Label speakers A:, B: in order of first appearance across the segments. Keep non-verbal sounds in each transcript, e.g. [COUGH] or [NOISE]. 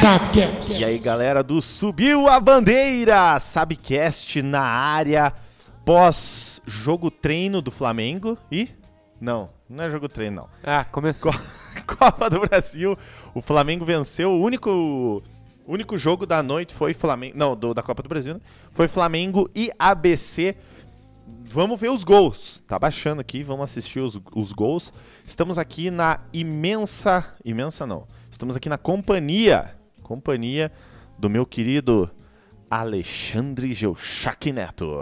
A: Sabcast.
B: E aí, galera do Subiu a Bandeira, Sabcast na área pós jogo treino do Flamengo e não, não é jogo treino não.
C: Ah, começou.
B: Co- [LAUGHS] Copa do Brasil, o Flamengo venceu o único único jogo da noite foi Flamengo, não, do- da Copa do Brasil, né? Foi Flamengo e ABC. Vamos ver os gols. Tá baixando aqui, vamos assistir os, os gols. Estamos aqui na imensa, imensa não. Estamos aqui na companhia, companhia do meu querido Alexandre Geuchac Neto.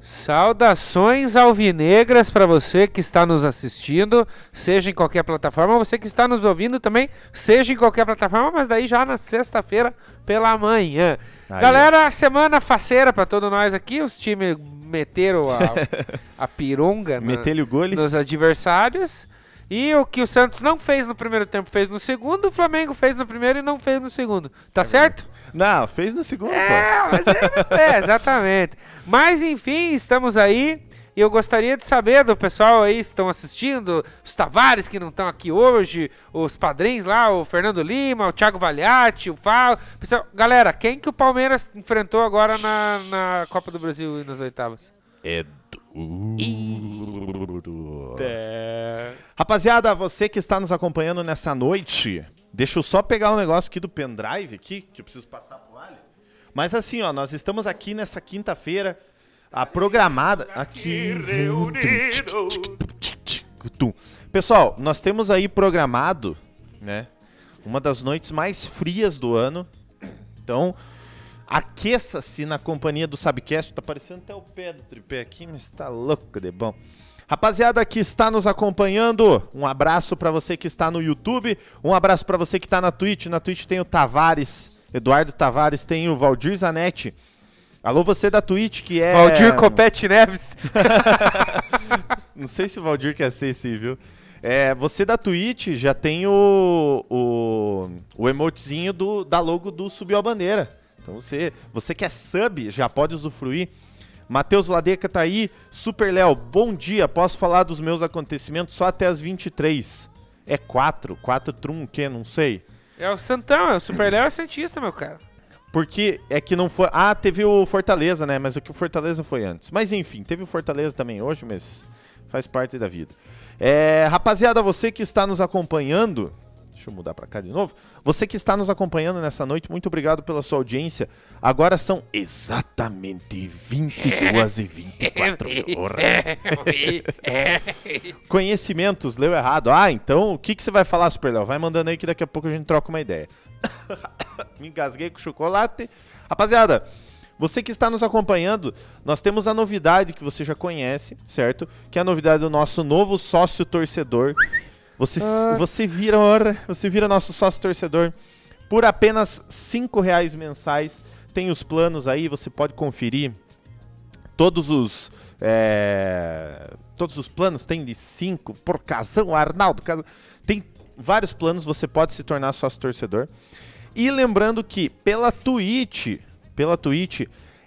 C: Saudações alvinegras para você que está nos assistindo, seja em qualquer plataforma, você que está nos ouvindo também, seja em qualquer plataforma, mas daí já na sexta-feira pela manhã.
B: Aí.
C: Galera, semana faceira para todos nós aqui, os times meteram
B: [LAUGHS]
C: a, a pirunga na-
B: Meter-lhe o gole.
C: nos adversários. E o que o Santos não fez no primeiro tempo, fez no segundo, o Flamengo fez no primeiro e não fez no segundo. Tá
B: É
C: certo?
B: Não, fez no segundo, pô.
C: É, mas é, é, exatamente. Mas enfim, estamos aí. E eu gostaria de saber do pessoal aí que estão assistindo, os Tavares que não estão aqui hoje, os padrinhos lá, o Fernando Lima, o Thiago Valiati, o Fábio. Pessoal, galera, quem que o Palmeiras enfrentou agora na, na Copa do Brasil e nas oitavas?
B: É duro. Rapaziada, você que está nos acompanhando nessa noite, deixa eu só pegar um negócio aqui do pendrive aqui, que eu preciso passar pro Ali. Mas assim, ó, nós estamos aqui nessa quinta-feira, a programada aqui reunidos. Pessoal, nós temos aí programado, né, uma das noites mais frias do ano. Então, Aqueça-se na companhia do Sabcast. Tá parecendo até o pé do tripé aqui, mas tá louco de bom. Rapaziada que está nos acompanhando, um abraço pra você que está no YouTube, um abraço pra você que tá na Twitch. Na Twitch tem o Tavares, Eduardo Tavares, tem o Valdir Zanetti. Alô, você da Twitch que é.
C: Valdir Copete Neves.
B: Não sei se o Valdir quer ser esse, viu? É, você da Twitch já tem o, o, o emotezinho do, da logo do Subiu a Bandeira. Então você, você que é sub já pode usufruir. Matheus Ladeca tá aí. Super Léo, bom dia. Posso falar dos meus acontecimentos só até as 23. É 4, 4 trum, o quê? Não sei.
C: É o Santão, é o Super Léo é o Santista, meu
B: [LAUGHS]
C: cara.
B: Porque é que não foi. Ah, teve o Fortaleza, né? Mas o que o Fortaleza foi antes. Mas enfim, teve o Fortaleza também hoje, mas faz parte da vida. É, rapaziada, você que está nos acompanhando. Deixa eu mudar pra cá de novo. Você que está nos acompanhando nessa noite, muito obrigado pela sua audiência. Agora são exatamente 22 e 24 horas. Conhecimentos, leu errado. Ah, então o que, que você vai falar, Super Léo? Vai mandando aí que daqui a pouco a gente troca uma ideia. [COUGHS] Me engasguei com chocolate. Rapaziada, você que está nos acompanhando, nós temos a novidade que você já conhece, certo? Que é a novidade do nosso novo sócio torcedor. Você, você vira, você vira nosso sócio torcedor por apenas cinco reais mensais. Tem os planos aí, você pode conferir todos os é, todos os planos tem de 5 por casão Arnaldo Casão. tem vários planos você pode se tornar sócio torcedor e lembrando que pela Twitch pela Twitch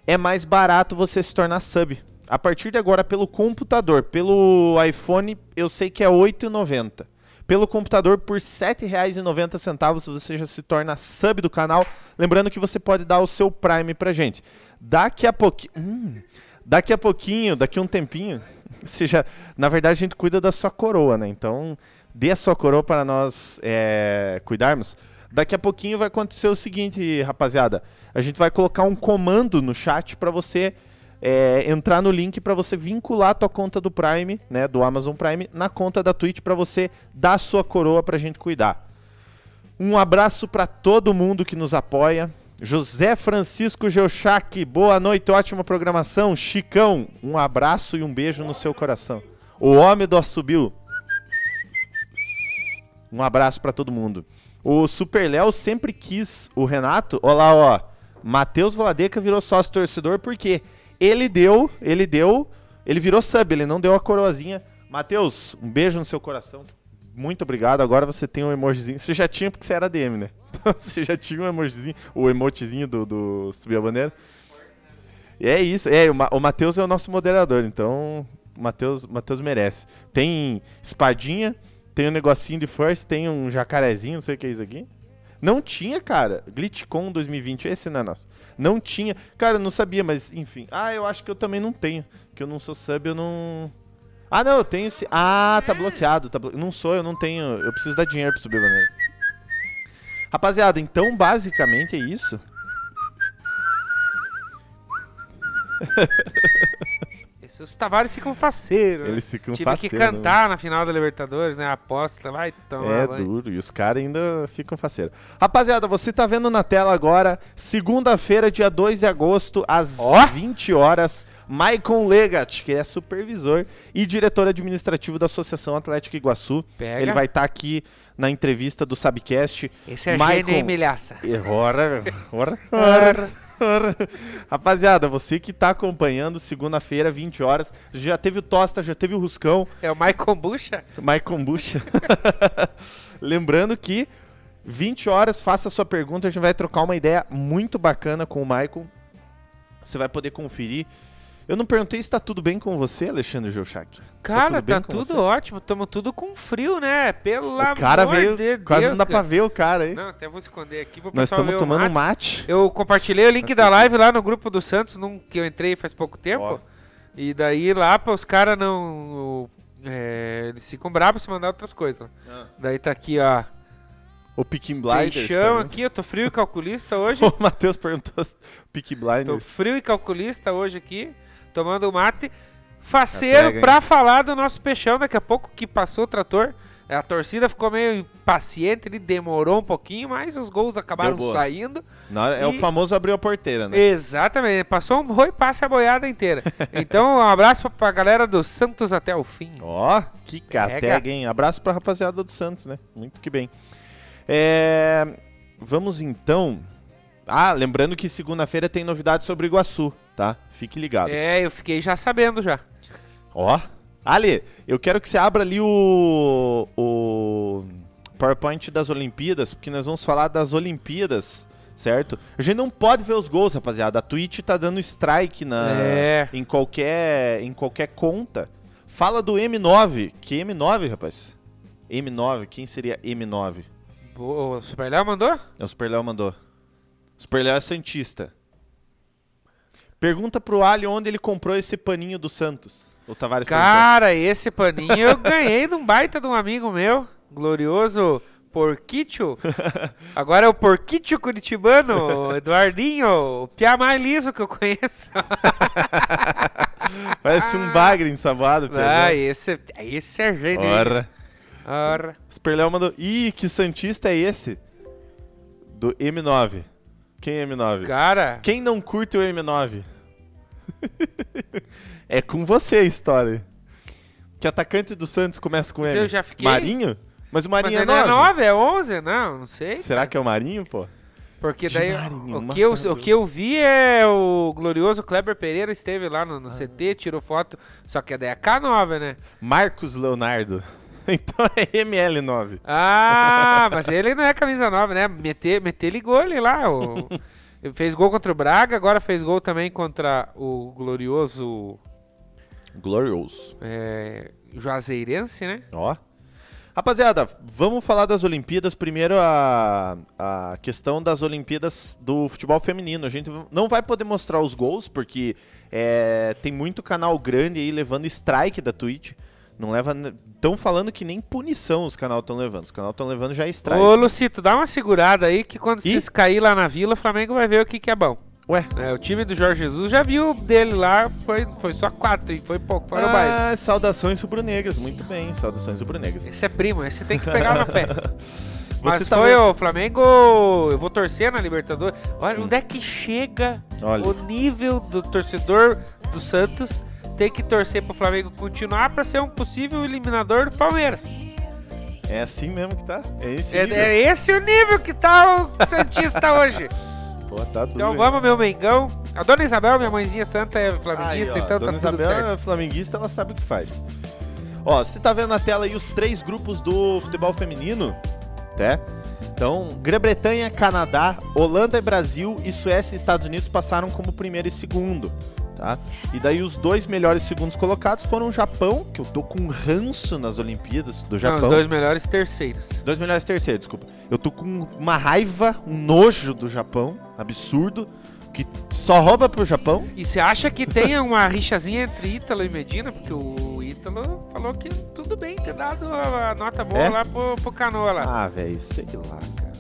B: é mais barato você se tornar sub a partir de agora pelo computador pelo iPhone eu sei que é 8,90 pelo computador por R$ 7,90 você já se torna sub do canal. Lembrando que você pode dar o seu Prime pra gente. Daqui a pouquinho. Hum, daqui a pouquinho, daqui a um tempinho. [LAUGHS] Você já... Na verdade, a gente cuida da sua coroa, né? Então, dê a sua coroa para nós é, cuidarmos. Daqui a pouquinho vai acontecer o seguinte, rapaziada. A gente vai colocar um comando no chat para você é, entrar no link para você vincular a tua conta do Prime, né, do Amazon Prime, na conta da Twitch para você dar a sua coroa pra gente cuidar. Um abraço para todo mundo que nos apoia. José Francisco Geuchac, boa noite, ótima programação. Chicão, um abraço e um beijo no seu coração. O homem do assobio. Um abraço pra todo mundo. O Super Léo sempre quis o Renato. Olá, ó. Matheus Valadeca virou sócio torcedor porque ele deu, ele deu, ele virou sub, ele não deu a coroazinha. Matheus, um beijo no seu coração. Muito obrigado. Agora você tem um emojizinho. Você já tinha porque você era DM, né? [LAUGHS] Então você já tinha um emojizinho, o emotezinho do, do Subir a Bandeira. E é isso. É, o, Ma o Matheus é o nosso moderador, então o Matheus, o Matheus merece. Tem espadinha, tem um negocinho de force, tem um jacarezinho, não sei o que é isso aqui. Não tinha, cara. GlitchCon 2020, esse não é nosso. Não tinha. Cara, eu não sabia, mas enfim. Ah, eu acho que eu também não tenho. Que eu não sou sub, eu não. Ah, não, eu tenho esse. Ah, tá bloqueado. Tá blo... Não sou, eu não tenho. Eu preciso dar dinheiro pra subir a bandeira. Rapaziada, então basicamente é isso.
C: Esses os Tavares ficam faceiros. né?
B: Eles ficam
C: Tive que
B: faceiro, né?
C: cantar né, na final da Libertadores, né? A aposta lá e toma.
B: É
C: vai.
B: duro, e os caras ainda ficam faceiro. Rapaziada, você tá vendo na tela agora, segunda-feira, dia 2 de agosto, às
C: Ó!
B: 20 horas, Maicon Legat, que é supervisor e diretor administrativo da Associação Atlética Iguaçu.
C: Pega.
B: Ele vai estar aqui na entrevista do Sabcast.
C: Esse é
B: Maicon-
C: gênio, hein, Milhaça?
B: E Ora, ora, ora, ora. Rapaziada, você que tá acompanhando, segunda-feira, 20 horas, já teve o Tosta, já teve o Ruscão,
C: É o Maicon Bucha?
B: mais kombucha. [LAUGHS] Lembrando que 20 horas, faça a sua pergunta, a gente vai trocar uma ideia muito bacana com o Michael. Você vai poder conferir. Eu não perguntei se tá tudo bem com você, Alexandre Jouchak.
C: Cara,
B: bem
C: tá
B: com
C: tudo,
B: você?
C: ótimo. Tamo tudo com frio, né? Pelo
B: o cara
C: amor
B: veio,
C: de
B: quase
C: Deus,
B: não dá
C: cara.
B: pra ver o cara aí.
C: Não, até vou esconder aqui pro
B: Nós
C: pessoal
B: estamos
C: ver o
B: tomando um
C: mate.
B: mate.
C: Eu compartilhei o link da live lá no grupo do Santos, num que eu entrei faz pouco tempo.
B: Ó.
C: E daí lá, pô, os caras não... o- é, eles ficam bravos se mandar outras coisas. né?
B: Ah.
C: Daí tá aqui, ó.
B: O Picking Blinders.
C: Peixão
B: tá vendo?
C: aqui, eu tô frio e calculista
B: [LAUGHS]
C: hoje.
B: o Matheus perguntou se Peaky
C: Tô
B: Blinders.
C: frio e calculista hoje aqui, tomando mate. Faceiro
B: Pega, hein?
C: pra falar do nosso peixão daqui a pouco que passou o trator. A torcida ficou meio impaciente, ele demorou um pouquinho, mas os gols acabaram
B: Deu boa.
C: saindo.
B: Na hora- É o
C: E-
B: famoso abriu a porteira, né?
C: Exatamente, passou um boi, passa a
B: [LAUGHS]
C: boiada inteira. então, um abraço pra, pra galera do Santos até o fim.
B: Ó, que catega,
C: Pega.
B: hein? Abraço pra rapaziada do Santos, né? Muito que bem. É, Vamos então. Ah, lembrando que segunda-feira tem novidades sobre o Iguaçu, tá? Fique ligado.
C: É, eu fiquei já sabendo já.
B: Ó. Ali, eu quero que você abra ali o. o PowerPoint das Olimpíadas, porque nós vamos falar das Olimpíadas, certo? A gente não pode ver os gols, rapaziada. A Twitch tá dando strike na,
C: É.
B: em, qualquer, em qualquer conta. Fala do M9. Que M9, rapaz? M9, quem seria M9?
C: Boa, O Super Léo mandou?
B: É, O Super Léo mandou. O Super Léo é Santista. Pergunta pro Ali onde ele comprou esse paninho do Santos. O Tavares perguntou.
C: Cara, esse paninho eu ganhei de um baita de um amigo meu, glorioso Porquicho. Agora é o Porquicho Curitibano, o Eduardinho, o piá mais liso que
B: [LAUGHS]
C: eu conheço.
B: Parece um bagre ensaboado,
C: Ah,
B: Piazão.
C: esse, esse é gênio. hein?
B: é. Ora.
C: Ora.
B: Superléo mandou. Ih, que Santista é esse? Do M9. Quem é M9?
C: Cara,
B: Quem não curte o M9? [LAUGHS] é com você a história. Que atacante do Santos começa com
C: Mas
B: M.
C: eu já fiquei.
B: Marinho? Mas o
C: mas
B: Marinho
C: ele
B: é
C: não é
B: 9.
C: 9, é 11? Não, não sei.
B: Será que é o Marinho, pô?
C: Porque
B: De
C: daí
B: Marinho,
C: o, que eu,
B: matador.
C: o que eu vi é o glorioso Kleber Pereira esteve lá
B: Ah.
C: no, no CT, tirou foto, só que daí é K9, né?
B: Marcos Leonardo. [LAUGHS] Então é ML9.
C: Ah, mas ele não é camisa 9, né? Meter, meter ligou ele
B: [LAUGHS]
C: lá. o- ele fez gol contra o Braga, agora fez gol também contra o glorioso
B: Glorioso.
C: é, Juazeirense, né?
B: Ó. Rapaziada, vamos falar das Olimpíadas. Primeiro, a, a questão das Olimpíadas do futebol feminino. A gente não vai poder mostrar os gols, porque é, tem muito canal grande aí levando strike da Twitch. Não leva. Estão falando que nem punição os canal estão levando. Os canal estão levando já é strike.
C: Ô, Lucito, dá uma segurada aí que quando
B: Ih.
C: vocês cair lá na vila, o Flamengo vai ver o que, que é bom.
B: Ué.
C: É, o time do Jorge Jesus já viu dele lá, foi, foi só quatro e foi pouco, foi no baile.
B: Ah, saudações rubro-negras. Muito bem, saudações rubro-negras.
C: Esse é primo, esse tem que pegar
B: [LAUGHS]
C: no pé. Mas
B: Você tá
C: foi
B: vendo-
C: o Flamengo. Eu vou torcer na Libertadores. Olha, onde é que chega
B: Olha.
C: o nível do torcedor do Santos ter que torcer pro Flamengo continuar pra ser um possível eliminador do Palmeiras?
B: É assim mesmo que tá? É esse
C: É,
B: nível.
C: é esse o nível que tá
B: [LAUGHS]
C: o Santista hoje.
B: Pô, tá duro,
C: Então
B: hein?
C: vamos, meu Mengão. A dona Isabel, minha mãezinha santa, é
B: Aí,
C: flamenguista,
B: ó,
C: então tá
B: Dona
C: tudo
B: Isabel
C: certo.
B: é flamenguista, ela sabe o que faz. Ó, você tá vendo na tela aí os três grupos do futebol feminino, né? Então, Grã-Bretanha, Canadá, Holanda e Brasil e Suécia e Estados Unidos passaram como primeiro e segundo, tá? E daí os dois melhores segundos colocados foram o Japão, que eu tô com um ranço nas Olimpíadas do Japão.
C: Não, os dois melhores terceiros.
B: Dois melhores terceiros, desculpa. Eu tô com uma raiva, um nojo do Japão, absurdo, que só rouba pro Japão.
C: E você acha que [LAUGHS] tem uma rixazinha entre Ítalo e Medina? Porque o Ítalo falou que tudo bem ter dado a a nota boa
B: É?
C: lá pro, pro Canoa lá.
B: Ah, velho, sei lá, cara.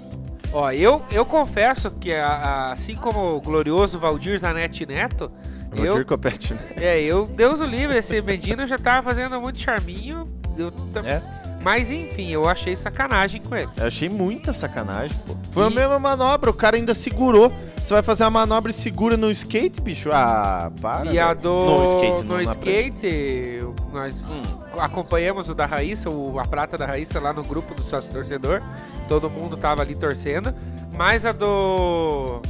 C: Ó, eu, eu confesso que a- a- assim como o glorioso Valdir Zanetti Neto, eu,
B: Valdir
C: [LAUGHS]
B: Copete, né?
C: é, eu, Deus o livre, esse Medina já tava fazendo muito charminho. eu tam-
B: É.
C: Mas enfim, eu achei sacanagem com ele.
B: Eu achei muita sacanagem, pô. Foi a
C: E-
B: mesma manobra, o cara ainda segurou. Você vai fazer a manobra e segura no skate, bicho? Ah, para.
C: e a
B: velho.
C: do
B: No skate,
C: no
B: não, na prancha.
C: skate, nós
B: Hum.
C: acompanhamos o da Raíssa, o, a prata da Raíssa lá no grupo do sócio torcedor. Todo mundo tava ali torcendo. Mas a do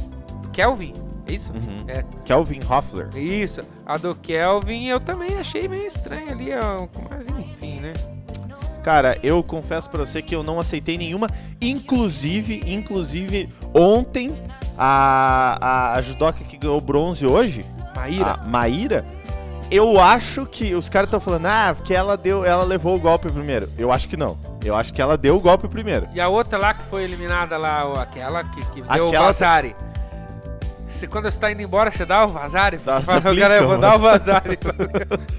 C: Kelvin, é isso?
B: Uhum.
C: É.
B: Kelvin Hoffler.
C: Isso, a do Kelvin eu também achei meio estranho ali, ó, mas enfim, né?
B: Cara, eu confesso pra você que eu não aceitei nenhuma. Inclusive, inclusive, ontem, a, a, a judoca que ganhou bronze hoje,
C: Maíra.
B: a Ah, Maíra, eu acho que os caras estão falando, ah, porque ela deu, ela levou o golpe primeiro. Eu acho que não. Eu acho que ela deu o golpe primeiro.
C: E a outra lá que foi eliminada lá, ó, aquela que, que deu o
B: Aquela-
C: Vazari. Se quando você tá indo embora, você dá o Vazari?
B: Dá,
C: Você
B: você
C: fala, cara, eu vou
B: aplica
C: dar
B: o
C: o Vazari.
B: [LAUGHS]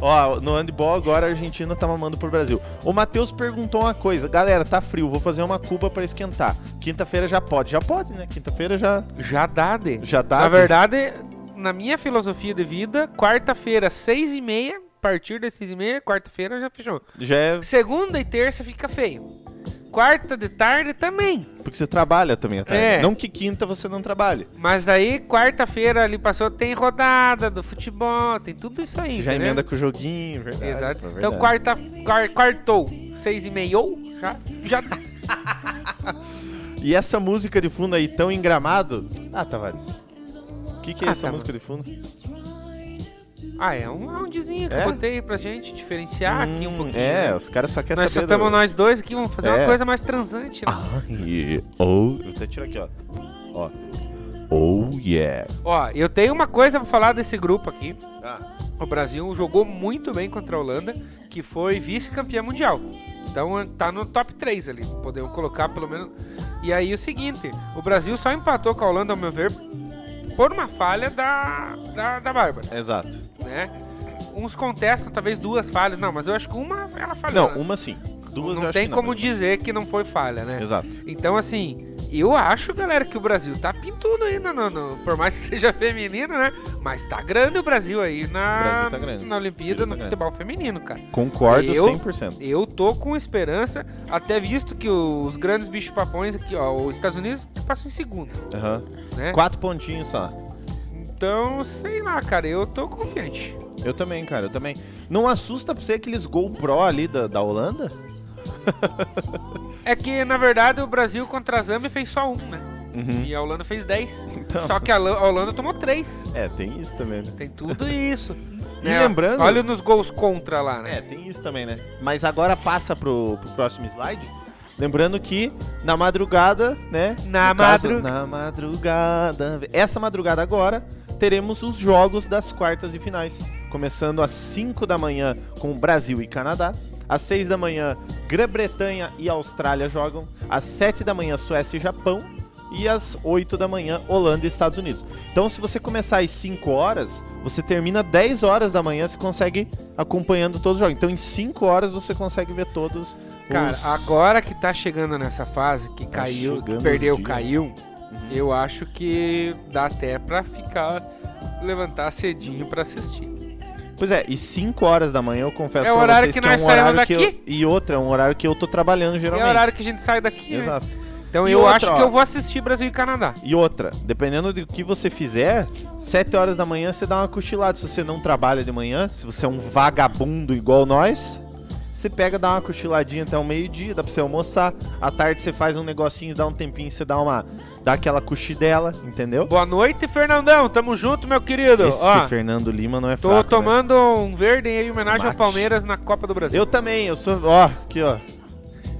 B: Ó, no handball agora a Argentina tá mamando pro Brasil. O Matheus perguntou uma coisa. Galera, tá frio, vou fazer uma cuba pra esquentar. Quinta-feira já pode. Já pode, né? Quinta-feira já,
C: Já dá, de.
B: já dá.
C: Na verdade, na minha filosofia de vida, quarta-feira, seis e meia, a partir das seis e meia, quarta-feira já fechou.
B: Já é
C: Segunda e terça fica feio. Quarta de tarde também.
B: porque você trabalha também, tá?
C: É.
B: Não que quinta você não trabalhe.
C: Mas daí, quarta-feira ali passou, tem rodada do futebol, tem tudo isso aí.
B: Você já
C: entendeu?
B: emenda com o joguinho, verdade.
C: Exato.
B: é
C: então,
B: verdade.
C: quarta, quar, quartou, seis e meia, ou já, já tá.
B: E essa música de fundo aí, tão engramado. Ah, Tavares. O que, que é
C: Ah,
B: essa
C: tá,
B: música de fundo?
C: Ah, é um roundzinho que
B: É?
C: eu botei pra gente diferenciar aqui um
B: Hum,
C: pouquinho.
B: É,
C: né?
B: os caras só querem
C: Nós só
B: saber.
C: estamos nós dois aqui, vamos fazer
B: É. Ah.
C: uma coisa mais transante. né?
B: Ai, oh. Eu até tiro aqui, ó. Ó. Oh yeah.
C: Ó, eu tenho uma coisa pra falar desse grupo aqui.
B: Ah,
C: O Brasil jogou muito bem contra a Holanda, que foi vice-campeã mundial. Então eh, tá no top 3 ali, podemos colocar pelo menos. E aí o seguinte, o Brasil só empatou com a Holanda, ao meu ver, por uma falha da, da, da Bárbara,
B: exato.
C: né? Uns contestam, talvez duas falhas, não, mas eu acho que uma ela falhou.
B: Não,
C: né?
B: uma sim. Duas eu
C: não
B: acho
C: tem
B: que não,
C: como
B: mas-
C: dizer que não foi falha, né?
B: Exato.
C: Então, assim, eu acho, galera, que o Brasil tá pintudo ainda, no, no- por mais que [LAUGHS] seja feminino, né? Mas tá grande o Brasil aí na,
B: O Brasil tá grande.
C: na Olimpíada,
B: Ele tá
C: no
B: grande.
C: futebol feminino, cara.
B: Concordo
C: Eu-
B: 100%.
C: Eu tô com esperança, até visto que os grandes bichos papões aqui, ó, os Estados Unidos passam em segundo,
B: Aham.
C: né?
B: Quatro pontinhos só.
C: Então, sei lá, cara, eu tô confiante.
B: Eu também, cara, eu também. Não assusta pra você aqueles Gol Pro ali da, da Holanda?
C: É que, na verdade, o Brasil contra a Zâmbia fez só um, né?
B: Uhum.
C: E a Holanda fez 10.
B: Então.
C: Só que a Lan- a Holanda tomou três.
B: É, tem isso também, né?
C: Tem tudo isso. Né?
B: E lembrando-
C: Olha nos gols contra lá, né?
B: É, tem isso também, né? Mas agora passa pro, pro próximo slide. Lembrando que na madrugada, né?
C: Na
B: no caso,
C: madru-
B: Na madrugada. Essa madrugada agora, teremos os jogos das quartas e finais. Começando às 5 da manhã com Brasil e Canadá. Às 6 da manhã, Grã-Bretanha e Austrália jogam. Às 7 da manhã, Suécia e Japão. E às 8 da manhã, Holanda e Estados Unidos. Então, se você começar às 5 horas, você termina 10 horas da manhã, você consegue acompanhando todos os jogos. Então, em 5 horas, você consegue ver todos
C: Cara,
B: os...
C: agora que tá chegando nessa fase, que
B: Tá
C: caiu,
B: chegando
C: que
B: os
C: perdeu,
B: dias.
C: caiu,
B: Uhum.
C: eu acho que dá até pra ficar, levantar cedinho pra assistir.
B: Pois é, e 5 horas da manhã eu confesso
C: É o
B: pra
C: horário
B: vocês
C: que
B: que é
C: nós
B: um
C: saímos
B: horário que eu,
C: daqui?
B: e outra, é um horário que eu tô trabalhando
C: É
B: geralmente.
C: o horário que a gente sai daqui, né?
B: Exato.
C: Então
B: E
C: eu
B: outra,
C: acho
B: ó.
C: que eu vou assistir Brasil e Canadá.
B: E outra, dependendo do que você fizer, 7 horas da manhã você dá uma cochilada. Se você não trabalha de manhã, se você é um vagabundo igual nós, você pega, dá uma cochiladinha até o meio-dia, dá pra você almoçar. À tarde você faz um negocinho, dá um tempinho, você dá uma. dá aquela cochidela, entendeu?
C: Boa noite, Fernandão. Tamo junto, meu querido.
B: Esse
C: Ó,
B: Fernando Lima não é
C: tô
B: fraco. né?
C: tomando um verde em homenagem ao
B: Mate.
C: Palmeiras na Copa do Brasil.
B: Eu também, eu sou. Ó, aqui, ó. [LAUGHS]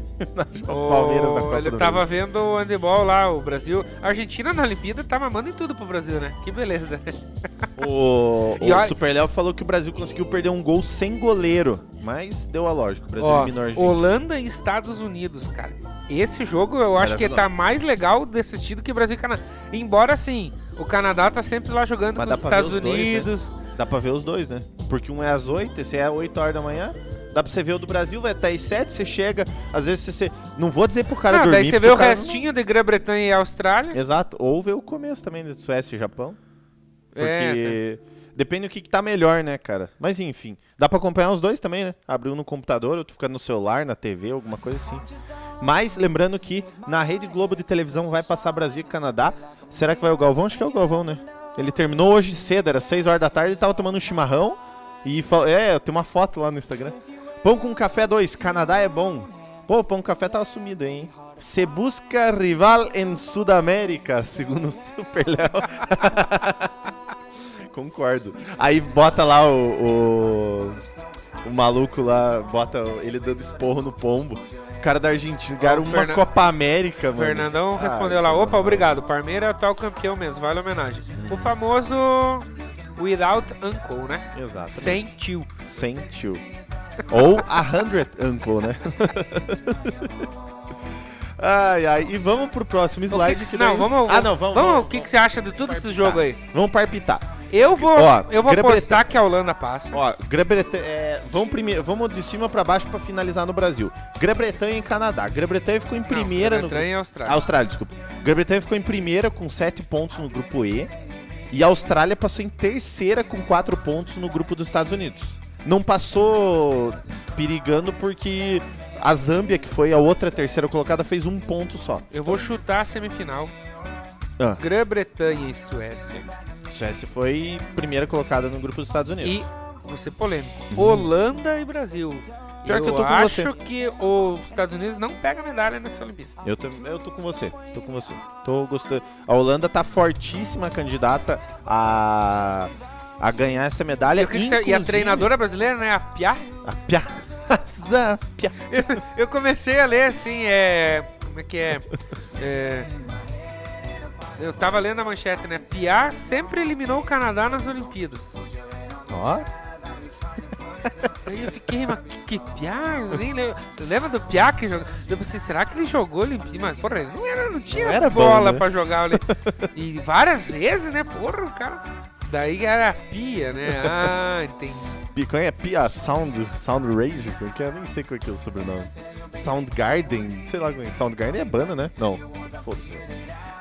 C: O
B: Palmeiras na Copa
C: Ele
B: do
C: tava vendo o handebol lá, o Brasil. A Argentina na Olimpíada tá mamando em tudo pro Brasil, né? Que beleza. [LAUGHS]
B: O,
C: E
B: o
C: olha-
B: Super Léo falou que o Brasil conseguiu perder um gol sem goleiro, mas deu a lógica. O Brasil
C: Ó,
B: eliminou a Argentina.
C: Holanda e Estados Unidos, cara. Esse jogo eu acho que tá
B: Maravilhoso.
C: mais legal de assistir do que Brasil e Canadá. Embora sim, o Canadá tá sempre lá jogando
B: Mas
C: com os
B: dá pra ver
C: Estados
B: os dois, né?
C: Unidos.
B: Dá pra ver os dois, né? Porque um é às 8, esse é às 8 horas da manhã. Dá pra você ver o do Brasil, vai até às 7, você chega. Às vezes você. Não vou dizer pro cara
C: Não,
B: dormir.
C: Ah, daí você
B: porque
C: vê o
B: cara É,
C: restinho de Grã-Bretanha e Austrália.
B: Não... Exato. Ou vê o começo também de Suécia e Japão.
C: É,
B: Porque. Depende do que, que tá melhor, né, cara? Mas enfim. Dá pra acompanhar os dois também, né? Abrir um no computador, outro fica no celular, na TV, alguma coisa assim. Mas lembrando que na Rede Globo de televisão vai passar Brasil e Canadá. Será que vai o Galvão? Acho que é o Galvão, né? Ele terminou hoje cedo, era 6 horas da tarde, ele tava tomando um chimarrão e falou, é, tem uma foto lá no Instagram. Pão com café 2, Canadá é bom. Pô, pão com café tava sumido, aí, hein? Se busca rival em Sudamérica, [LAUGHS] segundo o Super Léo. Concordo. Aí bota lá o, o. o maluco lá, bota ele dando esporro no pombo. O cara da Argentina ganharam
C: Ah, o
B: uma
C: Fernan-
B: Copa América,
C: O
B: mano.
C: Fernandão
B: Ah,
C: respondeu lá,
B: isso
C: opa,
B: não-
C: obrigado, Parmeira é atual campeão mesmo, vale a homenagem.
B: Hum.
C: O famoso Without Uncle, né?
B: Exatamente.
C: Sem tio.
B: Sentiu. Ou a Hundred Uncle, né? [LAUGHS] ai, ai. E vamos pro próximo
C: O que
B: slide.
C: que-
B: que
C: não,
B: daí-
C: vamos,
B: Ah, não, vamos. Tá.
C: o que, que você acha de tudo esse jogo aí?
B: Vamos parpitar.
C: Eu vou,
B: Ó,
C: eu vou
B: Grã-Bretanha-
C: apostar que a Holanda passa.
B: Ó, Grã-Bretanha. é, vamos, primeiro, vamos de cima pra baixo pra finalizar no Brasil. Grã-Bretanha e Canadá. Grã-Bretanha ficou é em primeira
C: no
B: no.
C: e Austrália.
B: Austrália, desculpa. Grã-Bretanha ficou em primeira com 7 pontos no grupo E. E a Austrália passou em terceira com 4 pontos no grupo dos Estados Unidos. Não passou perigando porque a Zâmbia, que foi a outra terceira colocada, fez um ponto só.
C: Eu vou chutar a semifinal.
B: Ah.
C: Grã-Bretanha e Suécia.
B: Suécia foi primeira colocada no grupo dos Estados Unidos.
C: E, vou ser polêmico,
B: Uhum.
C: Holanda e Brasil.
B: Pior que eu tô com
C: acho
B: você.
C: que os Estados Unidos não pega medalha nessa Olimpíada.
B: Eu, tô, eu tô com você, tô com você. Tô gostando. A Holanda tá fortíssima candidata a, a ganhar essa medalha.
C: E, o que que você- e a
B: inclusive- [LAUGHS]
C: treinadora brasileira, né? A Pia.
B: A Pia. Zã- Pia.
C: Eu comecei a ler assim, é. Como é que é? É, Eu tava lendo a manchete, né? Pia sempre eliminou o Canadá nas Olimpíadas.
B: Ó,
C: Aí eu fiquei, mas que, que Pia? Eu nem lembro. Lembra do Pia que jogou? Eu pensei, será que ele jogou Olimpíada? Mas, porra, ele não, era, não tinha
B: Não era bom,
C: bola
B: né?
C: pra jogar. Oli- E várias vezes, né? Porra, o cara. Daí era a Pia, né? Ah, entendi.
B: Picanha é Pia Sound, Sound Rage, como é que é? Nem sei qual é, que é o sobrenome. Soundgarden, sei lá como é. Soundgarden é banda, né? Não, foda-se.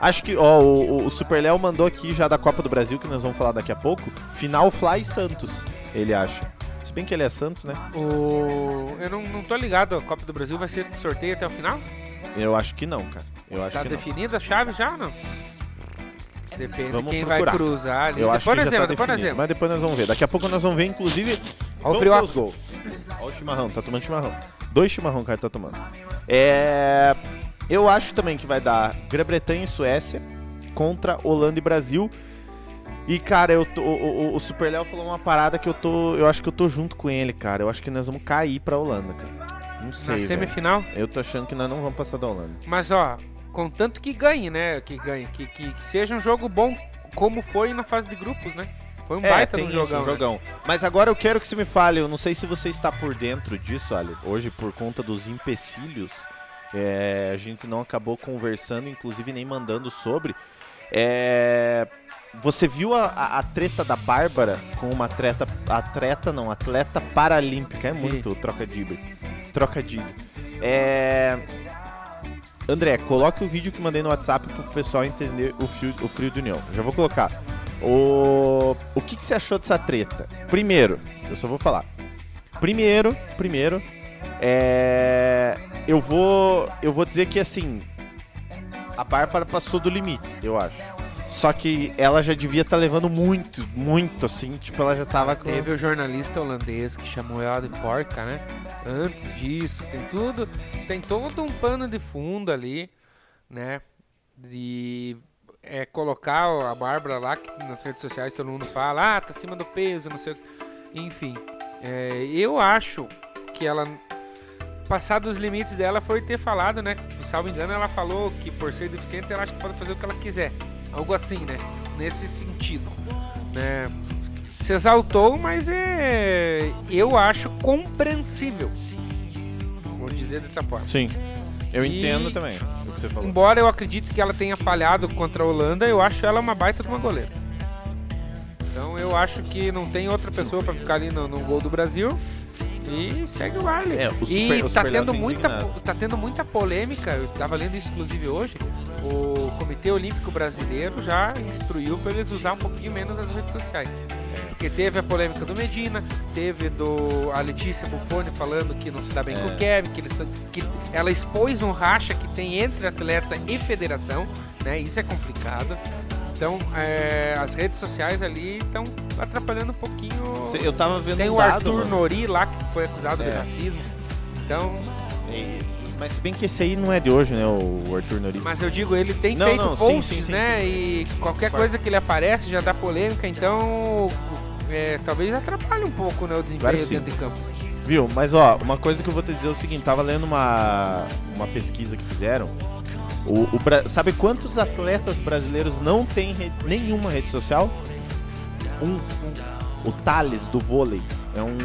B: Acho que, ó, o, o- o Super Léo mandou aqui já da Copa do Brasil, que nós vamos falar daqui a pouco. Final Fly Santos, ele acha. Se bem que ele é Santos, né?
C: O... Eu não, não tô ligado, a Copa do Brasil vai ser sorteio até o final?
B: Eu acho que não, cara. Eu acho
C: Tá
B: que não.
C: definida a chave já ou não? Depende
B: Vamos
C: quem vai
B: procurar.
C: cruzar ali.
B: Eu
C: depois
B: acho que
C: nós
B: já tá
C: vemos, depois nós
B: definido,
C: vemos.
B: mas depois nós vamos ver. Daqui a pouco nós vamos ver, inclusive,
C: Ó o
B: vamos ver
C: Brioco.
B: os gols. Olha o chimarrão, tá tomando chimarrão. Dois chimarrão o cara tá tomando. É... Eu acho também que vai dar Grã-Bretanha e Suécia contra Holanda e Brasil. E, cara, eu tô- o, o, o Super Léo falou uma parada que eu tô. Eu acho que eu tô junto com ele, cara. Eu acho que nós vamos cair pra Holanda, cara. Não
C: Na
B: sei. velho.
C: semifinal.
B: Eu tô achando que nós não vamos passar da Holanda.
C: Mas ó, contanto que ganhe, né? Que ganhe, que, que, que seja um jogo bom, como foi na fase de grupos, né? Foi um baita de um
B: tem isso,
C: jogão.
B: um
C: né?
B: jogão. Mas agora eu quero que você me fale, eu não sei se você está por dentro disso, Ali, hoje por conta dos empecilhos, é, a gente não acabou conversando, inclusive nem mandando sobre. É, você viu a, a- a treta da Bárbara com uma treta, atleta não, atleta paralímpica, é muito trocadilho, trocadilho. É... André, coloque o vídeo que mandei no WhatsApp pro pessoal entender o fio, o frio do União. Já vou colocar. O, o que, que você achou dessa treta? Primeiro, eu só vou falar. Primeiro, primeiro, é, eu vou, eu vou dizer que assim, a Bárbara passou do limite, eu acho. Só que ela já devia estar levando muito, muito assim, tipo ela já tava com
C: Teve o jornalista holandês que chamou ela de porca, né? Antes disso, tem tudo, tem todo um pano de fundo ali, né? De é, colocar a Bárbara lá, que nas redes sociais todo mundo fala, ah, tá acima do peso, não sei o que. Enfim, é, eu acho que ela, passar dos limites dela foi ter falado, né? Salvo engano, ela falou que por ser deficiente ela acha que pode fazer o que ela quiser. Algo assim, né? Nesse sentido. né? Se exaltou, mas é, eu acho compreensível. Vou dizer dessa forma.
B: Sim. Eu
C: E-
B: entendo também do que você falou.
C: Embora eu acredite que ela tenha falhado contra a Holanda, eu acho ela uma baita de uma goleira. Então eu acho que não tem outra pessoa pra ficar ali no, no gol do Brasil. E segue o baile.
B: É, o
C: e
B: Super- o
C: tá,
B: Super
C: tendo
B: Léo tá
C: muita,
B: indignado.
C: po- tá tendo muita polêmica, eu tava lendo isso inclusive hoje. O Comitê Olímpico Brasileiro já instruiu pra eles usar um pouquinho menos as redes sociais. Porque teve a polêmica do Medina, teve do a Letícia Buffoni falando que não se dá bem
B: É.
C: com o Kevin, que, eles, são- que ela expôs um racha que tem entre atleta e federação, né? Isso é complicado. Então, é, as redes sociais ali estão atrapalhando um pouquinho.
B: Você- Eu tava vendo
C: Tem
B: um
C: o
B: dado,
C: Arthur
B: mano.
C: Nori lá que foi acusado
B: É.
C: de racismo. Então,
B: E- Mas se bem que esse aí não é de hoje, né? O Arthur Nori.
C: mas eu digo, ele tem
B: Não,
C: feito
B: não, sim,
C: posts,
B: sim, sim,
C: né? E qualquer
B: Claro.
C: coisa que ele aparece já dá polêmica, então é, talvez atrapalhe um pouco né, o desempenho
B: Claro que sim.
C: dentro de campo.
B: Viu? Mas ó, uma coisa que eu vou te dizer é o seguinte: tava lendo uma, uma pesquisa que fizeram. O, o Bra- sabe quantos atletas brasileiros não têm re- nenhuma rede social? Um. O Thales do vôlei. É um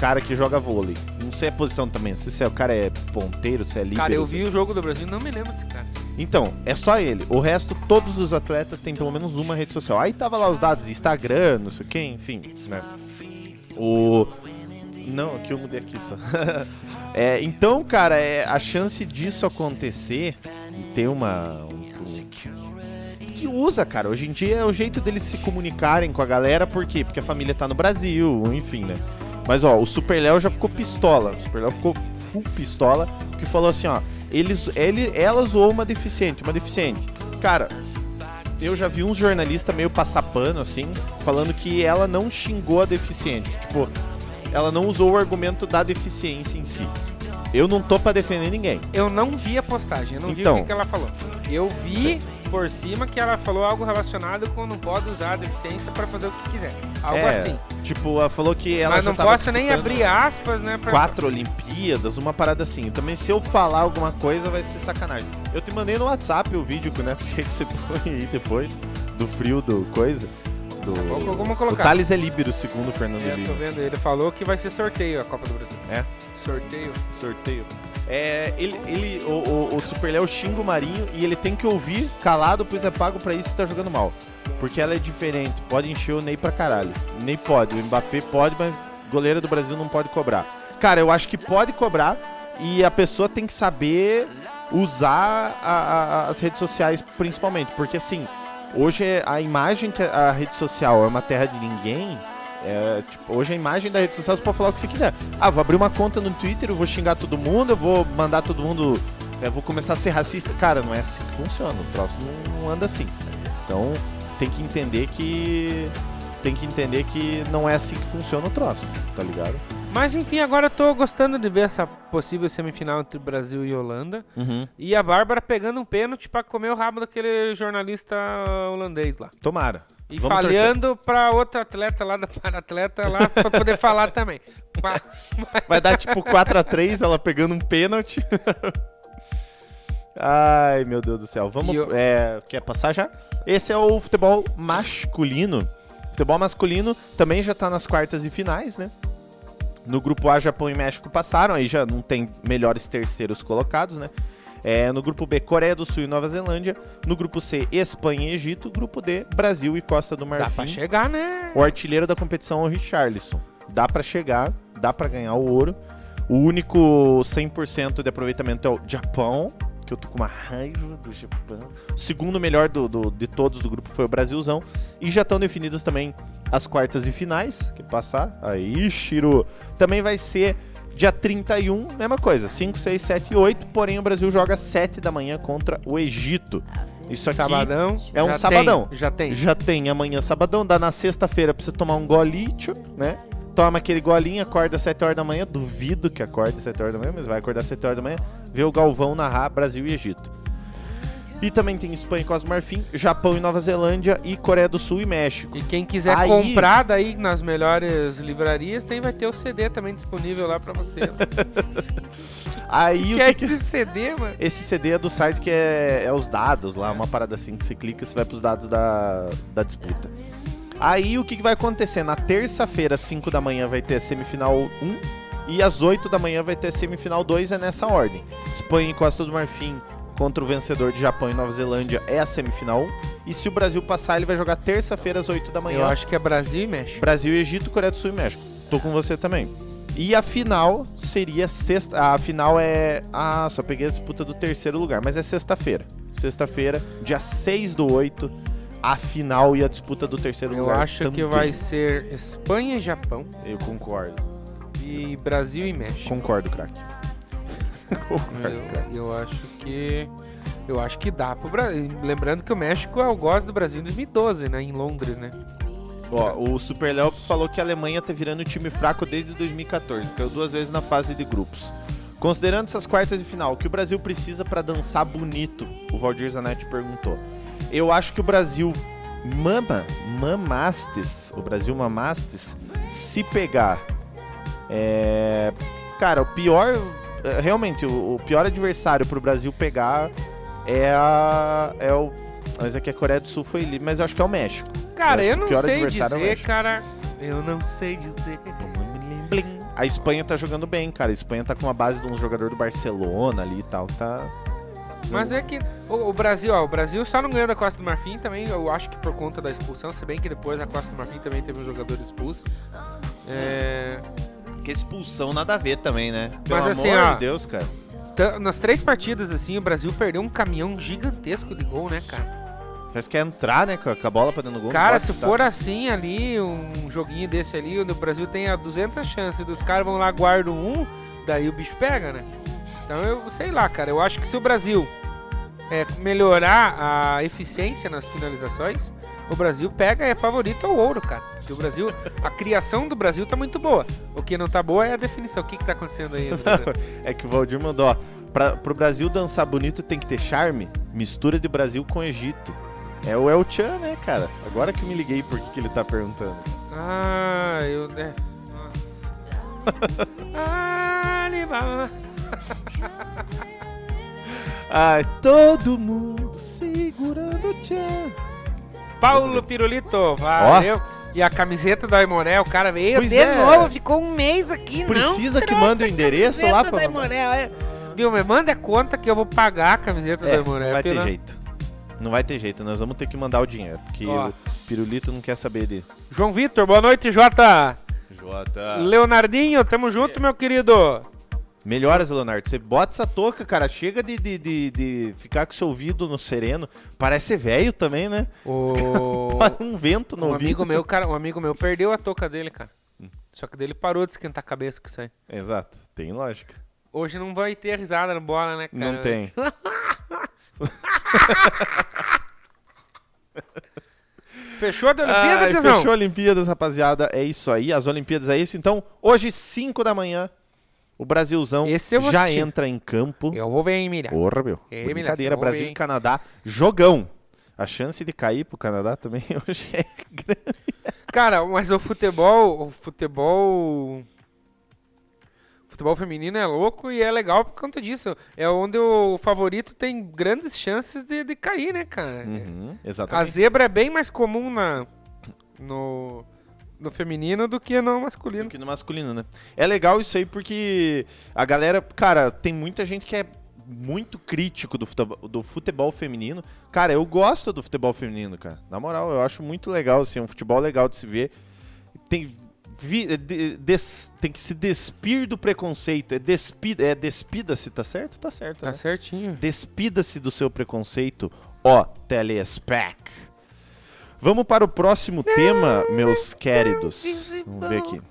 B: cara que joga vôlei. Não sei a posição também. Não sei se é, o cara é ponteiro, se é líbero.
C: Cara, eu
B: se-
C: vi o jogo do Brasil, não me lembro desse cara.
B: Então, é só ele. O resto, todos os atletas têm pelo menos uma rede social. Aí tava lá os dados, Instagram, não sei o quê, enfim, né? O... Não, aqui eu mudei aqui só. [LAUGHS] É, então, cara, é, a chance disso acontecer e ter uma... um- um- que usa, cara. Hoje em dia é o jeito deles se comunicarem com a galera, por quê? Porque a família tá no Brasil, enfim, né? Mas ó, o Super Léo já ficou pistola. O Super Léo ficou full pistola, porque falou assim, ó, eles, ele, ela zoou uma deficiente, uma deficiente. Cara, eu já vi uns jornalistas meio passar pano, assim, falando que ela não xingou a deficiente. Tipo, ela não usou o argumento da deficiência em si. Eu não tô pra defender ninguém.
C: Eu não vi a postagem, eu não vi o
B: Então.
C: que, que ela falou. Eu vi por cima que ela falou algo relacionado com não pode usar a deficiência pra fazer o que quiser. Algo
B: É,
C: assim.
B: Tipo, ela falou que ela
C: Mas
B: já
C: não
B: tava
C: posso nem
B: disputando
C: abrir aspas, né? Pra...
B: quatro Olimpíadas, uma parada assim. Também se eu falar alguma coisa vai ser sacanagem. Eu te mandei no WhatsApp o vídeo, né? [LAUGHS] Porque que você põe aí depois do frio do coisa. Do...
C: Vamos- vamos
B: O
C: Tá colocar.
B: Thales é líbero, segundo o Fernando
C: É, tô
B: Líbero.
C: vendo, ele falou que vai ser sorteio a Copa do Brasil.
B: É?
C: Sorteio.
B: sorteio. É, ele, ele, o, o, o Super Léo xinga o Marinho e ele tem que ouvir calado, pois é pago pra isso e tá jogando mal. Porque ela é diferente, pode encher o Ney pra caralho. O Ney pode, o Mbappé pode, mas goleiro do Brasil não pode cobrar. Cara, eu acho que pode cobrar e a pessoa tem que saber usar a- a- as redes sociais principalmente. Porque assim, hoje é- a imagem que a a rede social é uma terra de ninguém. é, tipo, hoje a imagem da rede social você pode falar o que você quiser. Ah, vou abrir uma conta no Twitter, eu vou xingar todo mundo, eu vou mandar todo mundo. Eu vou começar a ser racista. Cara, não é assim que funciona. O troço não, não anda assim. Então tem que entender que. Tem que entender que não é assim que funciona o troço, tá ligado?
C: Mas enfim, agora eu tô gostando de ver essa possível semifinal entre Brasil e Holanda. E a Bárbara pegando um pênalti pra comer o rabo daquele jornalista holandês lá.
B: Tomara.
C: E
B: Vamos torcer.
C: falhando pra outra atleta lá, da para-atleta lá, pra
B: [LAUGHS]
C: poder falar também. Pa-
B: Vai dar tipo 4x3, ela pegando um pênalti. Ai, meu Deus do céu. Vamos.
C: E eu-
B: é, quer passar já? Esse é o futebol masculino. Futebol masculino também já tá nas quartas e finais, né? No grupo A, Japão e México passaram, aí já não tem melhores terceiros colocados, né? É, no grupo B, Coreia do Sul e Nova Zelândia. No grupo C, Espanha e Egito. Grupo D, Brasil e Costa do
C: Dá pra
B: Marfim.
C: chegar, né?
B: O artilheiro da competição é o Richarlison. Dá pra chegar, dá pra ganhar o ouro. O único 100% de aproveitamento é o Japão, que eu tô com uma raiva do Japão. O segundo melhor do- do- de todos do grupo foi o Brasilzão. E já estão definidas também as quartas e finais, que passar. Aí, Shiro. Também vai ser dia 31, mesma coisa, 5, 6, 7 e 8. Porém, o Brasil joga 7 da manhã contra o Egito. Isso aqui
C: sabadão.
B: é um
C: Já
B: sabadão.
C: tem, já tem.
B: já tem amanhã sabadão, dá na sexta-feira pra você tomar um golítio, né? Toma aquele golinho, acorda às 7 horas da manhã, duvido que acorde às 7 horas da manhã, mas vai acordar às 7 horas da manhã, vê o Galvão narrar Brasil e Egito. E também tem Espanha e Costa do Marfim, Japão e Nova Zelândia e Coreia do Sul e México.
C: E quem quiser
B: Aí-
C: comprar daí nas melhores livrarias, tem, vai ter o CD também disponível lá pra
B: [LAUGHS]
C: você.
B: Aí
C: que
B: o
C: é
B: que, que
C: esse CD, mano?
B: Esse CD é do site que é, é os dados lá, uma parada assim que você clica e você vai pros dados da, da disputa. Aí o que, que vai acontecer? Na terça-feira, às 5 da manhã, vai ter a semifinal 1 e às 8 da manhã vai ter a semifinal 2, é nessa ordem. Espanha e Costa do Marfim contra o vencedor de Japão e Nova Zelândia é a semifinal 1. E se o Brasil passar, ele vai jogar terça-feira às 8 da manhã.
C: Eu acho que é Brasil e México.
B: Brasil, Egito, Coreia do Sul e México. Tô com você também. E a final seria sexta. A final é. Ah, só peguei a disputa do terceiro lugar, mas é sexta-feira. Sexta-feira, dia 6 do 8, a final e a disputa do terceiro
C: Eu
B: lugar.
C: acho que
B: também.
C: vai ser Espanha e Japão
B: Eu concordo.
C: e Brasil e México.
B: Concordo, craque. [LAUGHS] concordo, craque.
C: Eu, eu acho que. Eu acho que dá pro Brasil. Lembrando que o México é o gosto do Brasil em 2012, né? Em Londres, né?
B: Ó, o Super Léo falou que a Alemanha tá virando um time fraco desde 2014, caiu duas vezes na fase de grupos. Considerando essas quartas de final, o que o Brasil precisa pra dançar bonito? O Valdir Zanetti perguntou. Eu acho que o Brasil mama, mamastes, o Brasil mamastes, se pegar. É, Cara, o pior, é, realmente, o, o pior adversário pro Brasil pegar é a. É o. Mas é que a Coreia do Sul foi ali, mas eu acho que é o México.
C: Cara,
B: Eu acho
C: eu,
B: que o pior
C: não sei
B: adversário é o
C: dizer,
B: México.
C: cara. Eu não sei dizer.
B: A Espanha tá jogando bem, cara. A Espanha tá com a base de um jogador do Barcelona ali e tal, tá.
C: Mas é que o, o Brasil, ó, o Brasil só não ganhou da Costa do Marfim também, eu acho que por conta da expulsão, se bem que depois a Costa do Marfim também teve um jogador expulso. É,
B: Que expulsão nada a ver também, né? Pelo
C: Mas assim,
B: amor
C: ó,
B: de Deus, cara.
C: ta- nas três partidas, assim, o Brasil perdeu um caminhão gigantesco de gol, né, cara?
B: Parece que é entrar, né, com a com a bola pra dentro do gol. tá. não
C: Cara,
B: pode
C: se
B: chutar.
C: for assim ali, um joguinho desse ali, onde o Brasil tem a 200 chances dos caras vão lá, guardam um, daí o bicho pega, né? Então eu sei lá, cara, eu acho que se o Brasil é, melhorar a eficiência nas finalizações, o Brasil pega é favorito ao ouro, cara. Porque o Brasil, a criação do Brasil tá muito boa. O que não tá boa é a definição. O que que tá acontecendo aí? Adriano?
B: É que o Valdir mandou, ó. Pra, pro Brasil dançar bonito tem que ter charme. Mistura de Brasil com Egito. É o El Chan, né, cara? Agora que eu me liguei por que, que ele tá perguntando.
C: ah, eu, né? Nossa. Alibaba.
B: Ai, todo mundo segurando o Chan.
C: Paulo Pirulito, valeu. E a camiseta da Aimoré, o cara veio
B: Pois
C: de
B: é.
C: novo, ficou um mês aqui, não?
B: Precisa que mande o endereço lá pra.
C: Viu, me manda a conta que eu vou pagar a camiseta da
B: É,
C: Aimoré.
B: não vai ter
C: pela-
B: jeito. Não vai ter jeito, nós vamos ter que mandar o dinheiro, porque
C: Ó.
B: o Pirulito não quer saber de
C: João Vitor, boa noite, Jota.
B: Jota.
C: Leonardinho, tamo junto, meu querido.
B: Melhoras, Leonardo. Você bota essa touca, cara. Chega de, de, de, de ficar com seu ouvido no sereno. Parece velho também, né? [LAUGHS]
C: O...
B: Para um vento no
C: um
B: ouvido.
C: amigo meu, cara, um amigo meu perdeu a touca dele, cara. Só que dele parou de esquentar a cabeça com isso aí.
B: Exato. Tem lógica.
C: Hoje não vai ter risada na bola, né, cara?
B: Não tem.
C: [LAUGHS] Fechou a Olimpíada,
B: Ai,
C: Guizão?
B: fechou Olimpíadas, rapaziada. É isso aí. As Olimpíadas é isso. Então, hoje, 5 da manhã, o Brasilzão
C: Esse eu vou
B: já
C: assistir.
B: entra em campo.
C: Eu vou ver, hein, Miriam.
B: Porra, meu.
C: É,
B: Brincadeira,
C: Milhação,
B: Brasil
C: hein?
B: e Canadá, jogão. A chance de cair pro Canadá também [LAUGHS] hoje é grande.
C: Cara, mas o futebol, o futebol, o futebol feminino é louco e é legal por conta disso. É onde o favorito tem grandes chances de, de cair, né, cara?
B: Uhum,
C: A
B: exatamente.
C: zebra é bem mais comum na no no feminino do que no masculino.
B: Do que no masculino, né? É legal isso aí porque a galera, cara, tem muita gente que é muito crítico do futebol, do futebol feminino. Cara, eu gosto do futebol feminino, cara. Na moral, eu acho muito legal, assim, é um futebol legal de se ver. Tem, vi- é de- des- tem que se despir do preconceito. É, despi, é despida-se, tá certo? Tá certo,
C: Tá
B: né?
C: certinho.
B: Despida-se do seu preconceito, ó Telespec. Vamos para o próximo tema, meus queridos. Vamos ver aqui.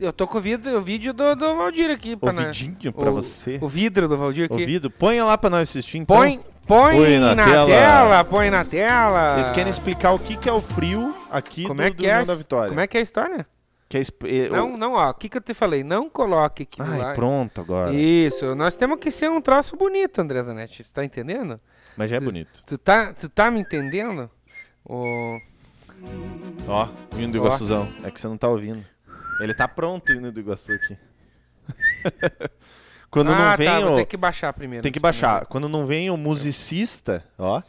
C: Eu tô com o vídeo, o vídeo do, do Valdir aqui pra nós.
B: Ouvidinho pra
C: o-
B: você.
C: O vidro do Valdir aqui.
B: Ouvido. Põe lá pra nós assistir, então.
C: Põe, põe,
B: Põe na
C: na,
B: tela.
C: tela. põe na tela.
B: Eles querem explicar o que que é o frio aqui
C: como
B: do,
C: é que
B: do
C: é
B: União
C: a,
B: da Vitória.
C: Como é que é a história?
B: Que é exp- eh, o-
C: Não, não, ó, o que que eu te falei? Não coloque aqui no
B: Ai,
C: like.
B: pronto agora.
C: Isso, nós temos que ser um troço bonito, André Zanetti, você tá entendendo?
B: Mas já é bonito.
C: Tu tá, tu tá me entendendo? O...
B: Ó, o hino do
C: Ó.
B: Iguaçuzão. É que você não tá ouvindo. Ele tá pronto, o hino do Iguaçu aqui. [LAUGHS] Quando
C: ah,
B: não vem
C: tá,
B: o-
C: vou ter que baixar É. primeiro.
B: Tem que baixar. Quando não vem o musicista, ó.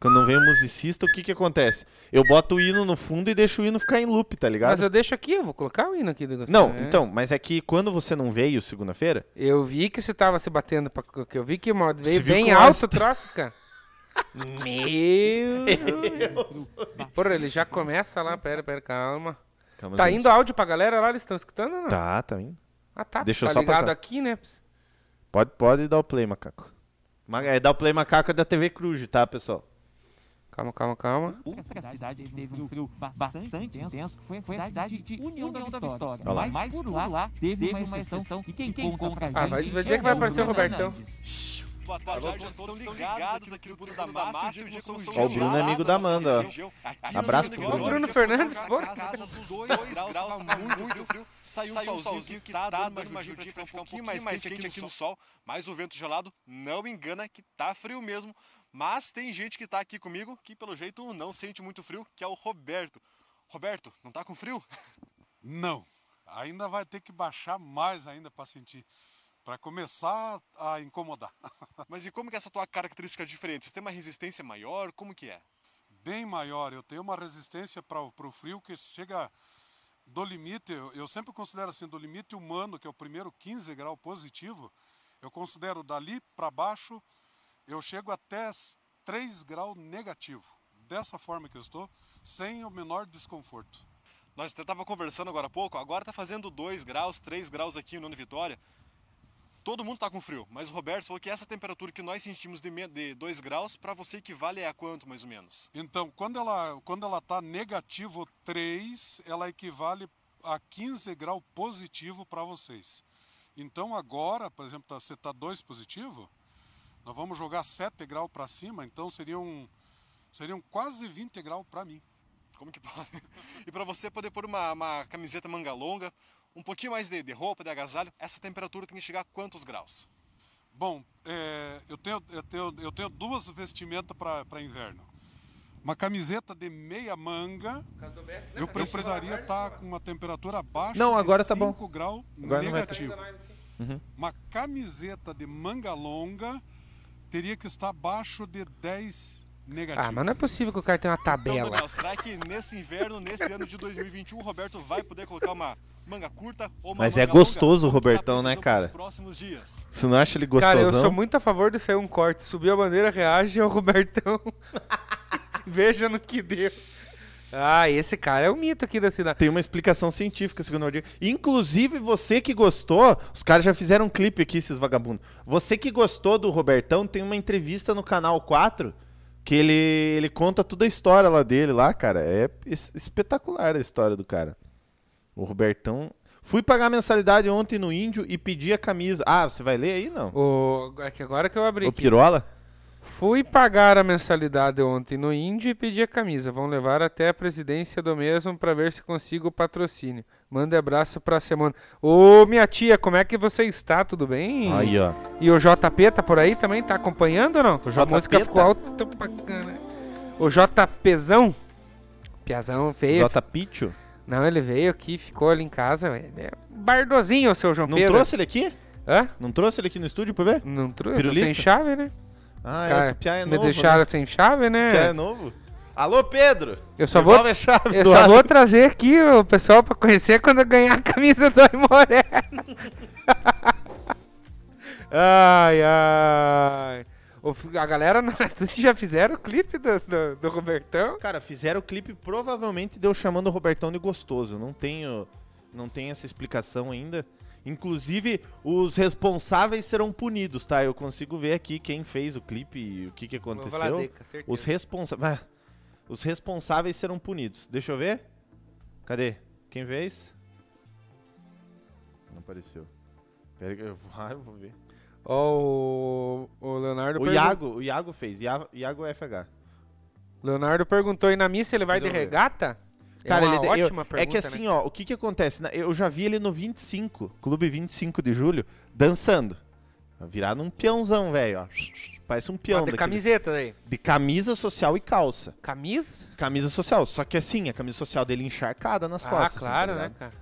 B: Quando não vem o musicista, o que que acontece? Eu boto o hino no fundo e deixo o hino ficar em loop, tá ligado?
C: Mas eu deixo aqui, eu vou colocar o hino aqui do Gustavo.
B: Não,
C: é.
B: então, mas é que quando você não veio segunda-feira,
C: Eu vi que você tava se batendo pra. que Eu vi que uma- veio
B: viu
C: bem
B: com
C: alto
B: esta-
C: o troço, cara. Meu Deus. Porra, ele já começa lá. Pera, pera, calma.
B: Calma,
C: Tá
B: gente.
C: indo áudio pra galera lá? Eles estão escutando ou não?
B: Tá, tá indo.
C: Ah, tá.
B: Deixa eu
C: tá
B: só
C: ligado
B: passar.
C: aqui, né?
B: Pode, pode dar o play, macaco. Ma- É, dar o play, macaco é da TV Cruz, tá, pessoal?
C: Calma, calma, calma.
A: Essa cidade teve um frio bastante intenso, foi a cidade de União da Vitória.
B: Olha lá.
A: Mas por lá teve uma exceção que quem conta pra gente...
C: Ah, vai vai dizer que vai
A: é
C: aparecer o Robertão.
D: Boa tarde, Alô, todos estão ligados aqui no Bruno da Massa. e O Diego São
B: Ó, o Bruno é amigo da Amanda, ó. Abraço pro Bruno.
C: Bruno Fernandes, bora.
D: Casa dos dois graus, tá muito frio. Saiu um solzinho que tá dando uma ajudinha pra ficar um pouquinho mais quente aqui no sol. Mas o vento gelado não engana que tá frio mesmo. Mas tem gente que tá aqui comigo que, pelo jeito, não sente muito frio, que é o Roberto. Roberto, não tá com frio?
E: Não. Ainda vai ter que baixar mais ainda para sentir. Para começar a incomodar. [LAUGHS]
D: Mas e como que é essa tua característica diferente? Você tem uma resistência maior? Como que é?
E: Bem maior. Eu tenho uma resistência para o frio que chega do limite. Eu, eu sempre considero assim, do limite humano, que é o primeiro 15 grau positivo. Eu considero dali para baixo, eu chego até s- 3 grau negativo. Dessa forma que eu estou, sem o menor desconforto.
D: Nós estava conversando agora há pouco, agora tá fazendo 2 graus, 3 graus aqui no Ano Vitória. Todo mundo tá com frio, mas o Roberto falou que essa temperatura que nós sentimos de me- de 2 graus, para você equivale a quanto mais ou menos?
E: Então, quando ela quando ela tá negativo 3, ela equivale a 15 grau positivo para vocês. Então agora, por exemplo, tá- você tá 2 positivo, nós vamos jogar 7 grau para cima, então seriam seriam quase 20 grau para mim.
D: Como que pode? [LAUGHS] E para você poder pôr uma, uma camiseta manga longa, um pouquinho mais de, de roupa, de agasalho, essa temperatura tem que chegar a quantos graus?
E: Bom, é, eu, tenho, eu, tenho, eu tenho duas vestimentas para inverno. Uma camiseta de meia manga, eu, eu precisaria estar com uma temperatura abaixo
B: Não, agora
E: de
B: tá bom.
E: 5 graus
B: Agora não vai tá. ter.
E: negativo.
B: Uhum.
E: Uma camiseta de manga longa teria que estar abaixo de 10 negativo.
C: Ah, mas não é possível que o cara tenha uma
B: é
D: Então,
C: tabela.
D: Daniel, será que nesse inverno, nesse ano de 2021, o Roberto vai poder colocar uma manga curta ou uma
B: Mas
D: manga
B: é gostoso o
D: longa? Como que tá a
B: Robertão, né,
D: previsão pros
B: cara?
D: próximos dias.
B: Você não acha ele
C: Cara,
B: gostosão?
C: eu sou muito a favor de sair um corte. Subiu a bandeira, reage ao Robertão. [LAUGHS] Veja no que deu. Ah, esse cara é um mito aqui da cidade.
B: Tem uma explicação científica, segundo o Aldir. Inclusive, você que gostou, os caras já fizeram um clipe aqui, esses vagabundos. Você que gostou do Robertão, tem uma entrevista no canal 4 que ele, ele conta toda a história lá dele, lá, cara. É es- espetacular a história do cara. O Robertão. Fui pagar mensalidade ontem no Índio e pedi a camisa. Ah, você vai ler aí? Não.
C: O... É que agora que eu abri.
B: O
C: aqui.
B: Pirola?
C: Fui pagar a mensalidade ontem no Indy e pedi a camisa. Vão levar até a presidência do mesmo pra ver se consigo o patrocínio. Manda abraço pra semana. Ô, minha tia, como é que você está? Tudo bem?
B: Aí, ó.
C: E o JP tá por aí também? Tá acompanhando ou não?
B: O JP
C: a música
B: tá?
C: ficou alta bacana. O JPzão. Piazão feio.
B: J. Picho.
C: Não, ele veio aqui, ficou ali em casa. velho. É Bardozinho, o seu João
B: Não
C: Pedro.
B: trouxe ele aqui?
C: Hã?
B: Não trouxe ele aqui no estúdio pra ver?
C: Não trouxe. Eu tô
B: Pirulito?
C: sem chave, né?
B: Ah,
C: Cara,
B: é o Piá é
C: me
B: novo,
C: deixaram
B: né?
C: sem chave, né?
B: Piá é novo? Alô, Pedro!
C: Eu só
B: Devolve
C: vou-
B: a chave
C: Eu
B: do
C: só
B: ar.
C: vou trazer aqui o pessoal pra conhecer quando eu ganhar a camisa do Aimoré. [LAUGHS] ai, ai. O f- a galera na Twitch já fizeram o clipe do, do, do Robertão.
B: Cara, fizeram o clipe provavelmente deu chamando o Robertão de gostoso. Não tenho, não tenho essa explicação ainda. Inclusive, os responsáveis serão punidos, tá? Eu consigo ver aqui quem fez o clipe e o que, que aconteceu. Os responsáveis, os responsáveis serão punidos. Deixa eu ver. Cadê? Quem fez? Não apareceu. Pera que eu vou, [LAUGHS] ah, eu vou ver.
C: Ó, o, o Leonardo
B: O
C: pergun-
B: Iago, o Iago fez. Iago, Iago é FH.
C: Leonardo perguntou aí na missa ele vai de
B: Deixa eu ver.
C: regata? é uma
B: ele- eu-
C: ótima pergunta,
B: É que assim, ó, o que que acontece? Na- Eu já vi ele no 25, Clube 25 de Julho, dançando. Virar num peãozão, velho, ó. Parece um
C: né?
B: peão
C: Ah, de
B: daquele-
C: camiseta daí.
B: de camisa social e calça.
C: Camisas?
B: Camisa social, só que assim, a camisa social dele encharcada nas
C: Ah,
B: costas.
C: claro,
B: assim, tá
C: né,
B: ligado?
C: cara?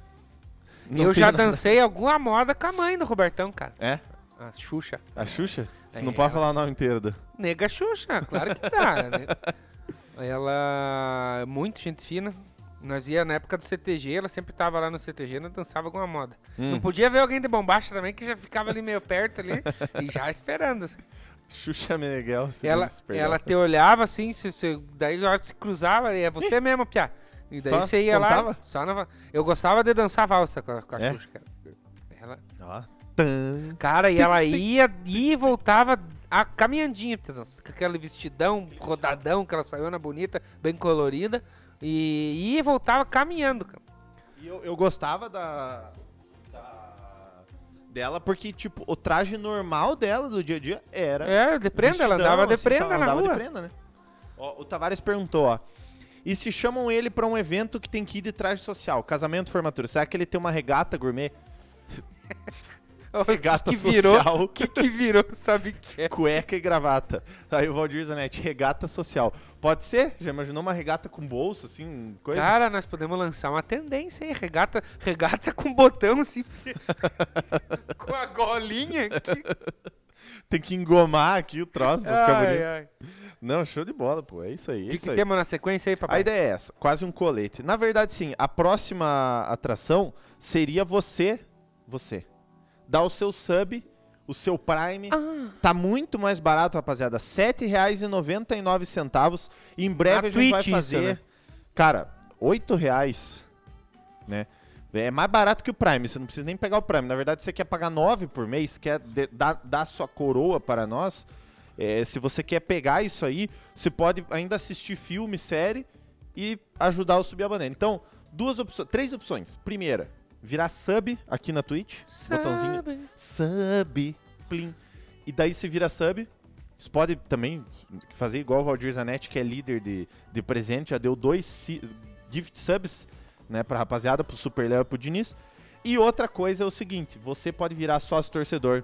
B: Não
C: eu
B: tem
C: já
B: nada-
C: dancei alguma moda com a mãe do Robertão, cara.
B: É?
C: A Xuxa.
B: A Xuxa? Você
C: É,
B: não pode falar o nome inteiro. da- [LAUGHS]
C: Nega Xuxa, claro que dá. né? Ela é muito gente fina. Nós ia na época do CTG, ela sempre tava lá no CTG, ela né? dançava alguma moda.
B: Hum.
C: Não podia ver alguém de bombacha também, que já ficava ali meio perto ali e
B: [LAUGHS]
C: já esperando. assim.
B: Xuxa Meneghel. se
C: ela,
B: não se perdeu.
C: ela te olhava assim, se, se, daí na hora que se cruzava, e é você mesmo, Piá. E daí
B: Só
C: você ia lá.
B: contava?
C: Só na va- Eu gostava de dançar valsa com a, com a
B: É?
C: Xuxa, cara. Ela-
B: Ó. Tan.
C: Cara, e ela ia e voltava a caminhandinha, pra dançar, com aquele vestidão rodadão, aquela saiona né, bonita, bem colorida, e ia e voltava caminhando. cara.
B: E eu, eu gostava da, da- dela porque, tipo, o traje normal dela do dia a dia era.
C: É, de prenda, ela
B: vestidão,
C: andava de
B: assim,
C: prenda
B: ela
C: na
B: andava de
C: [LAUGHS] rua.
B: prenda, né? Ó, o Tavares perguntou, ó. E se chamam ele pra um evento que tem que ir de traje social, casamento, formatura, será que ele tem uma regata
C: [LAUGHS]
B: gourmet?
C: O
B: Regata
C: que virou,
B: [LAUGHS] social.
C: que, que virou, sabe o que é?
B: Cueca e gravata. Aí o Valdir Zanetti, regata social. Pode ser? Já imaginou uma regata com bolso, assim, coisa?
C: Cara, nós podemos lançar uma tendência aí, regata, regata com botão assim, pra
B: [LAUGHS]
C: você- com a golinha. aqui.
B: Tem que engomar aqui o troço pra ficar
C: Ai,
B: bonito.
C: ai.
B: Não, show de bola, pô. É isso aí.
C: O
B: É
C: que,
B: isso
C: que
B: aí.
C: temos na sequência aí,
B: A
C: papai?
B: ideia é essa, quase um colete. Na verdade, sim, a próxima atração seria você, você. Dá o seu sub, o seu Prime.
C: Ah.
B: Tá muito mais barato, rapaziada. R$ 7,99. Em breve a gente vai
C: Gratuito isso,
B: fazer.
C: né?
B: Cara, R$ reais, né? É mais barato que o Prime, você não precisa nem pegar o Prime. Na verdade, você quer pagar 9 por mês, quer de- dar, dar sua coroa para nós. É, se você quer pegar isso aí, você pode ainda assistir filme, série e ajudar eu subir a bandeira. Então, duas opções, três opções. Primeira, virar sub aqui na Twitch, botãozinho
C: Sabe?
B: sub, plim. E daí se vira sub. Você pode também fazer igual o Valdir Zanetti, que é líder de, de presente, já deu dois si- gift subs, né, pra rapaziada, pro Super Léo e pro Diniz. E outra coisa é o seguinte, você pode virar sócio torcedor,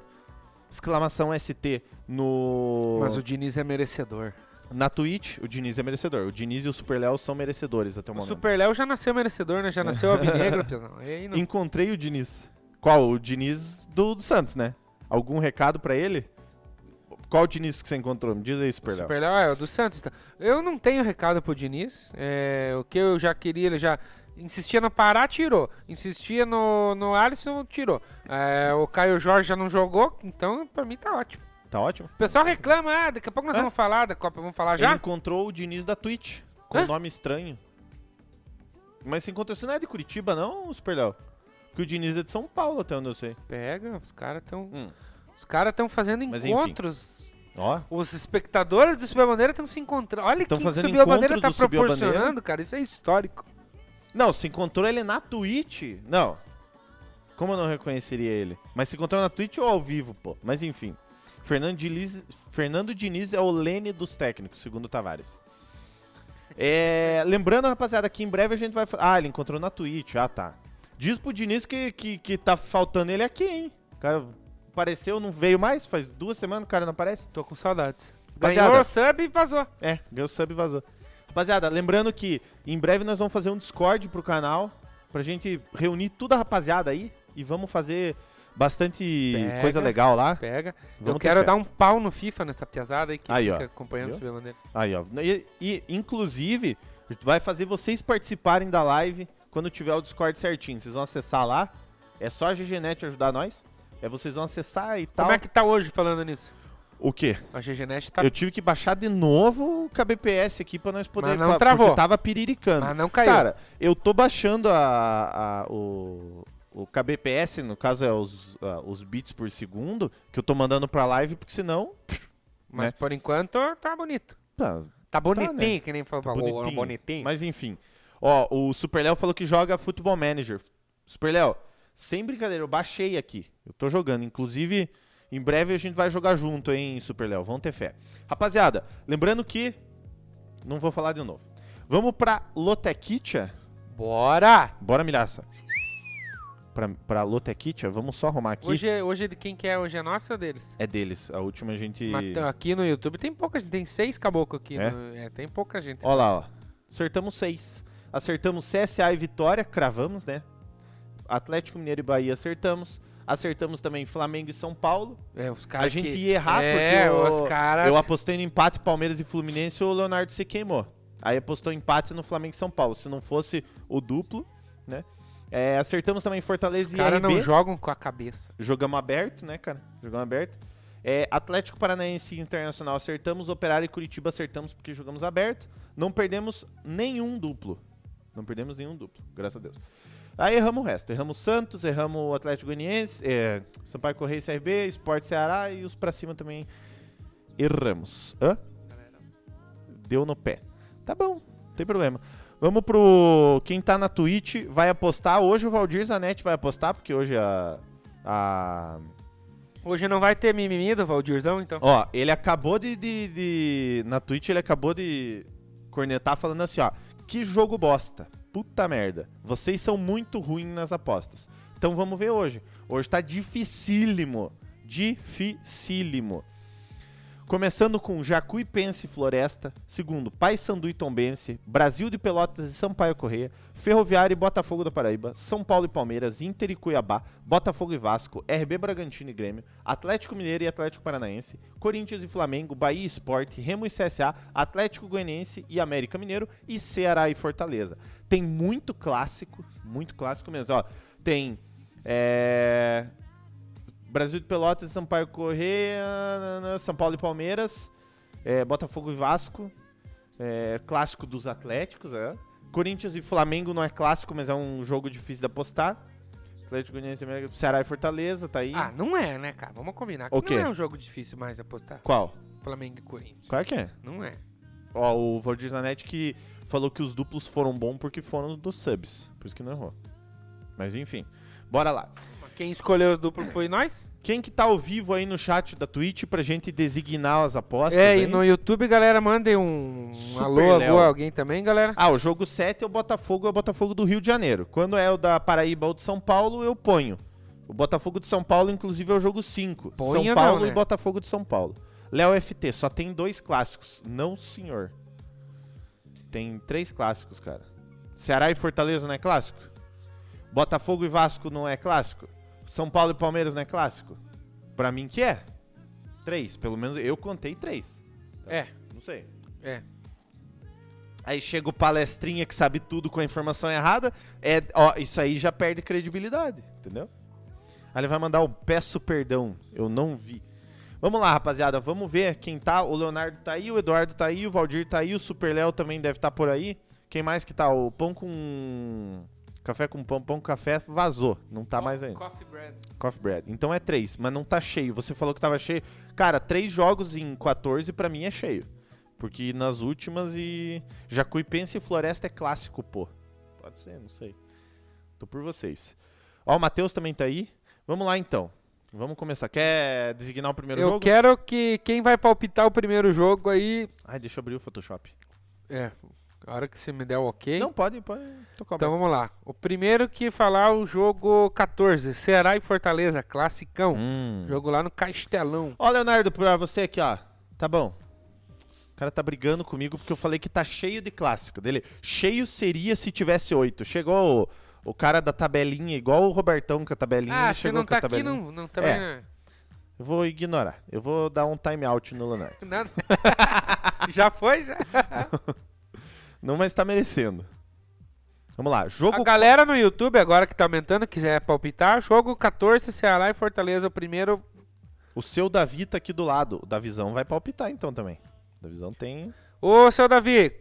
B: exclamação ST no
C: Mas o Diniz é merecedor.
B: na Twitch, o Diniz é merecedor. O Diniz e o Super Léo são merecedores até o
C: O
B: momento.
C: Super Léo já nasceu merecedor,
B: É.
C: né? Já
B: [LAUGHS]
C: nasceu alvinegro, Piazão. E
B: Então.
C: aí não-
B: Encontrei o Diniz. Qual? O Diniz do, do Santos, né? Algum recado pra ele? Qual o Diniz que você encontrou? Me diz aí, Super Léo.
C: Super Léo é o do Santos. então. Eu não tenho recado pro Diniz. É, o que eu já queria, ele já insistia no Pará, tirou. Insistia no, no Alisson, tirou. É, o Caio Jorge já não jogou, então pra mim tá ótimo.
B: Tá ótimo.
C: O pessoal reclama, ah, daqui a pouco nós
B: Hã?
C: vamos falar da Copa, vamos falar
B: É. Ele
C: Tá já?
B: encontrou o Diniz da Twitch, com
C: Hã?
B: um nome estranho. Mas você encontrou, você não é de Curitiba, não, Super Léo? Porque o Diniz é de São Paulo, até onde eu sei.
C: Pega, os caras estão
B: Hum.
C: os caras estão fazendo
B: Mas enfim.
C: encontros.
B: Ó,
C: Os espectadores do Subiu a Bandeira estão se encontrando. Olha
B: Tão
C: que
B: fazendo
C: Subiu a
B: encontro
C: Bandeira tá
B: do Subiu a Bandeira?
C: proporcionando, cara. Isso é histórico.
B: Não, se encontrou ele na Twitch. Não. Como eu não reconheceria ele? Mas se encontrou na Twitch ou ao vivo, pô? Mas enfim. Fernando Diniz, Fernando Diniz é o Lene dos técnicos, segundo o Tavares. É, lembrando, rapaziada, que em breve a gente vai. fa- Ah, ele encontrou na Twitch. Ah, tá. Diz pro Diniz que, que, que tá faltando ele aqui, hein? O cara apareceu, não veio mais? Faz duas semanas que o cara não aparece?
C: Tô com saudades.
B: Rapaziada.
C: Ganhou o sub e vazou.
B: É, ganhou sub e vazou. Rapaziada, lembrando que em breve nós vamos fazer um Discord pro canal pra gente reunir toda a rapaziada aí e vamos fazer bastante
C: Pega.
B: coisa legal lá.
C: Pega. eu
B: Vamos ter
C: quero
B: fé.
C: dar um pau no FIFA nessa piazada aí que
B: Aí,
C: fica
B: ó.
C: acompanhando o
B: Viu?
C: Subiu a Bandeira.
B: Aí, ó. E, e, inclusive, vai fazer vocês participarem da live quando tiver o Discord certinho. Vocês vão acessar lá. É só a GGNet ajudar nós. É vocês vão acessar e tal.
C: Como é que tá hoje falando nisso?
B: O quê?
C: A GGNet tá.
B: um Eu tive que baixar de novo o KBPS aqui pra nós poder.
C: Mas não
B: pra-
C: travou.
B: Porque tava piriricando.
C: Mas não caiu.
B: Cara, eu tô baixando a, a- o, o KBPS, no caso é os, a- os bits por segundo, que eu tô mandando pra live, porque senão.
C: Mas
B: né?
C: por enquanto tá bonito.
B: Tá,
C: Tá bonitinho,
B: né?
C: que nem falou
B: tá
C: pra-
B: bonitinho.
C: bonitinho.
B: Mas enfim. Ó, o Super Léo falou que joga Futebol Manager. Super Léo, sem brincadeira, eu baixei aqui. Eu tô jogando. Inclusive, em breve a gente vai jogar junto, hein, Super Léo. Vamos ter fé. Rapaziada, lembrando que. Não vou falar de novo. Vamos pra Lotequitia?
C: Bora!
B: Bora, milhaça. Pra, pra Lotequitia, vamos só arrumar aqui.
C: Hoje, é- hoje é de quem que é? Hoje é nossa ou deles?
B: É deles. A última a gente.
C: Mas tá- aqui no YouTube tem pouca gente, tem seis caboclos aqui.
B: É?
C: no- é, tem pouca gente.
B: Ó lá, ó. Acertamos seis. Acertamos CSA e Vitória, cravamos, né? Atlético Mineiro e Bahia acertamos. Acertamos também Flamengo e São Paulo.
C: É, os caras
B: A gente
C: que...
B: ia errar
C: é,
B: porque eu,
C: os caras...
B: eu apostei no empate Palmeiras e Fluminense e o Leonardo se queimou. Aí apostou empate no Flamengo e São Paulo. Se não fosse o duplo, né? É, acertamos também Fortaleza
C: Os
B: e
C: caras
B: RB.
C: não jogam com a cabeça.
B: Jogamos aberto, né, cara? Jogamos aberto. É, Atlético Paranaense e Internacional acertamos, Operário e Curitiba acertamos porque jogamos aberto. Não perdemos nenhum duplo. Não perdemos nenhum duplo, graças a Deus. Aí erramos o resto. Erramos Santos, erramos o Atlético Goianiense, é, Sampaio Correia e CRB, Sport Ceará e os pra cima também erramos. Hã? Deu no pé. Tá bom, não tem problema. Vamos pro. Quem tá na Twitch vai apostar. Hoje o Valdir Zanetti vai apostar, porque hoje é a. a-
C: Hoje não vai ter mimimi do Valdirzão, então.
B: Ó, ele acabou de, de- de- Na Twitch ele acabou de cornetar falando assim, ó. Que jogo bosta. Puta merda. Vocês são muito ruins nas apostas. Então vamos ver hoje. Hoje tá dificílimo. Dificílimo. Começando com Jacuipense e Floresta. Segundo, Paysandu e Tombense. Brasil de Pelotas e Sampaio Correia. Ferroviário e Botafogo da Paraíba. São Paulo e Palmeiras. Inter e Cuiabá. Botafogo e Vasco. RB Bragantino e Grêmio. Atlético Mineiro e Atlético Paranaense. Corinthians e Flamengo. Bahia e Esporte. Remo e CSA. Atlético Goianiense e América Mineiro. E Ceará e Fortaleza. Tem muito clássico. Muito clássico mesmo. Ó, tem. É. Brasil de Pelotas, Sampaio Correia, nananã, São Paulo e Palmeiras, é, Botafogo e Vasco, é, clássico dos Atléticos, é. Corinthians e Flamengo não é clássico, mas é um jogo difícil de apostar. Atlético Goianiense, América, Ceará e Fortaleza, tá aí.
C: Ah, não é, né, cara? Vamos combinar. Que
B: O quê?
C: Não é um jogo difícil mais de apostar.
B: Qual?
C: Flamengo e Corinthians.
B: Qual é que é?
C: Não é.
B: Ó, o Valdir Zanetti que falou que os duplos foram bons porque foram dos subs, por isso que não errou. Mas enfim, bora lá.
C: Quem escolheu os duplos foi nós.
B: Quem que tá ao vivo aí no chat da Twitch pra gente designar as apostas?
C: É,
B: aí?
C: e no YouTube, galera, mandem um, um
B: Super
C: alô,
B: Léo.
C: alô, alguém também, galera.
B: Ah, o jogo 7 é o Botafogo, é o Botafogo do Rio de Janeiro. Quando é o da Paraíba ou de São Paulo, eu ponho. O Botafogo de São Paulo, inclusive, é o jogo 5.
C: Ponha não,
B: São Paulo
C: né?
B: e Botafogo de São Paulo. Léo FT, só tem dois clássicos. Não, senhor. Tem três clássicos, cara. Ceará e Fortaleza não é clássico? Botafogo e Vasco não é clássico? São Paulo e Palmeiras não é clássico? Pra mim que é. Três, pelo menos eu contei três.
C: É,
B: Não sei.
C: é.
B: Aí chega o palestrinha que sabe tudo com a informação errada. É, ó, isso aí já perde credibilidade, entendeu? Aí ele vai mandar o peço perdão. Eu não vi. Vamos lá, rapaziada. Vamos ver quem tá. O Leonardo tá aí, o Eduardo tá aí, o Valdir tá aí, o Super Léo também deve estar por aí. Quem mais que tá? O pão com. Café com pão, pão com café vazou. Não tá mais ainda.
C: Coffee bread.
B: Coffee Bread. Então é três, mas não tá cheio. Você falou que tava cheio. Cara, três jogos em 14 pra mim é cheio. Porque nas últimas e. Jacuipense e Floresta é clássico, pô. Pode ser, não sei. Tô por vocês. Ó, o Matheus também tá aí. Vamos lá então. Vamos começar. Quer designar o primeiro
C: Eu
B: jogo?
C: quero que quem vai palpitar o primeiro jogo aí.
B: Ai, deixa eu abrir o Photoshop.
C: É, a hora que você me der o ok.
B: Não, tá pode, pode tocar
C: Então
B: então...
C: vamos lá. O primeiro que falar o jogo 14, Ceará e Fortaleza, classicão.
B: Hum.
C: Jogo lá no Castelão.
B: Ó, Leonardo, pra você aqui, ó. Tá bom. O cara tá brigando comigo porque eu falei que tá cheio de clássico dele. Cheio seria se tivesse oito. Chegou o, o cara da tabelinha, igual o Robertão com a tabelinha.
C: Ah,
B: ele
C: você
B: chegou
C: não
B: com a
C: tá aqui,
B: tabelinha.
C: não, não também.
B: É.
C: né?
B: Eu vou ignorar. Eu vou dar um time out no Leonardo.
C: Nada. [LAUGHS] já foi, já.
B: Não, mas tá merecendo. Vamos lá. Jogo.
C: A galera no YouTube, agora que tá aumentando, quiser palpitar, jogo 14, Ceará e Fortaleza, o primeiro.
B: O seu Davi tá aqui do lado. O Davizão vai palpitar então também. O Davizão tem.
C: Ô, seu Davi,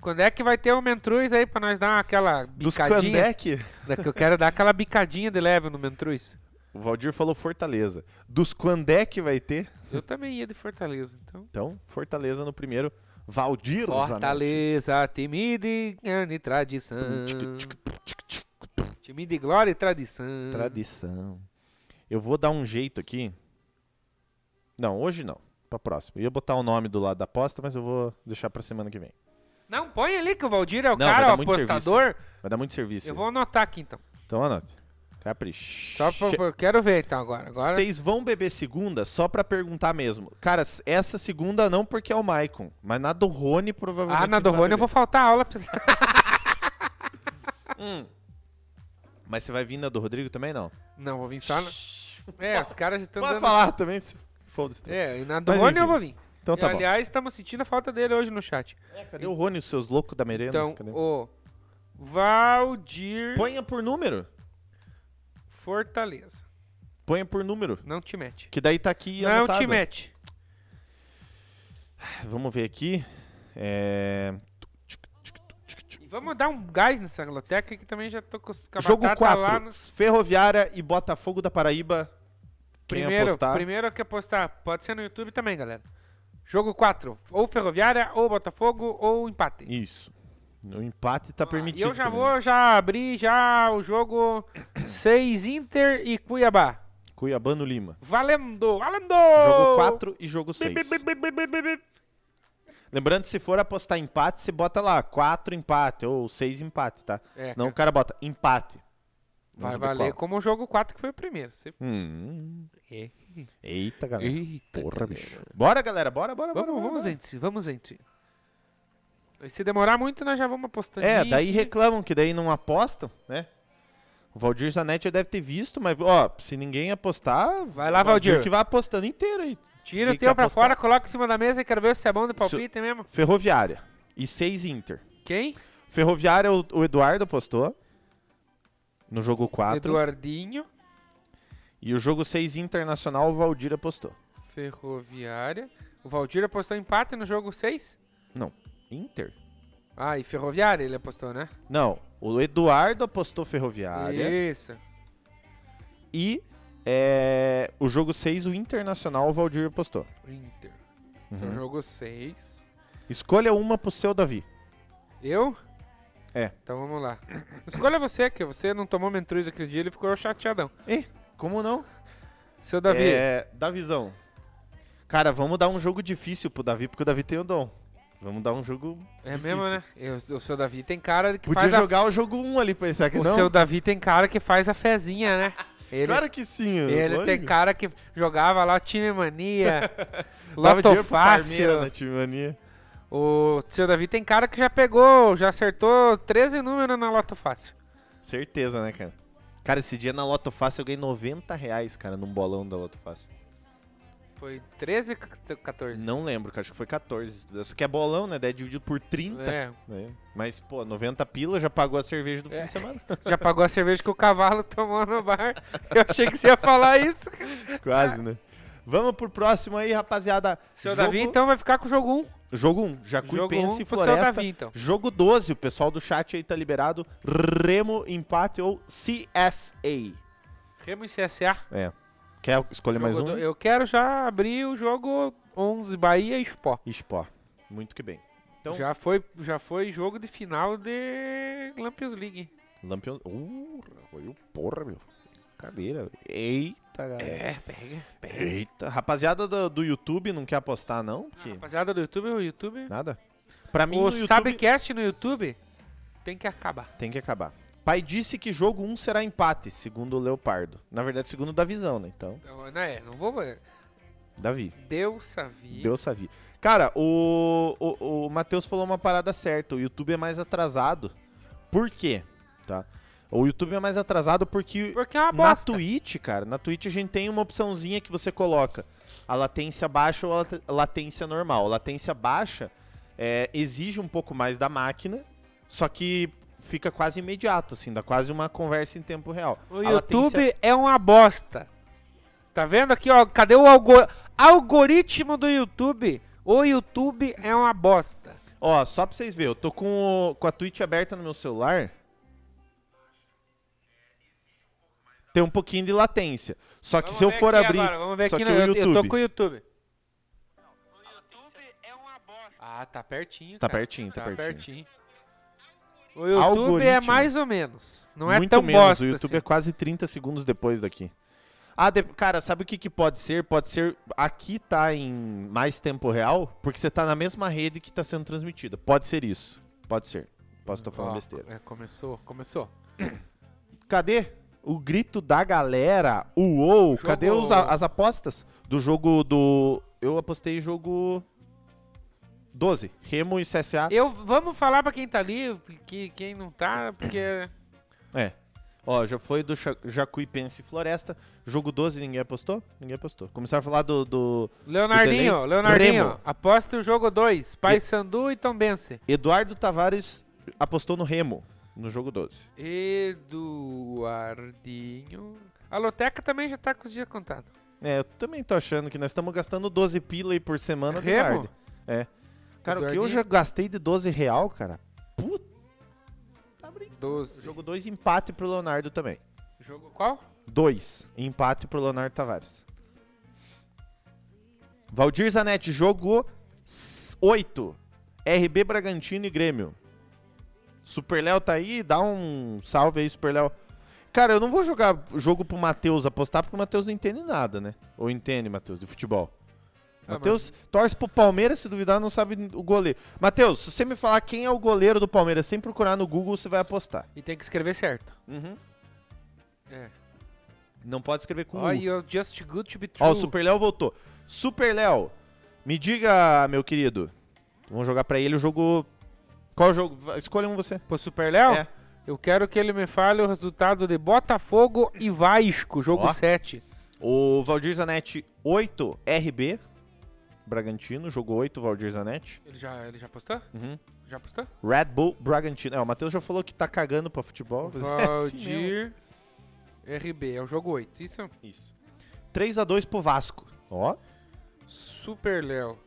C: quando é que vai ter o Mentruz aí pra nós dar aquela
B: Dos é
C: bicadinha?
B: Kandek.
C: Da- que Eu quero dar aquela bicadinha de leve no Mentruz.
B: O Valdir falou Fortaleza. Dos Kandek vai ter.
C: Eu também ia de Fortaleza, então.
B: Então, Fortaleza no primeiro. Valdir Zanetti.
C: Fortaleza, time de grande tradição.
B: Tic, tic, tic, tic.
C: Time de glória e tradição.
B: Tradição. Eu vou dar um jeito aqui. Não, hoje não. Pra próxima. Eu ia botar o nome do lado da aposta, mas eu vou deixar pra semana que vem.
C: Não, põe ali que o Valdir é o
B: Não, vai
C: cara,
B: dar
C: o
B: muito serviço.
C: apostador.
B: Vai dar muito serviço.
C: Eu vou anotar aqui então.
B: Então anote. Capricha.
C: Só pra, eu quero ver então agora. agora
B: Vocês vão beber segunda só pra perguntar mesmo. Cara, s- essa segunda não porque é o Maicon, mas na do Rony provavelmente.
C: ah, na do
B: vai
C: Rony eu vou
B: beber.
C: faltar aula pra
B: [LAUGHS]
C: você.
B: Mas você vai vir na do Rodrigo também, não?
C: Não, vou vir só na... [LAUGHS] É, os caras estão
B: Pode
C: dando...
B: falar também, se foda-se.
C: É, e na do
B: Mas
C: Rony
B: enfim.
C: eu vou vir.
B: Então tá
C: E,
B: bom.
C: aliás, estamos sentindo a falta dele hoje no chat.
B: Cadê o Rony, os seus loucos da merenda?
C: Então,
B: Cadê?
C: o Valdir
B: Ponha por número.
C: Fortaleza.
B: Ponha por número.
C: Não te mete.
B: Que daí tá aqui
C: Não é
B: anotado.
C: te mete.
B: Vamos ver aqui. É...
C: E vamos dar um gás nessa loteca que também já tô com com a
B: Jogo
C: Tá batata
B: 4.
C: lá no...
B: Ferroviária e Botafogo da Paraíba. Quem
C: Primeiro,
B: apostar?
C: primeiro que apostar. Pode ser no YouTube também, galera. Jogo 4. Ou Ferroviária, ou Botafogo, ou empate.
B: Isso. O empate tá
C: Ah, E
B: permitido.
C: eu já
B: também.
C: vou já abrir já o jogo [CLEARS THROAT] 6 Inter e Cuiabá.
B: Cuiabá no Lima.
C: Valendo, valendo!
B: Jogo 4 e jogo 6.
C: Bi, bi, bi, bi, bi, bi, bi.
B: Lembrando, se for apostar empate, você bota lá 4 empate ou 6 empate, tá?
C: É,
B: Senão o cara bota empate.
C: Vai
B: Vamos ver
C: valer
B: qual.
C: como o jogo 4 que foi o primeiro. Se-
B: Hum.
C: É.
B: Eita, galera.
A: Eita,
B: Porra, bicho. Bora, galera. Bora, bora, bora.
C: Vamos,
B: bora,
C: vamos,
B: bora.
C: gente, vamos, gente. Se demorar muito, nós já vamos apostando.
B: É,
C: Ih,
B: daí reclamam que daí não apostam, né? O Valdir Zanetti já deve ter visto, mas, ó, se ninguém apostar,
C: Vai lá,
B: o
C: Valdir.
B: que vai apostando inteiro aí.
C: Tira o
B: quem
C: teu
B: quer
C: pra
B: apostar?
C: fora, coloca em cima da mesa e quero ver se é bom de
B: Isso-
C: palpite mesmo.
B: Ferroviária e 6 Inter.
C: Quem?
B: Ferroviária, o, o Eduardo apostou no jogo 4.
C: Eduardinho,
B: E o jogo 6 Internacional, o Valdir apostou.
C: Ferroviária. O Valdir apostou empate no jogo 6?
B: Não, Inter?
C: Ah, e Ferroviária ele apostou, né?
B: Não, o Eduardo apostou Ferroviária
C: Isso.
B: e é, o jogo 6, o Internacional, o Valdir apostou.
C: Inter.
B: Uhum.
C: Então, jogo 6.
B: Escolha uma pro seu Davi.
C: Eu?
B: É.
C: Então vamos lá. [CLEARS THROAT] Escolha você, que você não tomou mentruz aquele dia, ele ficou chateadão.
B: Ih, como não?
C: Seu Davi.
B: É, Davizão. Cara, vamos dar um jogo difícil pro Davi, porque o Davi tem o dom. Vamos dar um jogo.
C: É
B: difícil.
C: mesmo, né? Eu- o seu Davi tem cara que
B: Podia
C: faz a...
B: jogar o jogo 1 ali pra esse aqui,
C: O
B: não?
C: seu Davi tem cara que faz a fezinha, né?
B: [LAUGHS]
C: Ele,
B: Claro que sim.
C: ele
B: lógico.
C: tem cara que jogava lá o
B: [LAUGHS]
C: Time Mania,
B: Dava dinheiro pro né? Parmeira
C: Lotofácil.
B: na time mania.
C: O seu Davi tem cara que já pegou, já acertou 13 números na Loto Fácil.
B: Certeza, né, cara? Cara, esse dia na Loto Fácil eu ganhei 90 reais, cara, num bolão da Loto Fácil.
C: Foi 13 ou 14?
B: Não lembro, cara, acho que foi 14. Só que é bolão, né? Daí é dividido por 30.
C: É,
B: né? Mas, pô, 90 pila já pagou a cerveja do fim de
C: [LAUGHS]
B: semana.
C: já pagou a cerveja que o cavalo tomou no bar. Eu achei que você ia falar
B: [LAUGHS]
C: isso.
B: Quase, né? Vamos pro próximo aí, rapaziada.
C: Seu
B: Jogo-
C: Davi, então, vai ficar com o jogo 1.
B: Jogo 1,
C: Jogo
B: Jacuipense
C: 1
B: e
C: pro seu
B: Floresta.
C: Davi, então.
B: Jogo 12, o pessoal do chat aí tá liberado. Remo, empate ou CSA.
C: Remo e CSA.
B: É. Quer escolher mais
C: Jogo
B: um?
C: do- Eu quero já abrir o jogo 11, Bahia e Sport.
B: Spó. Muito que bem. Então-
C: já, foi, já foi jogo de final de Lampions League.
B: Lampião. Uh, olha o porra, meu. Cadeira. Eita, galera.
C: É, pega, pega.
B: Eita. Rapaziada do, do YouTube não quer apostar, não? Porque.
C: Rapaziada do YouTube, o YouTube.
B: Nada. Pra mim,
C: o
B: no YouTube
C: Sabcast no YouTube tem que acabar.
B: tem que acabar. Pai disse que jogo 1 será empate, segundo o Leopardo. Na verdade, segundo o Davizão, né? Então,
C: Então, né, não vou.
B: Davi.
C: Deus sabia.
B: Deus sabe. Cara, o, o, o Matheus falou uma parada certa. O YouTube é mais atrasado. Por quê? Tá? O YouTube é mais atrasado porque.
C: Porque é uma
B: Na
C: bosta.
B: Twitch, cara, na Twitch a gente tem uma opçãozinha que você coloca a latência baixa ou a lat- latência normal. A latência baixa é, exige um pouco mais da máquina, só que fica quase imediato, assim, dá quase uma conversa em tempo real.
C: O
B: A
C: YouTube
B: latência-
C: é uma bosta. Tá vendo aqui, ó? Cadê o algo- algoritmo do YouTube? O YouTube é uma bosta.
B: Ó, só pra vocês verem, eu tô com, o- com a Twitch aberta no meu celular. Tem um pouquinho de latência. Só que se eu for abrir.
C: vamos ver
B: só
C: aqui
B: que
C: no,
B: o
C: eu-
B: YouTube.
C: Eu tô com o YouTube. O YouTube é uma bosta. Ah, tá pertinho.
B: Tá
C: cara.
B: pertinho, tá pertinho.
C: O YouTube é
B: Algoritmo.
C: mais ou menos. Não é
B: Muito
C: tão
B: menos,
C: bosta.
B: o YouTube é
C: assim.
B: quase 30 segundos depois daqui. Ah, de- cara, sabe o que, que pode ser? Pode ser. Aqui tá em mais tempo real, porque você tá na mesma rede que tá sendo transmitida. Pode ser isso. Pode ser. Posso estar falando
C: Ó,
B: besteira.
C: é, começou, começou.
B: Cadê? O grito da galera. Uou! Cadê os a- as apostas do jogo do. Eu apostei jogo. 12. Remo e CSA.
C: Eu, vamos falar pra quem tá ali, que quem não tá, porque
B: É. Ó, já foi do Ja- Jacuipense e Floresta. Jogo 12, ninguém apostou? Ninguém apostou. Começaram a falar do. do
C: Leonardinho,
B: do delay.
C: Leonardinho,
B: Remo.
C: aposta o jogo 2, Paysandu e Tombense.
B: Eduardo Tavares apostou no Remo, no jogo 12.
C: Eduardinho. A Loteca também já tá com os dias contados.
B: É, eu também tô achando que nós estamos gastando 12 pila aí por semana. do
C: Remo?
B: Eduardo. É. Cara, o que
C: Eduardinho?
B: eu já gastei de 12 real, cara? Puta.
C: 12.
B: Jogo 2, empate pro Leonardo também.
C: Jogo qual?
B: 2. Empate pro Leonardo Tavares. Valdir Zanetti jogou 8. RB Bragantino e Grêmio. Super Léo tá aí, dá um salve aí, Super Léo. Cara, eu não vou jogar jogo pro Matheus apostar, porque o Matheus não entende nada, né? Ou entende, Matheus, de futebol.
C: Ah,
B: Matheus torce pro Palmeiras, se duvidar, não sabe o goleiro. Matheus, se você me falar quem é o goleiro do Palmeiras sem procurar no Google, você vai apostar.
C: E tem que escrever certo.
B: Uhum.
C: É.
B: Não pode escrever com
C: Oh,
B: U.
C: you're just good to be true.
B: Ó, o Super Léo voltou. Super Léo, me diga, meu querido. Vamos jogar pra ele o jogo. Qual jogo? Va- Escolha um você.
C: Pô, Super Léo?
B: É.
C: Eu quero que ele me fale o resultado de Botafogo e Vasco, jogo
B: Ó.
C: 7.
B: O Valdir Zanetti 8 RB. Bragantino, jogo 8, Valdir Zanetti.
C: Ele já, ele já apostou?
B: Uhum. [LAUGHS]
C: Já apostou?
B: Red Bull Bragantino. É, o Matheus já falou que tá cagando pra futebol. mas é assim mesmo.
C: Valdir RB, é o jogo 8. Isso?
B: Isso. 3x2 pro Vasco. Ó.
C: Super Léo.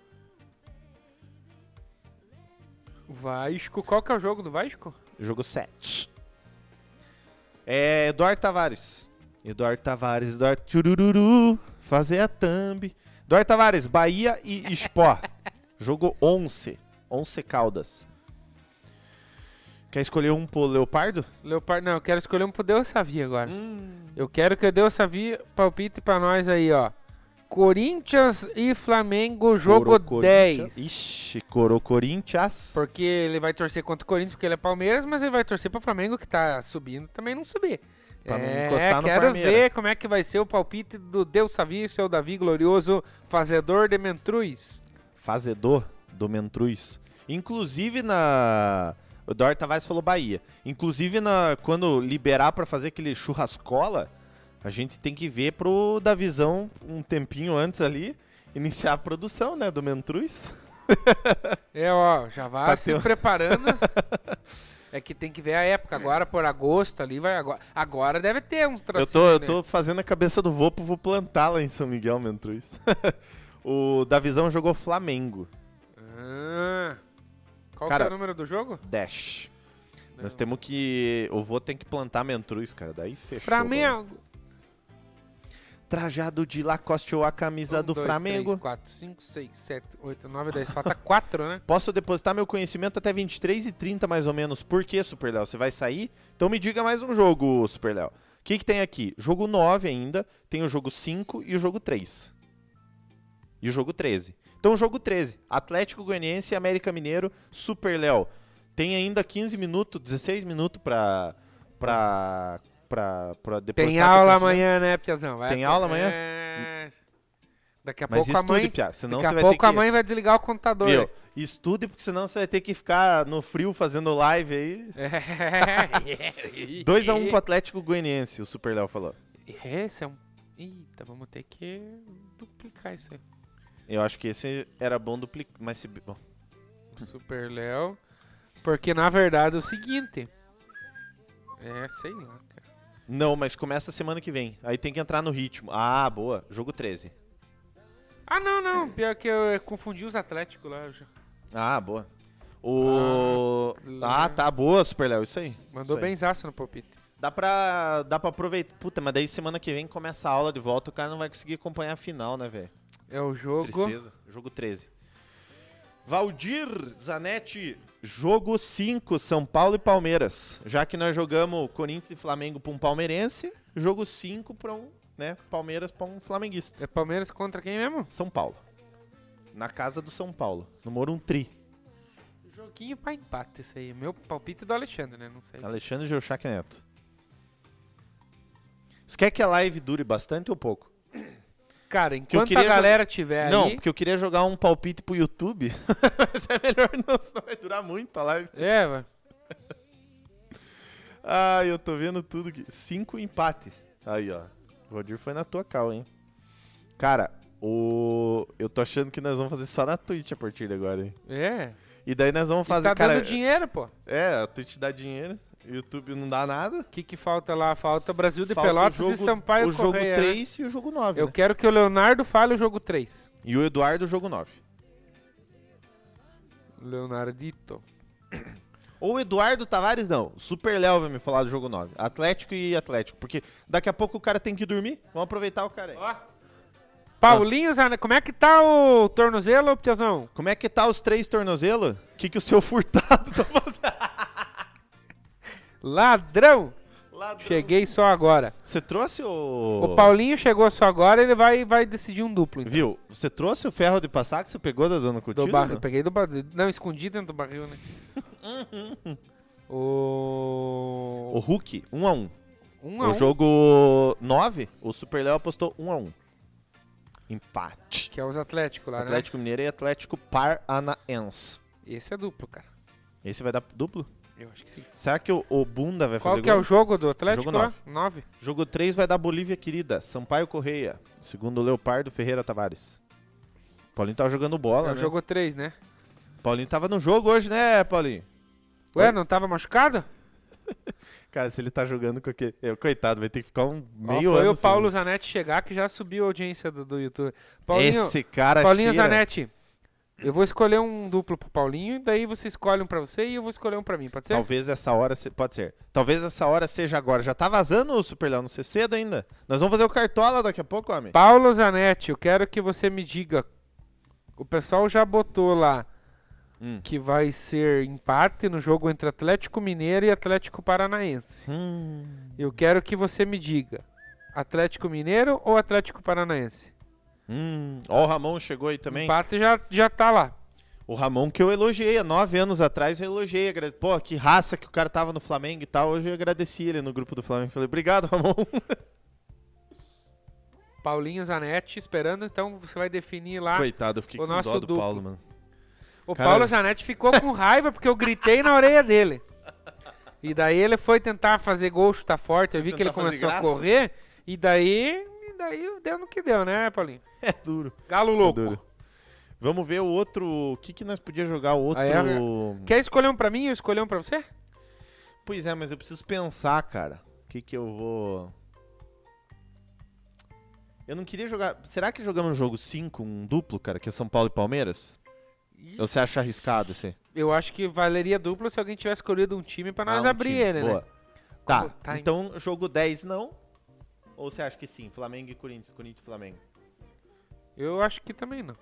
C: Vasco, qual que é o jogo do Vasco?
B: Jogo 7. É, Eduardo Tavares. Eduardo Tavares, Eduardo Tchurururu. Fazer a thumb. Eduardo Tavares, Bahia e [LAUGHS] Spó. Jogo 11. 11 Caldas. Quer escolher um pro Leopardo?
C: Leopardo, não, eu quero escolher um pro Deus Savi agora. Eu quero que o Deus Savi palpite pra nós aí, ó. Corinthians e Flamengo, jogo
B: Coro-
C: 10.
B: Corinthians. Ixi, Coro Corinthians.
C: Porque ele vai torcer contra o Corinthians, porque ele é Palmeiras, mas ele vai torcer pro Flamengo, que tá subindo, também não subir.
B: Pra não
C: é,
B: encostar no
C: quero
B: Palmeira.
C: ver como é que vai ser o palpite do Deus Savi, seu Davi glorioso, fazedor de mentruz.
B: Fazedor do Mentruz. Inclusive na. O Eduardo Tavares falou Bahia. Inclusive, na... quando liberar pra fazer aquele churrascola, a gente tem que ver pro da visão um tempinho antes ali, iniciar a produção, né? Do Mentruz.
C: É, ó, já vai
B: Bateu. [LAUGHS]
C: se preparando. é que tem que ver a época. Agora, por agosto ali, vai agora. Agora deve ter um
B: Eu
C: trocinho,
B: tô, eu
C: né?
B: tô fazendo a cabeça do Vopo, vou plantar lá em São Miguel, Mentruz. [LAUGHS] o da visão jogou Flamengo.
C: né? Ah, qual
B: Cara-
C: que é o número do jogo?
B: Dash. Nós temos que. O Vô tem que plantar Mentruz, cara. Daí fechou.
C: Flamengo.
B: Trajado de Lacoste ou a camisa
C: Um,
B: do Flamengo.
C: 3, 4, 5, 6, 7, 8, 9, 10. Falta [LAUGHS] 4, né?
B: Posso depositar meu conhecimento até 23 e 30 mais ou menos. Por que, Super Léo? Você vai sair? Então me diga mais um jogo, Super Léo. O que, que tem aqui? Jogo 9 ainda, tem o jogo 5 e o jogo 3. E o jogo 13. Então o jogo 13, Atlético Goianiense e América Mineiro, Super Léo. Tem ainda 15 minutos, 16 minutos pra... pra... pra, pra depositar
C: Tem
B: teu
C: aula
B: conhecimento.
C: amanhã, né, Piazão? Vai-
B: Tem aula amanhã?
C: É... Daqui a
B: Mas
C: pouco a
B: estude,
C: mãe.
B: Pia, senão você
C: daqui a
B: vai ter
C: pouco
B: que...
C: a mãe vai desligar o contador.
B: Meu, estude, porque senão você vai ter que ficar no frio fazendo live aí. [LAUGHS]
C: É.
B: 2x1 pro Atlético Goianiense, o Super Léo falou.
C: Esse é um. Eita, vamos ter que duplicar isso aí.
B: Eu acho que esse era bom duplicar, mas se... Bom,
C: [LAUGHS] Super Léo. Porque na verdade é o seguinte. É, sei lá, cara.
B: não, mas começa semana que vem. Aí tem que entrar no ritmo. Ah, boa. Jogo 13.
C: Ah, não, não. Pior que eu eh, confundi os Atléticos lá. eu já-
B: Ah, boa. O...
C: Ah,
B: Ah, tá, boa, Super Léo, isso aí.
C: Mandou
B: Isso aí.
C: bem benzaço no palpite.
B: Dá pra, dá pra aproveitar. Puta, mas daí semana que vem começa a aula de volta, o cara não vai conseguir acompanhar a final, né, velho?
C: É o jogo.
B: Tristeza. Jogo 13. Valdir Zanetti, jogo 5, São Paulo e Palmeiras. Já que nós jogamos Corinthians e Flamengo para um palmeirense, jogo 5 para um, né, Palmeiras para um flamenguista.
C: É Palmeiras contra quem mesmo?
B: São Paulo. Na casa do São Paulo, um, no Morumbi.
C: Um Joguinho pra empate, isso aí. Meu palpite do Alexandre, né? Não sei.
B: Alexandre Geuchac Neto. Você quer que a live dure bastante ou pouco?
C: Cara, enquanto a
B: queria
C: galera tiver
B: não,
C: aí.
B: porque eu queria jogar um palpite pro YouTube. [LAUGHS] é Mas é melhor não, senão vai durar muito a live.
C: É, vai.
B: Ai, eu tô vendo tudo que. Cinco empates. Aí, ó. O Valdir foi na tua cal, hein? Cara, o. Eu tô achando que nós vamos fazer só na Twitch a partir de agora, hein?
C: É.
B: E daí nós vamos
C: E
B: fazer.
C: tá
B: cara,
C: dando dinheiro, pô. O
B: É, a Twitch dá dinheiro. YouTube não dá nada.
C: que que falta lá? Falta Brasil de
B: Falta o
C: Pelotas
B: jogo-
C: e Sampaio
B: O jogo
C: Correia, né?
B: 3 e o jogo 9.
C: Eu
B: né?
C: quero que o Leonardo fale o jogo 3.
B: E o Eduardo, o jogo 9.
C: Leonardito.
B: Ou Eduardo Tavares, não. Super Léo vai me falar do jogo 9. Atlético e Atlético. Porque daqui a pouco o cara tem que dormir. Vamos aproveitar o cara aí.
C: Paulinho, Zane- como é que tá o tornozelo, Piazão?
B: Como é que tá os três tornozelos? O que, que o seu furtado [LAUGHS] tá fazendo?
C: Ladrão!
B: Ladrão.
C: Cheguei só agora.
B: Você trouxe o.
C: O Paulinho chegou só agora, ele vai, vai decidir um duplo. Então.
B: Viu? Você trouxe o ferro de passar que você pegou da dona Clotilde?
C: Do barril.
B: não?
C: Peguei do barril. Não, escondi dentro do
B: [LAUGHS]
C: barril, né? o...
B: O Hulk, 1 um a 1 um.
C: Um a
B: O
C: um,
B: jogo 9, o Super Léo apostou 1 um a 1 um. Empate.
C: que é os Atlético lá,
B: Atlético Mineiro e Atlético Paranaense.
C: né? Esse é duplo, cara.
B: Esse vai dar duplo?
C: Eu acho que sim.
B: Será que o, o Bunda vai
C: Qual
B: fazer
C: que é
B: gol?
C: o jogo do Atlético
B: Jogo
C: lá? 9.
B: Jogo 3 vai dar Bolívia querida, Sampaio Correia, segundo o Leopardo Ferreira Tavares. Paulinho tava jogando bola,
C: É o
B: né?
C: jogo 3, né?
B: Paulinho tava no jogo hoje, né, Paulinho?
C: Ué, não tava machucado?
B: Cara, se ele tá jogando com aquele... É, coitado, vai ter que ficar um
C: Ó,
B: meio
C: foi
B: ano.
C: o Paulo Zanetti chegar que já subiu a audiência do, do YouTube.
B: sem...
C: Paulinho,
B: Esse cara
C: Paulinho
B: cheira.
C: Zanetti, eu vou escolher um duplo pro Paulinho, daí você escolhe um pra você e eu vou escolher um pra mim, pode ser?
B: Talvez essa hora... se- Pode ser. Talvez essa hora seja agora. Já tá vazando o Super Leão, não sei cedo ainda. Nós vamos fazer o Cartola daqui a pouco, homem.
C: Paulo Zanetti, eu quero que você me diga. O pessoal já botou lá
B: Hum.
C: que vai ser empate no jogo entre Atlético Mineiro e Atlético Paranaense.
B: Hum.
C: Eu quero que você me diga. Atlético Mineiro ou Atlético Paranaense?
B: Hum. Ó, o Ramon chegou aí também.
C: Empate já, já tá lá.
B: O Ramon que eu elogiei há nove anos atrás, eu elogiei. agrade- Pô, que raça que o cara tava no Flamengo e tal. Hoje eu agradeci ele no grupo do Flamengo. Falei, obrigado,
C: [LAUGHS]
B: Ramon.
C: Paulinho Zanetti esperando, então você vai definir lá.
B: Coitado, eu fiquei
C: o
B: com
C: nosso
B: dó do
C: duplo.
B: Paulo, mano.
C: O
B: Cara-
C: Paulo Zanetti ficou com raiva porque eu gritei na orelha dele. E daí ele foi tentar fazer gol, chutar forte. Eu vi que ele
B: tentar fazer
C: começou a
B: graça.
C: correr. E daí, e daí deu no que deu, né, Paulinho?
B: É duro.
C: Galo
B: É
C: louco.
B: duro. Vamos ver o outro. O que, que nós podíamos jogar? O outro.
C: Aí é-
B: Hum.
C: Quer escolher um pra mim e eu escolher um pra você?
B: Pois é, mas eu preciso pensar, cara. O que, que eu vou. Eu não queria jogar. Será que jogamos um jogo 5, um duplo, cara, que é São Paulo e Palmeiras? Ou você acha arriscado isso aí?
C: Eu acho que valeria duplo se alguém tivesse escolhido um time pra
B: Ah,
C: nós
B: um
C: abrir
B: time.
C: ele,
B: Boa.
C: né?
B: Tá,
C: Como tá em-
B: então jogo 10 não? Ou você acha que sim? Flamengo e Corinthians, Corinthians e Flamengo.
C: Eu acho que também não.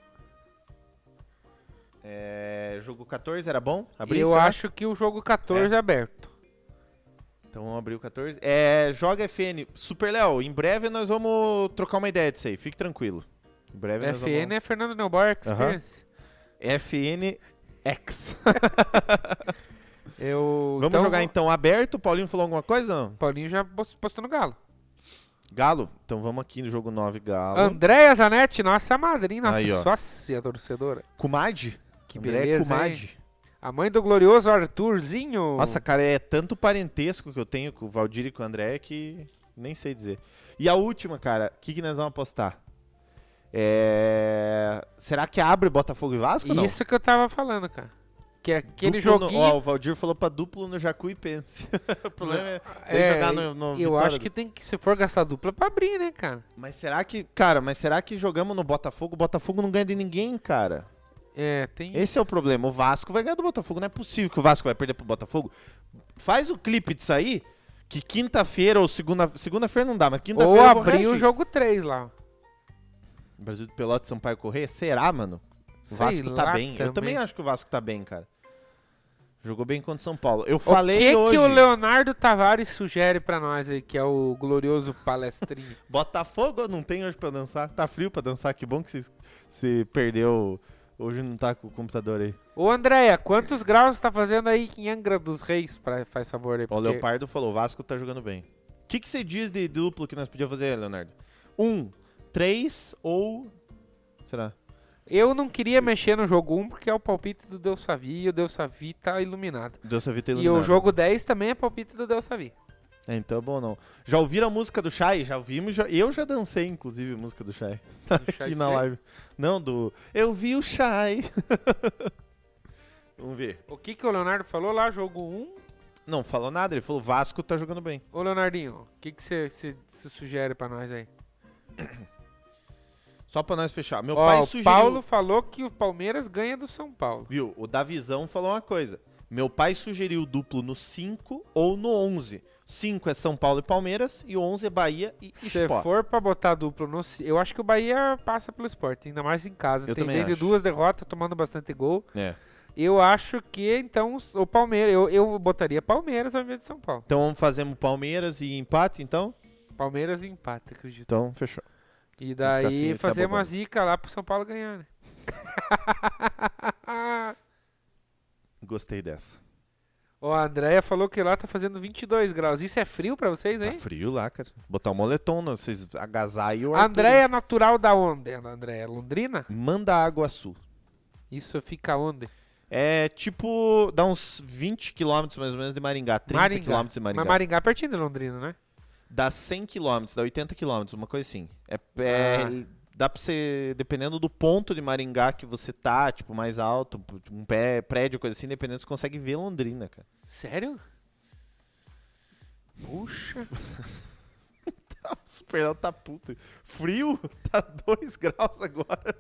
B: É, jogo 14 era bom? Abrir,
C: eu
B: será?
C: acho que o jogo 14 é aberto.
B: Então vamos abrir o 14. É, joga FN. Super Léo, em breve nós vamos trocar uma ideia disso aí, fique tranquilo. Em breve nós
C: FN é Fernando Neubauer Experience.
B: vamos... FNX.
C: Eu,
B: vamos jogar então aberto? O Paulinho falou alguma coisa? Não?
C: Paulinho já pos- postou no Galo.
B: Galo? Então vamos aqui no jogo 9, Galo.
C: Andréia Zanetti, nossa madrinha, nossa
B: Aí, ó.
C: sócia torcedora.
B: Kumad?
C: Que
B: André
C: beleza,
B: Kumad.
C: A mãe do glorioso Arthurzinho.
B: Nossa, cara, é tanto parentesco que eu tenho com o Valdir e com o André que nem sei dizer. E a última, cara, o que, que nós vamos apostar? É... Será que abre Botafogo e Vasco ou não?
C: Isso que eu tava falando, cara. Que é aquele
B: Duplo no-
C: joguinho...
B: Ó, o Valdir falou pra duplo no Jacuipense. [LAUGHS] o problema é,
C: É,
B: é jogar no, no
C: eu
B: Vitória.
C: acho que tem que, se for gastar dupla, pra abrir, né, cara?
B: Mas será que, cara, mas será que jogamos no Botafogo? O Botafogo não ganha de ninguém, cara.
C: É, tem...
B: Esse é o problema. O Vasco vai ganhar do Botafogo. Não é possível que o Vasco vai perder pro Botafogo. Faz o clipe disso aí, que quinta-feira ou segunda... Segunda-feira não dá, mas
C: Ou
B: quinta-feira eu vou
C: abrir o
B: reagir.
C: jogo 3 lá.
B: Brasil do Pelotas, Sampaio Correia? Será, mano? O
C: Sei
B: Vasco tá
C: lá
B: bem. Eu também
C: também.
B: acho que o Vasco tá bem, cara. Jogou bem contra o São Paulo. Eu
C: o que
B: falei hoje.
C: que o Leonardo Tavares sugere pra nós aí, que é o glorioso
B: [LAUGHS]
C: palestrinho?
B: Botafogo não tem hoje pra dançar. Tá frio pra dançar. Que bom que você se perdeu. Hoje não tá com o computador aí.
C: Ô, Andréia, quantos graus tá fazendo aí em Angra dos Reis? Pra, faz favor aí,
B: Ó, O
C: porque-
B: Leopardo falou: o Vasco tá jogando bem. O que, que você diz de duplo que nós podíamos fazer, Leonardo? Um, três ou. Será?
C: Eu não queria mexer no jogo 1 porque é o palpite do Deus Savi e o Deus Savi tá iluminado.
B: Deus Savi tá
C: E
B: iluminado.
C: o jogo 10 também é palpite do Deus Savi.
B: É, então é bom não. Já ouviram a música do Shai? Já ouvimos. já- Eu já dancei, inclusive, a música do Shai. Tá Aqui
C: Shai
B: na
C: Stray?
B: live. Não, do... Eu vi o Shai. [LAUGHS] Vamos ver.
C: O que, que o Leonardo falou lá, jogo 1?
B: Não falou nada, ele falou Vasco tá jogando bem.
C: Ô Leonardinho, o que você sugere pra nós aí?
B: Só pra nós fechar. Meu
C: Ó,
B: pai
C: o
B: sugeriu...
C: Paulo falou que o Palmeiras ganha do São Paulo.
B: Viu? O Davizão falou uma coisa. Meu pai sugeriu duplo no 5 ou no 11. 5 é São Paulo e Palmeiras e 11 é Bahia e
C: Se
B: Sport.
C: for pra botar duplo no. ci- Eu acho que o Bahia passa pelo esporte, ainda mais em casa.
B: Eu
C: Tem
B: também
C: vem de
B: acho.
C: duas derrotas, tomando bastante gol.
B: É.
C: Eu acho que então o Palmeiras. Eu, eu botaria Palmeiras ao invés de São Paulo.
B: Então vamos fazer o Palmeiras e empate, então?
C: Palmeiras e empate, acredito.
B: Então, fechou.
C: E
B: ficar assim,
C: daí
B: essa
C: fazer uma
B: bobagem.
C: zica lá pro São Paulo ganhar, né?
B: Gostei dessa.
C: Ó, a Andréia falou que lá tá fazendo 22 graus. Isso é frio pra vocês,
B: Tá
C: hein?
B: frio lá, cara. Botar o moletom, não, vocês agasalho.
C: A
B: Arthur.
C: Andréia é natural da onde, Andréia? Londrina?
B: Manda água sul.
C: Isso fica onde?
B: É tipo, dá uns 20 quilômetros mais ou menos de Maringá, 30
C: Maringá.
B: quilômetros de Maringá.
C: Mas Maringá é pertinho de Londrina, né?
B: Dá 100 quilômetros, dá 80 quilômetros, uma coisa assim. É, é- Dá pra você, dependendo do ponto de Maringá que você tá, tipo, mais alto, um pé, prédio, coisa assim, dependendo, você consegue ver Londrina, [LAUGHS] cara.
C: Sério? Puxa.
B: Super alto tá puto. Frio, [LAUGHS] tá 2 graus agora.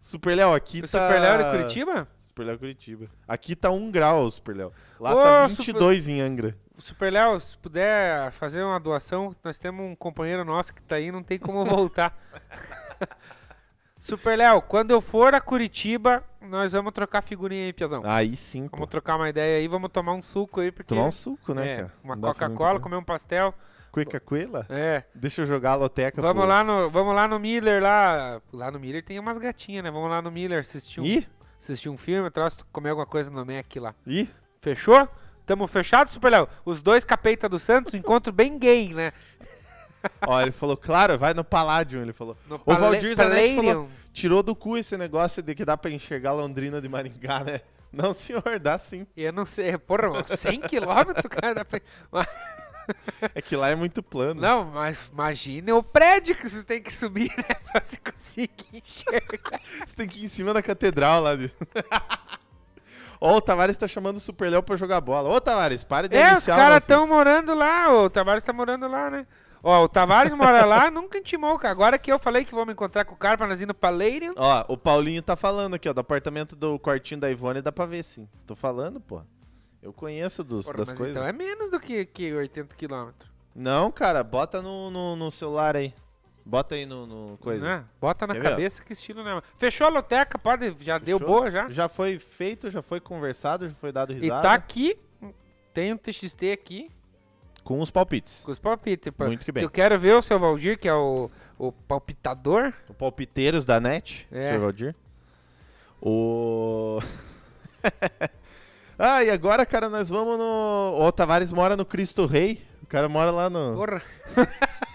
B: Super Léo, aqui
C: O
B: tá...
C: Super Léo de Curitiba?
B: Super Léo Curitiba. Aqui tá 1 grau, Super Léo. Lá
C: Ô,
B: tá
C: Super-
B: 22 em Angra.
C: O Super Léo, se puder fazer uma doação, nós temos um companheiro nosso que tá aí, não tem como voltar. [LAUGHS] Super Léo, quando eu for a Curitiba, nós vamos trocar figurinha aí, Piazão.
B: Aí sim, pô.
C: Vamos trocar uma ideia aí, vamos tomar um suco aí, porque...
B: Tomar um suco, né,
C: é,
B: cara?
C: Uma
B: Não dá pra fazer muita
C: Coca-Cola,
B: coisa.
C: comer um pastel.
B: Coca-Cola?
C: É.
B: Deixa eu jogar a loteca.
C: Vamos
B: pô.
C: lá, no, vamos lá no Miller, lá. Lá no Miller tem umas gatinhas, né? Vamos lá no Miller assistir um,
B: Ih,
C: assistir um filme, troço, comer alguma coisa no Mac lá.
B: ih.
C: Fechou? Tamo fechado, Super Léo? Os dois capeitas do Santos, um encontro bem gay, né?
B: Ó, ele falou, claro, vai no Palladium, ele falou.
C: No
B: o
C: Pala-
B: Valdir Zanetti falou,
C: Palladium.
B: tirou do cu esse negócio de que dá pra enxergar Londrina de Maringá, né? [LAUGHS] Não, senhor, dá sim.
C: Eu não sei, porra, mano, 100 quilômetros, cara. dá pra- Mas-
B: É que lá é muito plano.
C: Não, mas imagina o prédio que você tem que subir, né? Pra se conseguir enxergar.
B: Você tem que ir em cima da catedral lá. De... [LAUGHS] Ó, o Tavares tá chamando o Super Léo pra jogar bola. Ô, Tavares, pare de
C: É, os
B: iniciar o
C: caras
B: nosso-
C: estão morando lá, o Tavares tá morando lá, né? Ó, o Tavares mora lá, [LAUGHS] nunca intimou, cara. Agora que eu falei que vou me encontrar com o cara pra nós ir no Palladium.
B: Ó, o Paulinho tá falando aqui, ó, do apartamento do quartinho da Ivone, dá pra ver sim. Tô falando, pô. Eu conheço dos,
C: Porra,
B: das
C: mas
B: coisas.
C: então é menos do que, que 80 quilômetros.
B: Não, cara, bota no, no, no celular aí. Bota aí no, no coisa.
C: Né? Bota na
B: é. Quer ver, ó?
C: cabeça que estilo, né? mano? Fechou a loteca, pode, já deu
B: Fechou?
C: boa já.
B: Já foi feito, já foi conversado, já foi dado
C: E
B: risada.
C: tá aqui, tem um TXT aqui
B: Com os palpites.
C: com os palpites. pá.
B: Muito que bem.
C: Eu quero ver o seu Valdir, que é o, o palpitador.
B: O palpiteiros da NET,
C: É.
B: senhor Valdir. O... [LAUGHS] ah, e agora, cara, nós vamos no... O Tavares mora no Cristo Rei. O cara mora lá no...
C: Porra.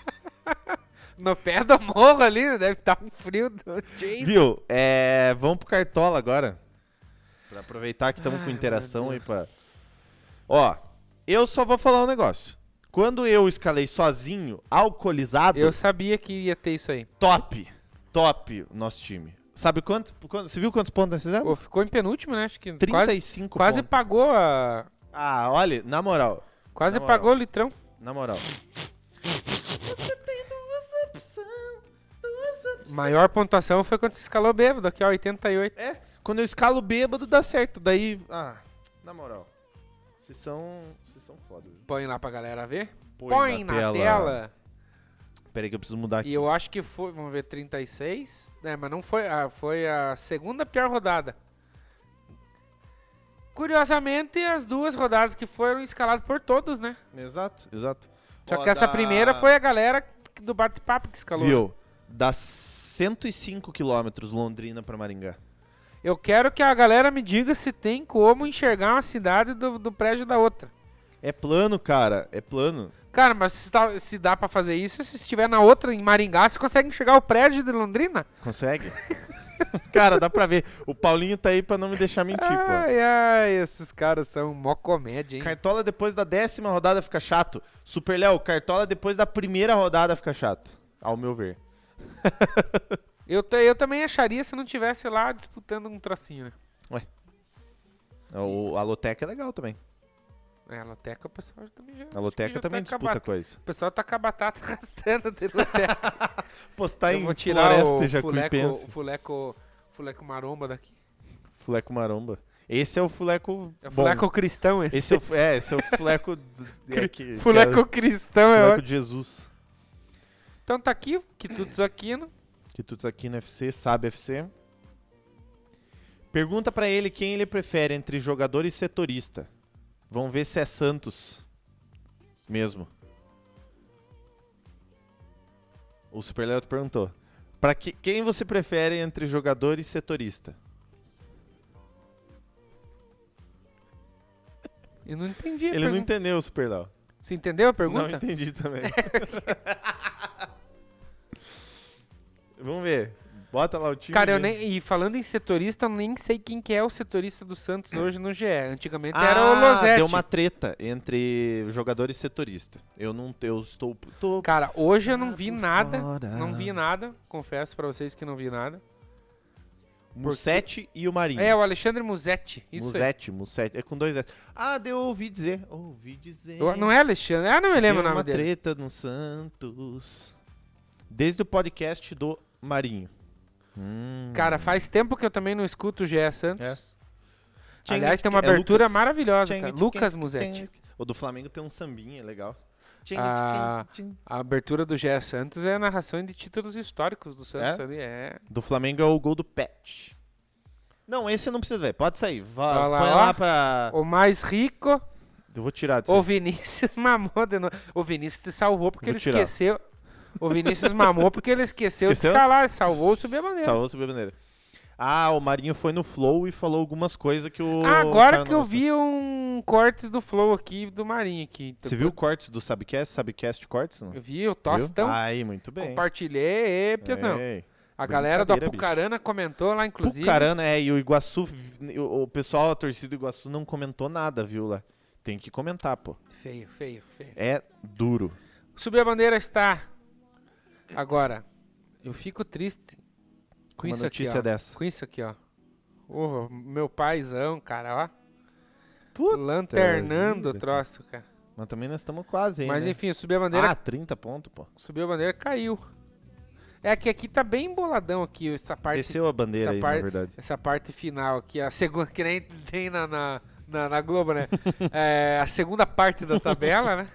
C: [LAUGHS] no pé do morro ali, né? deve estar um frio [LAUGHS] do jeito.
B: Viu? É... Vamos pro Cartola agora. Pra aproveitar que estamos com
C: Ai,
B: interação
C: meu
B: aí pra... Ó, eu só vou falar um negócio. Quando eu escalei sozinho, alcoolizado...
C: Eu sabia que ia ter isso aí.
B: top, top o nosso time. Sabe quanto, quanto- Você viu quantos pontos nós fizemos?
C: Pô, ficou em penúltimo, né? Acho que quase,
B: 35
C: quase
B: pontos.
C: pagou a.
B: Ah, olha, na moral. Na
C: Quase
B: moral.
C: pagou o litrão.
B: Na moral.
C: Maior pontuação foi quando se escalou bêbado, aqui ó, 88.
B: É, quando eu escalo bêbado dá certo. Daí. Ah, na moral. Vocês são. Vocês são foda. viu?
C: Põe lá pra galera ver.
B: Põe
C: Põe,
B: na
C: na,
B: tela.
C: tela.
B: Peraí que eu preciso mudar aqui.
C: E eu acho que foi, vamos ver, 36. É, mas não foi, a, foi a segunda pior rodada. Curiosamente, as duas rodadas que foram escaladas por todos, né?
B: Exato, exato.
C: Só
B: Ó,
C: que essa
B: dá-
C: primeira foi a galera do bate-papo que escalou.
B: Viu? Dá 105 quilômetros Londrina pra Maringá.
C: Eu quero que a galera me diga se tem como enxergar uma cidade do, do prédio da outra.
B: É plano, cara. É plano.
C: Cara, mas se dá, se dá pra fazer isso, se estiver na outra, em Maringá, você consegue enxergar o prédio de Londrina? [LAUGHS]
B: Consegue? Cara, dá pra ver. O Paulinho tá aí pra não me deixar mentir, pô.
C: ai, ai, esses caras são mó comédia, hein?
B: Cartola depois da décima rodada fica chato. Super Léo, Cartola depois da primeira rodada fica chato. Ao meu ver.
C: Eu, ta- eu também acharia se não tivesse lá disputando um trocinho, né?
B: O, a Loteca é legal também.
C: É, a Loteca o pessoal também já.
B: A Loteca
C: já
B: também
C: tá com a
B: disputa
C: bata-
B: coisa.
C: O pessoal tá com a batata [LAUGHS] arrastando de Loteca.
B: Postar
C: eu
B: tá em
C: vou tirar
B: Floresta
C: o
B: e
C: fuleco,
B: Jacuipense.
C: o fuleco, fuleco maromba daqui.
B: Fuleco maromba. Esse é o fuleco
C: É o
B: bom.
C: fuleco cristão esse.
B: Esse é o, é, esse é o fuleco... do- é que-
C: [LAUGHS] fuleco
B: que
C: cristão
B: é,
C: é
B: fuleco
C: ótimo.
B: de Jesus.
C: Então tá aqui, Quitutos Aquino.
B: Que tudo aqui no FC, sabe FC. Pergunta pra ele quem ele prefere entre jogador e setorista. Vamos ver se é Santos mesmo. O Super Leo perguntou. Para que, quem você prefere entre jogador e setorista?
C: Eu não entendi a
B: Ele não
C: pergunta.
B: entendeu o Super Leo.
C: Você entendeu a
B: Não
C: pergunta?
B: entendi
C: [LAUGHS]
B: também. Vamos ver. Bota lá o time.
C: Cara, eu
B: e-
C: nem, e falando em setorista, eu nem sei quem que é o setorista
B: [CLEARS THROAT]
C: do Santos hoje no GE. Antigamente
B: Ah,
C: era o Losetti.
B: deu uma treta entre jogador e setorista. Eu não, eu estou, tô
C: Cara, hoje eu não vi
B: Ah, por
C: nada.
B: fora.
C: Não vi nada. Confesso pra vocês que não vi nada.
B: Mussetti e o Marinho.
C: É, o Alexandre Musetti. Isso aí.
B: Musetti, Musetti, é com dois S. Ah, deu ouvi dizer, ouvi dizer.
C: Eu- Não é Alexandre? Ah, não me
B: Deu
C: lembro o nome
B: uma
C: dele.
B: treta no Santos. Desde o podcast do Marinho. Hum.
C: Cara, faz tempo que eu também não escuto o GE
B: É.
C: Santos.
B: né? Tcheng-
C: Aliás, tem uma
B: é
C: abertura
B: Lucas.
C: maravilhosa,
B: Tcheng-
C: cara.
B: tcheng-
C: Lucas
B: tcheng-
C: Musetti.
B: O do Flamengo tem um sambinha legal.
C: Ah.
B: Tcheng- tcheng-
C: A abertura do GE Santos é a narração de títulos históricos do Santos
B: É?
C: ali. É.
B: Do Flamengo é o gol do Pet. Não, esse não precisa ver. Pode sair. Vá,
C: Vai lá,
B: põe
C: ó.
B: lá pra.
C: O mais rico,
B: Eu vou tirar disso.
C: o Vinícius [LAUGHS] mamou de novo. O Vinícius te salvou porque
B: Vou
C: ele
B: tirar.
C: esqueceu. O Vinícius mamou porque ele esqueceu,
B: Esqueceu?
C: de escalar. Salvou o subir a bandeira.
B: Salvou subir a bandeira. Ah, o Marinho foi no Flow e falou algumas coisas que o.
C: Ah, agora
B: cara
C: que
B: não
C: eu
B: gostou.
C: vi um cortes do Flow aqui, do Marinho aqui.
B: Você viu o cortes do Subcast? Subcast cortes? Não?
C: Eu vi o
B: Viu?
C: Tostão.
B: Aí, muito bem.
C: Compartilhei, e, Pias, não.
B: Ei.
C: A galera do
B: brincadeira, bicho.
C: Apucarana comentou lá, inclusive.
B: Pucarana, é, e o Iguaçu. O o pessoal, a torcida do Iguaçu não comentou nada, viu lá? Tem que comentar, pô.
C: Feio, feio, feio.
B: É duro.
C: Subir a bandeira está. Agora, eu fico triste com
B: Uma
C: isso aqui.
B: notícia
C: ó.
B: dessa.
C: Com isso aqui, ó. Porra, meu paizão, cara, ó.
B: Puta
C: Lanternando o
B: vida,
C: troço, cara.
B: Mas também nós estamos quase aí.
C: Mas
B: né?
C: enfim, subir a bandeira
B: Ah, 30 pontos, pô.
C: Subiu a bandeira, caiu. É que aqui tá bem emboladão aqui, essa parte.
B: Desceu a bandeira
C: essa
B: aí,
C: par-
B: na verdade.
C: Essa parte final aqui, a segunda, [LAUGHS] que nem tem na, na, na, na Globo, né? É, a segunda parte da tabela, né?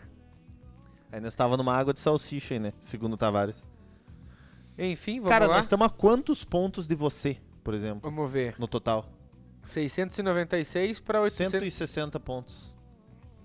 B: Aí nós estava numa água de salsicha aí, né? Segundo o Tavares.
C: Enfim, vamos
B: Cara,
C: lá.
B: nós estamos a quantos pontos de você, por exemplo,
C: Vamos ver.
B: no total?
C: 696 para 800.
B: 160 pontos.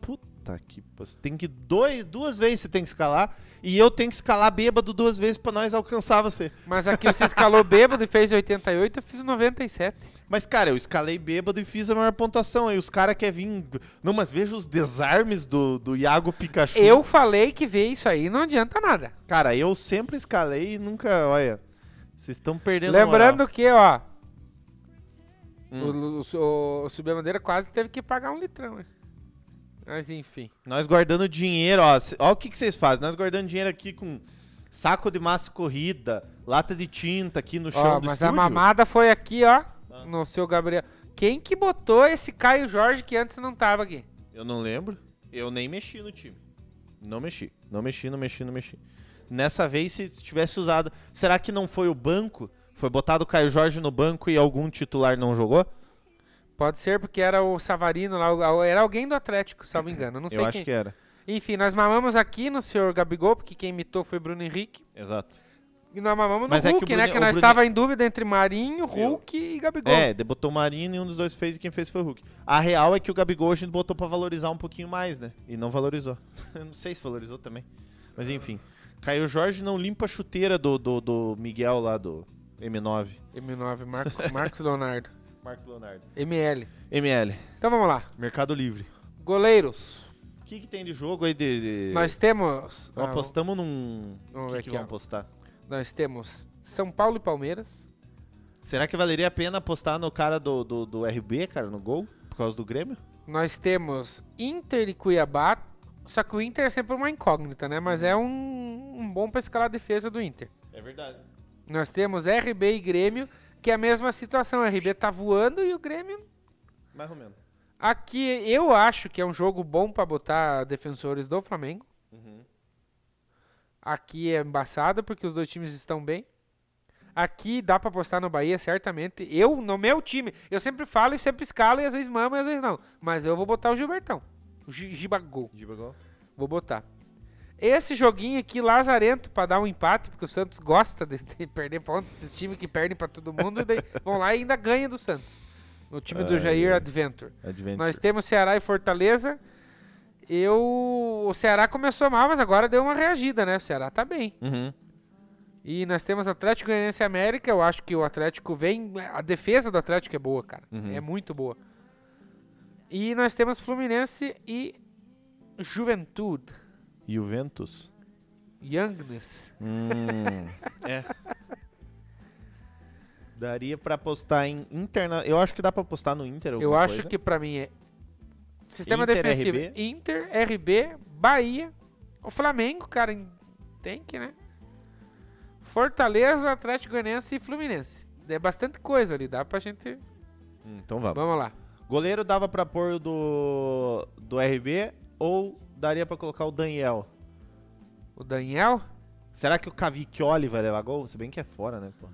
B: Puta que... pa- Você tem que... Dois, duas vezes você tem que escalar. E eu tenho que escalar bêbado duas vezes pra nós alcançar você.
C: Mas aqui você escalou bêbado e fez 88, eu fiz 97.
B: Mas, cara, eu escalei bêbado e fiz a maior pontuação. Aí os caras querem vir... Não, mas veja os desarmes do, do Iago Pikachu.
C: Eu falei que ver isso aí não adianta nada.
B: Cara, eu sempre escalei e nunca... Olha, vocês estão perdendo a moral.
C: Lembrando que, ó.
B: Hum.
C: O, o, o, o Subir a Bandeira quase teve que pagar um litrão. né? Mas enfim.
B: Nós guardando dinheiro, ó. cê- Ó o que que vocês fazem. Nós guardando dinheiro aqui com saco de massa corrida, lata de tinta aqui no chão
C: Ó,
B: do
C: mas é a
B: estúdio. Ah.
C: mamada foi aqui, ó. No seu Gabriel. Quem que botou esse Caio Jorge que antes não tava aqui?
B: Eu não lembro. Eu nem mexi no time. Não mexi. Não mexi, não mexi, não mexi. Nessa vez, se tivesse usado... Será que não foi o banco? Foi botado o Caio Jorge no banco e algum titular não jogou?
C: Pode ser porque era o Savarino lá, o- era alguém do Atlético, salvo engano, não sei
B: Eu acho
C: quem.
B: que é. era.
C: Enfim, nós mamamos aqui no senhor Gabigol, porque quem imitou foi Bruno Henrique.
B: Exato.
C: E nós mamamos no
B: Mas é que o
C: Hulk, né?
B: Bruno-
C: Que
B: o
C: nós
B: Bruno-
C: estava em dúvida entre Marinho, Hulk e Gabigol.
B: É, de- botou o Marinho e um dos dois fez e quem fez foi o Hulk. A real é que o Gabigol a gente botou pra valorizar um pouquinho mais, né? E não valorizou. [LAUGHS] Eu não sei se valorizou também. Mas enfim. Caio Jorge não limpa a chuteira do, do, do Miguel lá do M9.
C: M9, Marco- Marcos Leonardo.
B: Marcos Leonardo.
C: ML.
B: ML,
C: Então vamos lá.
B: Mercado Livre.
C: Goleiros.
B: O que, que tem de jogo aí de. de-
C: Nós temos.
B: Nós
C: ah,
B: apostamos num.
C: vamos
B: O que,
C: ver
B: que
C: aqui,
B: vamos
C: ó.
B: apostar?
C: Nós temos São Paulo e Palmeiras.
B: Será que valeria a pena apostar no cara do, do, do RB, cara, no gol? Por causa do Grêmio?
C: Nós temos Inter e Cuiabá. Só que o Inter é sempre uma incógnita, né? Mas é um, um bom pra escalar a defesa do Inter.
B: É verdade.
C: Nós temos RB e Grêmio, que é a mesma situação. O RB tá voando e o Grêmio
B: Mais ou menos.
C: Aqui eu acho que é um jogo bom pra botar defensores do Flamengo. Aqui é embaçado porque os dois times estão bem. Aqui dá pra apostar no Bahia, certamente. Eu, no meu time, eu sempre falo e sempre escalo e às vezes mamo e às vezes não. Mas eu vou botar o Gilbertão. O Gi- Gibagol. Vou botar. Esse joguinho aqui, lazarento, pra dar um empate, porque o Santos gosta de, de perder pontos. Esses times que perdem pra todo mundo e daí vão lá e ainda ganha do Santos. O time do
B: Ai,
C: Jair
B: ai.
C: Adventure.
B: Adventure.
C: Nós temos Ceará e Fortaleza. Eu. O Ceará começou mal, mas agora deu uma reagida, né? O Ceará tá bem.
B: Uhum.
C: E nós temos Atlético Goianiense e América. Eu acho que o Atlético vem. A defesa do Atlético é boa, cara. É muito boa. E nós temos Fluminense e Juventude.
B: Juventus?
C: Youngness.
B: Hum. é. Daria pra apostar em interna. Eu acho que dá pra apostar no Inter.
C: Eu
B: alguma
C: acho
B: coisa.
C: que pra mim é. Sistema
B: Inter,
C: defensivo:
B: RB.
C: Inter, RB, Bahia. O Flamengo, cara, em- tem que, né? Fortaleza, Atlético Goianiense e Fluminense. É bastante coisa ali, dá pra gente.
B: Hum, Então vamos.
C: Vamos lá.
B: Goleiro dava pra pôr o do, do RB ou daria pra colocar o Daniel?
C: O Daniel?
B: Será que o Cavicchioli vai levar gol? Se bem que é fora, né? Pô?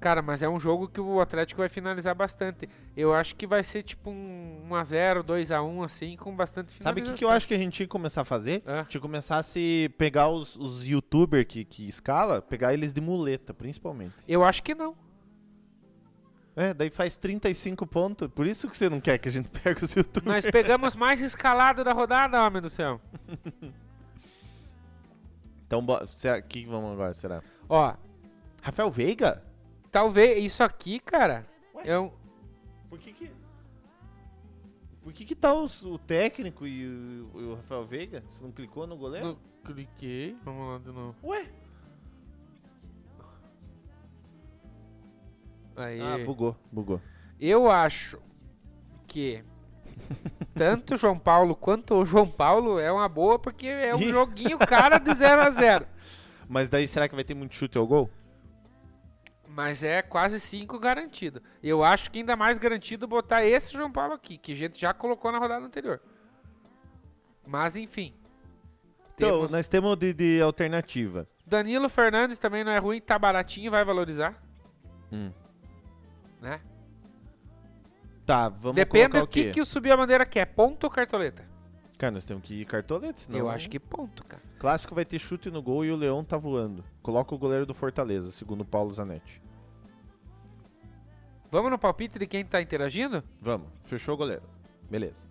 C: Cara, mas é um jogo que o Atlético vai finalizar bastante. Eu acho que vai ser tipo um 1x0, 2x1, assim, com bastante
B: Sabe
C: finalização.
B: o que, que eu acho que a gente tinha que começar a fazer?
C: Ah.
B: Tinha que começar a se pegar os, os youtubers que, que escala, pegar eles de muleta, principalmente.
C: Eu acho que não.
B: É, daí faz 35 pontos. Por isso que você não quer que a gente [LAUGHS] pegue os youtubers.
C: Nós pegamos mais escalado da rodada, homem do céu.
B: Então, bo- será que vamos agora, será?
C: Ó,
B: Rafael Veiga?
C: Talvez isso aqui, cara.
B: Ué?
C: É um...
B: Por que que... Por que que tá os- o técnico e o, e o Rafael Veiga? Você não clicou no goleiro?
C: não cliquei. Vamos lá de novo.
B: Ué?
C: Aí.
B: Ah, bugou, bugou.
C: Eu acho
B: [LAUGHS]
C: que tanto o João Paulo quanto o João Paulo é uma boa porque
B: [LAUGHS]
C: é um
B: Ih.
C: joguinho cara de 0 a 0
B: Mas daí será que vai ter muito chute ao gol?
C: Mas é quase 5 garantido. Eu acho que ainda mais garantido botar esse João Paulo aqui, que a gente já colocou na rodada anterior. Mas enfim.
B: Então,
C: Temos-
B: nós temos de, de alternativa.
C: Danilo Fernandes também não é ruim, tá baratinho, vai valorizar.
B: Hum.
C: Né?
B: Tá, vamos
C: Depende
B: colocar
C: do
B: o quê?
C: que, que o Subir a Bandeira quer, ponto ou cartoleta?
B: Cara, nós temos que ir cartolete, senão...
C: Eu acho que ponto, cara.
B: Clássico vai ter chute no gol e o Leão tá voando. Coloca o goleiro do Fortaleza, segundo o Paulo Zanetti.
C: Vamos no palpite de quem tá interagindo?
B: Vamos, fechou o goleiro. Beleza.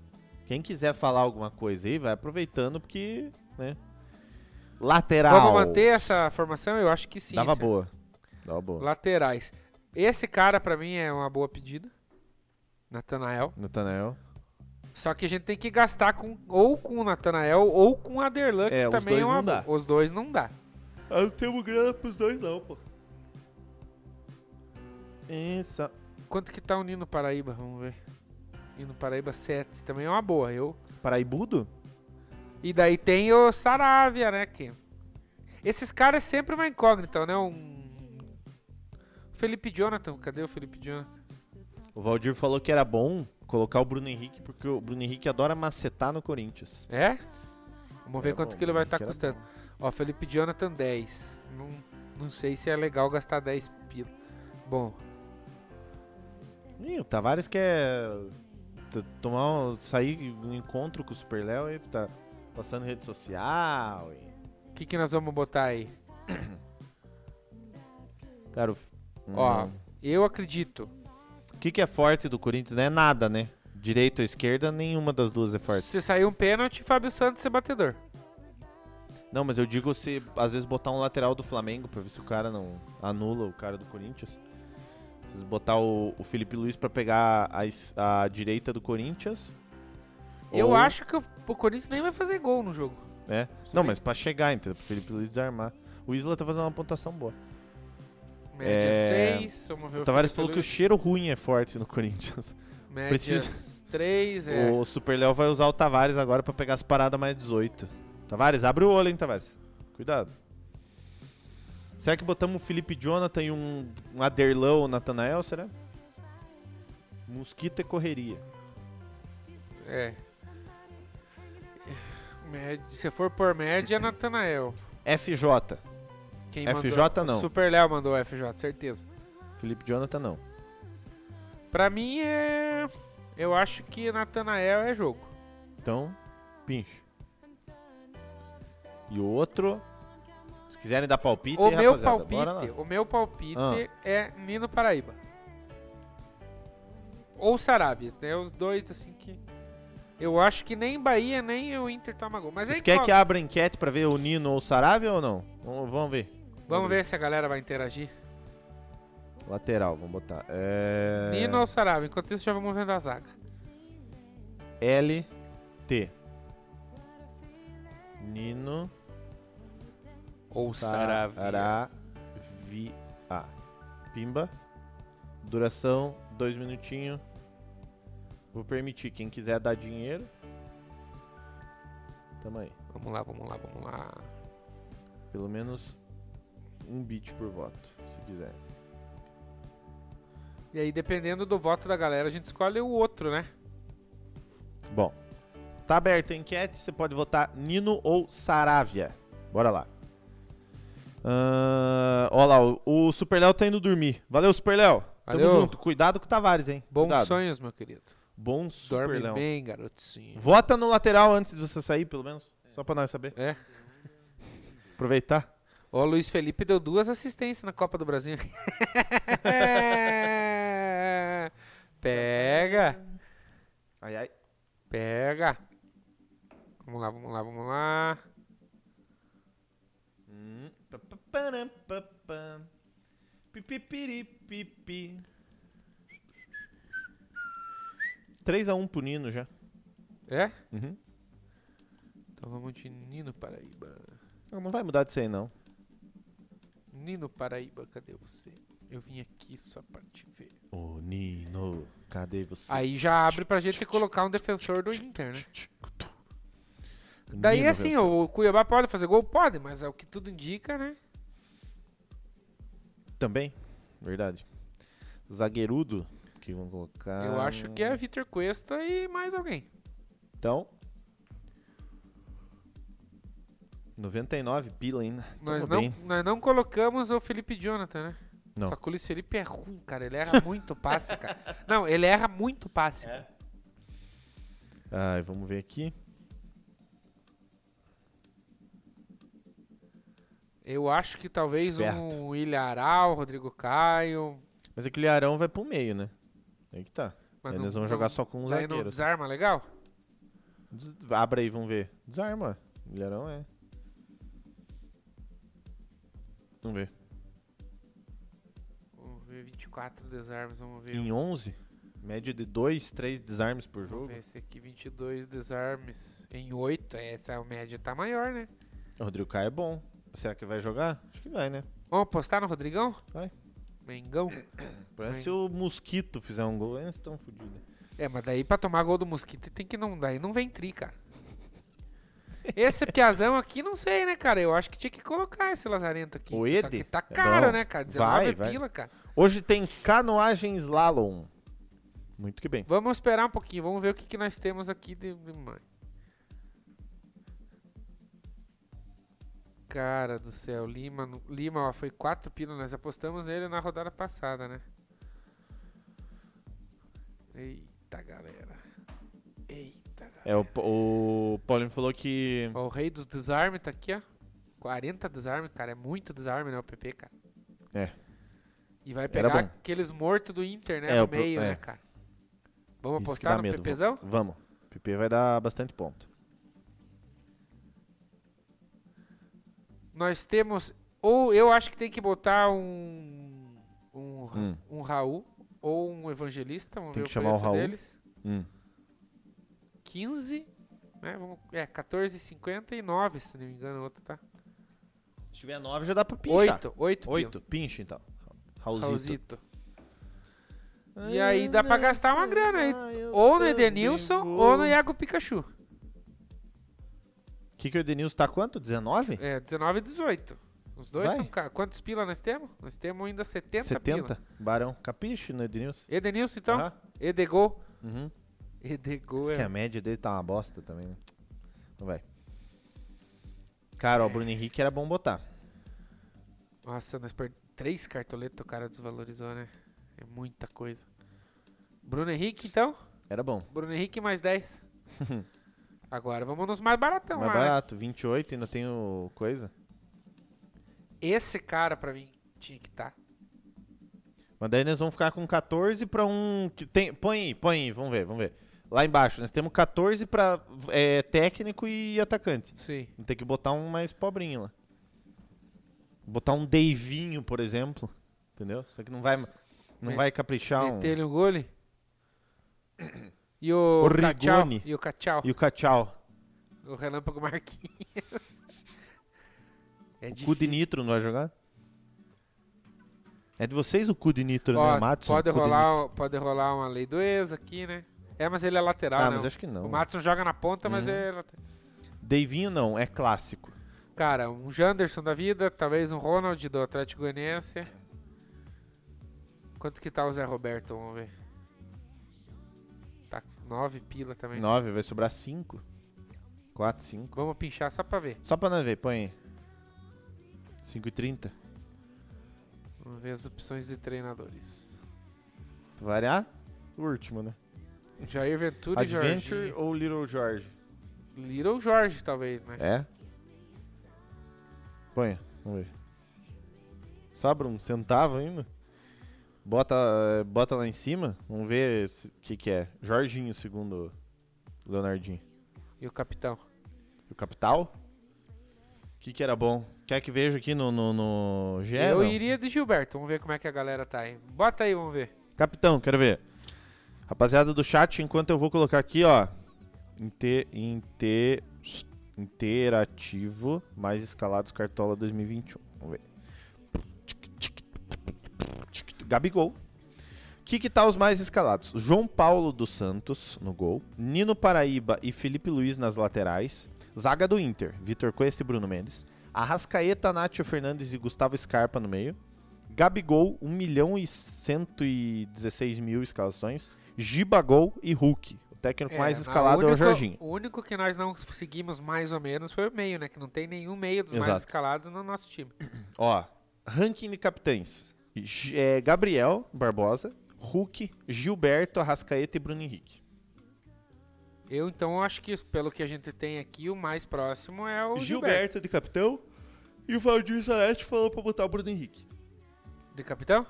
B: Quem quiser falar alguma coisa aí, vai aproveitando, porque, né... Lateral.
C: Vamos manter essa formação? Eu acho que sim.
B: Tá. Dava
C: certo?
B: boa. Dava boa.
C: Laterais. Esse cara, pra mim, é uma boa pedida. Natanael.
B: Natanael.
C: Só que a gente tem que gastar com ou com o Natanael ou com o Aderlan, que
B: É, os
C: também
B: dois
C: é uma
B: não
C: boa.
B: dá.
C: Os dois não dá.
B: Ah, não temos grana pros dois não, pô. Isso.
C: Quanto que tá o Nino Paraíba? Vamos ver. Nino Paraíba 7. Também é uma boa. Eu
B: Paraibudo?
C: E daí tem o Saravia, né? Que... Esses caras é sempre uma incógnita, né? Um... Felipe Jonathan, cadê o Felipe Jonathan?
B: O Valdir falou que era bom colocar o Bruno Henrique, porque o Bruno Henrique adora macetar no Corinthians.
C: É? Vamos ver
B: Era
C: quanto
B: É bom,
C: que ele vai
B: Bruno
C: estar
B: Henrique era
C: custando. Ó, Felipe Jonathan 10. Não, não sei se é legal gastar 10 pila. Bom,
B: Ih, o Tavares quer t- tomar um, sair um encontro com o Super Léo e tá passando rede social. e-
C: o que, que nós vamos botar aí?
B: Cara, o
C: Ó,
B: Hum.
C: eu acredito.
B: o que, que é forte do Corinthians? Não é nada, né? Direita ou esquerda, nenhuma das duas é forte.
C: Se sair um pênalti, Fábio Santos é batedor.
B: Não, mas eu digo você, às vezes, botar um lateral do Flamengo pra ver se o cara não anula o cara do Corinthians. Vocês botar o, o Felipe Luiz pra pegar a, es- a direita do Corinthians
C: Eu
B: Ou-
C: acho que o o Corinthians nem vai fazer gol no jogo.
B: É. Não, mas pra chegar, entendeu? Pro Felipe Luiz desarmar. O Isla tá fazendo uma pontuação boa.
C: Média
B: É,
C: 6, vamos ver
B: O Tavares falou que o
C: Felipe
B: cheiro ruim é forte no Corinthians.
C: Luiz. Média
B: precisa-
C: 3, é.
B: O Super Léo vai usar o Tavares agora pra pegar as paradas mais 18. Tavares, abre o olho, hein, Tavares. Cuidado. Será que botamos o Felipe Jonathan e um, um Aderlão ou Natanael, será? Mosquito é correria.
C: é. Média- se for por média, é Natanael.
B: FJ.
C: Quem
B: FJ
C: mandou?
B: não.
C: Super Léo mandou o FJ, certeza.
B: Felipe Jonathan não.
C: Pra mim é. Eu acho que Natanael é jogo.
B: Então, pinche. E o outro. Se quiserem dar palpite,
C: O
B: hein,
C: meu,
B: rapaziada, bora lá.
C: palpite, o meu palpite
B: Ah.
C: é Nino Paraíba. Ou Sarabia, né? Os dois, assim, que... Eu acho que nem Bahia, nem o Inter toma gol. Mas é aí,
B: Vocês querem
C: qual-
B: que abra enquete pra ver o Nino ou o Saravia ou não? Vamos vamos ver.
C: Vamos ver se a galera vai interagir.
B: Lateral, vamos botar. É...
C: Nino ou Sarabia? Enquanto isso, já vamos vendo a zaga.
B: L T. Nino
C: Ou
B: Saravia. Pimba. Duração dois minutinhos. Vou permitir quem quiser dar dinheiro. Tamo aí.
C: Vamos lá, vamos lá, vamos lá.
B: Pelo menos um bit por voto, se quiser.
C: E aí, dependendo do voto da galera, a gente escolhe o outro, né?
B: Bom, tá aberta a enquete, você pode votar Nino ou Saravia. Bora lá. Ahn, ó lá, o, o Super Léo tá indo dormir. Valeu, Super Léo. Tamo
C: Valeu.
B: junto. Cuidado com o Tavares, hein?
C: Bons
B: Cuidado.
C: sonhos, meu querido.
B: Bom
C: Dorme
B: Super Léo.
C: bem, garotinho.
B: Vota no lateral antes de você sair, pelo menos. Só pra nós saber.
C: É.
B: Aproveitar.
C: Ó, O Luiz Felipe deu duas assistências na Copa do Brasil. [LAUGHS] pega,
B: Ai, ai.
C: pega. Vamos lá, vamos lá, vamos lá.
B: Hum. Pa, pa, param, pa, pam. Pi, pi, piri, pi, pi. 3x1 pro Nino já.
C: É?
B: Uhum.
C: Então vamos de Nino Paraíba.
B: Não, não vai mudar disso aí, não.
C: Nino Paraíba, cadê você? Eu vim aqui só pra te ver.
B: Ô, Nino, cadê você?
C: Aí já abre pra gente colocar um defensor do Inter, né? Daí
B: Nino
C: assim,
B: venceu.
C: o Cuiabá pode fazer gol? Pode, mas é o que tudo indica, né?
B: Também? Verdade. Zagueirudo, que vão colocar...
C: Eu acho que é Vitor Cuesta e mais alguém.
B: Então... 99, pila ainda.
C: Nós
B: Tamo Então
C: não,
B: bem.
C: nós não colocamos o Felipe Jonathan, né?
B: Não.
C: Só que o Luiz Felipe é ruim, cara. Ele erra muito
B: [LAUGHS]
C: passe, cara. Não, ele erra muito passe.
B: É.
C: cara.
B: Ai, vamos ver aqui.
C: Eu acho que talvez
B: Certo.
C: um Ilharal, Rodrigo Caio.
B: Mas é aquele Arão vai pro meio, né? Aí que tá.
C: Mas
B: Aí
C: não-
B: nós vamos jogar
C: não-
B: só com um
C: Daí não
B: zagueiro.
C: desarma, legal?
B: Des- Abra aí, vamos ver. Desarma. Milharão é. Vamos ver.
C: Vamos ver 24 desarmes, vamos ver. um.
B: Em 11, média de 2, 3 desarmes por
C: Vamos
B: jogo.
C: ver esse aqui, 22 desarmes. Em 8, essa é a média tá maior, né?
B: O Rodrigo Caio é bom. Será que vai jogar? Acho que vai, né?
C: Vamos apostar no Rodrigão?
B: Vai.
C: Mengão?
B: Parece
C: Vai.
B: se o Mosquito fizer um gol, eles estão fodidos.
C: É, mas daí pra tomar gol do Mosquito tem que não. Daí não vem tri, cara. Esse Piazão aqui, não sei, né, cara? Eu acho que tinha que colocar esse Lazarento aqui.
B: O
C: Só
B: Ede?
C: que tá
B: É
C: caro,
B: bom.
C: né, cara?
B: Vai,
C: 19
B: vai.
C: pila, cara.
B: Hoje tem canoagem slalom. Muito que bem.
C: Vamos esperar um pouquinho, vamos ver o que, que nós temos aqui de. de mãe. Cara do céu, Lima, no- Lima ó, foi 4 pila, nós apostamos nele na rodada passada, né? Eita, galera. Eita, galera.
B: É, o, o Paulinho falou que.
C: Ó, o rei dos desarmes tá aqui, ó. 40 desarme, cara. É muito desarme, né? O PP, cara.
B: É.
C: E vai
B: Era
C: pegar
B: bom.
C: aqueles mortos do Inter, né?
B: É, o
C: no
B: pro-
C: meio,
B: é.
C: né, cara? Vamos
B: isso que
C: apostar
B: dá
C: no
B: medo.
C: PPzão?
B: Vamos. PP vai dar bastante ponto.
C: Nós temos. Ou eu acho que tem que botar um. Um, Ra-
B: Hum.
C: um Raul ou um evangelista. Vamos
B: Tem
C: ver
B: que
C: o
B: chamar o Hum.
C: preço
B: Raul.
C: deles.
B: Hum.
C: 15, né? Vamos- É, 14,59, se não me engano, o outro tá.
B: Se tiver 9, já dá pra pinchar.
C: 8, 8,
B: 8, pincha então. Raulzito.
C: Raulzito. E aí dá pra gastar uma grana aí. Ou no Edenilson, ou no Iago Pikachu.
B: O que, que o Edenilson tá quanto? 19?
C: É, 19 e 18. Os dois
B: Vai.
C: estão. Quantos pila nós temos? Nós temos ainda 70,
B: 70?
C: pila.
B: Barão. Capiche no Edenilson?
C: Edenilson, então?
B: Aham.
C: Edegol.
B: Uhum.
C: Edegol
B: Diz que
C: é.
B: a média dele tá uma bosta também, né? Não vai. Cara, ó, o Bruno Henrique era bom botar.
C: Nossa, nós perdemos três cartoletas, o cara desvalorizou, né? É muita coisa. Bruno Henrique, então?
B: Era bom.
C: Bruno Henrique
B: [LAUGHS]
C: mais 10. Agora vamos nos mais baratão
B: Mais
C: lá, né?
B: barato, 28, ainda tem o coisa.
C: Esse cara, pra mim, tinha que tá. estar.
B: Mas daí nós vamos ficar com 14 pra um. Que tem, põe aí, põe aí, vamos ver, vamos ver. Lá embaixo, nós temos 14 pra é, técnico e atacante.
C: Sim.
B: Tem que botar um mais pobrinho lá. Botar um Davinho, por exemplo. Entendeu? Só que não vai, não
C: Me-
B: vai caprichar um.
C: Meter ele
B: [CLEARS THROAT]
C: um gole. E o,
B: O
C: Cachau.
B: Rigoni.
C: E o Cachau.
B: E o Cachau.
C: O Relâmpago Marquinhos. [LAUGHS] É
B: O cu de Nitro não vai jogar? É de vocês o cu de Nitro,
C: Ó,
B: né? Matos,
C: pode, rolar, um o- pode rolar uma lei do ex aqui, né? É, mas ele é lateral,
B: Ah,
C: não.
B: mas acho que não.
C: O Matson joga na ponta, mas
B: Uhum.
C: é lateral.
B: Davinho não, é clássico.
C: Cara, um Janderson da vida, talvez um Ronald do Atlético Goianiense. Quanto que tá o Zé Roberto? Vamos ver. Tá 9 pila também.
B: 9, vai sobrar 5. 4, 5.
C: Vamos pinchar só pra ver.
B: Só pra nós ver, põe aí. 5,30.
C: Vamos ver as opções de treinadores.
B: Pra Variar? O último, né?
C: Jair Ventura
B: Adventure
C: e Jorge.
B: ou Little Jorge?
C: Little Jorge, talvez, né?
B: É? Põe, vamos ver. Sobra um centavo ainda? Bota, bota lá em cima, vamos ver o que que é. Jorginho, segundo o Leonardinho.
C: E o capitão.
B: O Capital? O que que era bom? Quer que veja aqui no, no, no GE?
C: Eu
B: não?
C: iria de Gilberto. Vamos ver como é que a galera tá aí. Bota aí, vamos ver.
B: Capitão, quero ver. Rapaziada do chat, enquanto eu vou colocar aqui, ó. Inte, inte, interativo mais escalados Cartola 2021. Vamos ver. Gabigol. Que que tá os mais escalados? João Paulo dos Santos no gol, Nino Paraíba e Felipe Luiz nas laterais, zaga do Inter, Vitor Cuesta e Bruno Mendes, Arrascaeta, Nátio Fernandes e Gustavo Scarpa no meio, Gabigol, 1 milhão e 116 mil escalações. Gibagol e Hulk. O técnico
C: É,
B: mais
C: na-
B: escalado é o
C: único-
B: Jorginho.
C: O único que nós não seguimos mais ou menos foi o meio, né? Que não tem nenhum meio dos mais
B: Exato.
C: escalados no nosso time.
B: Ó, ranking de capitães. G- é, Gabriel Barbosa, Hulk, Gilberto, Arrascaeta e Bruno Henrique.
C: Eu, então, acho que pelo que a gente tem aqui, o mais próximo é o Gilberto.
B: Gilberto de capitão e o Valdir Zanetti falou pra botar o Bruno Henrique.
C: De capitão?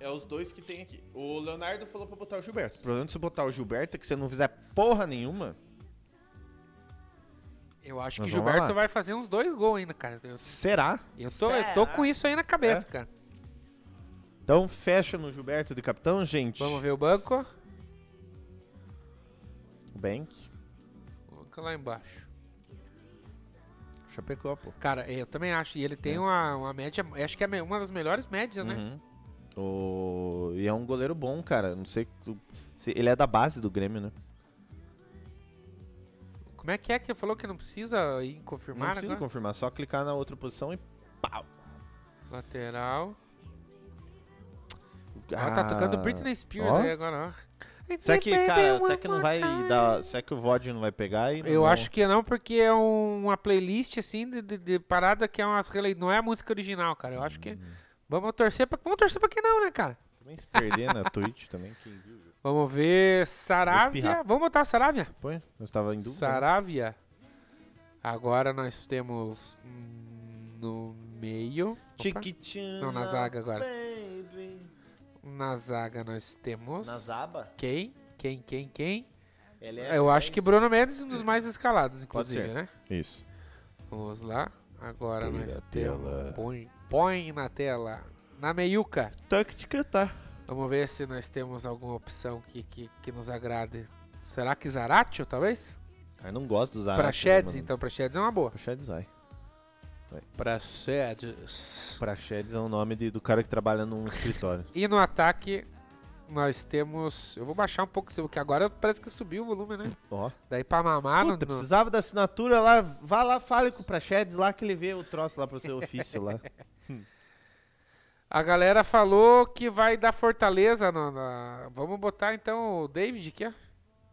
B: É os dois que tem aqui. O Leonardo falou pra botar o Gilberto. O problema de você botar o Gilberto é que você não fizer porra nenhuma.
C: Eu acho
B: Mas
C: que
B: vamos
C: Gilberto
B: lá.
C: vai fazer uns dois gols ainda, cara. Eu,
B: Será?
C: eu tô, eu tô com isso aí na cabeça, cara.
B: Então fecha no Gilberto de capitão, gente.
C: Vamos ver o banco.
B: Bank.
C: O banco lá embaixo.
B: Chapecó, pô.
C: Cara, eu também acho. E ele tem uma, uma média, acho que é me- uma das melhores médias, né?
B: É. Uhum. O- E é um goleiro bom, cara. Não sei. tu- se- Ele é da base do Grêmio, né?
C: Como é que é que falou que não precisa ir
B: Não
C: confirmar
B: precisa
C: agora?
B: confirmar, só clicar na outra posição e pau.
C: Lateral. Ó, tá tocando Britney Spears
B: ó.
C: aí agora, ó.
B: Ah. Será que, cara, será que não vai dar. Será que o VOD não vai pegar e.
C: Eu acho que não, porque é um- uma playlist, assim, de, de- de parada que é umas relei... Não é a música original, cara. Eu acho que...
B: Hum.
C: Vamos torcer pra... Vamos torcer pra que não, né, cara?
B: Também se perder
C: [LAUGHS]
B: na Twitch também, quem viu. já
C: Vamos ver... Saravia.
B: espirrar.
C: Vamos botar o Saravia?
B: Põe? Eu estava em dúvida.
C: Saravia. Agora nós temos... hum, No meio... Opa.
B: Chiquitinho.
C: Não, na zaga agora. Na zaga nós temos...
B: Na zaba?
C: Quem? Quem, quem, quem?
B: Ele
C: Eu acho que Bruno Mendes é um dos mais escalados,
B: Pode ser.
C: inclusive, né?
B: Isso.
C: Vamos lá. Agora
B: Põe
C: nós
B: na
C: temos.
B: tela.
C: Põe, põe na tela. Na meiuca.
B: Tática tá.
C: Vamos ver se nós temos alguma opção que, que, que nos agrade. Será que Zaratio, talvez?
B: Cara, não gosto dos
C: Pra Sheds, então. Pra Sheds é uma boa.
B: Pra Sheds vai.
C: Pra Sheds.
B: Pra Sheds é o nome de- do cara que trabalha num
C: [LAUGHS]
B: escritório.
C: E no ataque, nós temos... Eu vou baixar um pouco, porque agora parece que subiu o volume, né?
B: Ó.
C: Daí pra mamar...
B: Puta,
C: no, no...
B: precisava da assinatura lá. Vá lá, fale com o Prachedes lá que ele vê o troço lá pro
C: [LAUGHS]
B: seu ofício lá.
C: A galera falou que vai dar fortaleza no- na... Vamos botar, então, o David aqui, ó.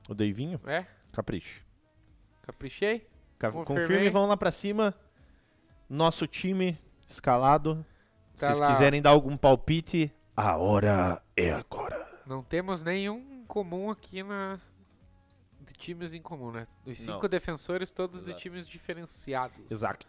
B: O Deivinho?
C: É,
B: Capricho.
C: caprichei.
B: Ca-
C: Confirmei.
B: Confirme, vão lá pra cima. Nosso time escalado. Se
C: Tá
B: vocês
C: lá.
B: quiserem dar algum palpite, a hora é agora.
C: Não temos nenhum em comum aqui na. De times em comum, né? Os
B: Não.
C: cinco defensores, todos de times diferenciados.
B: Exato.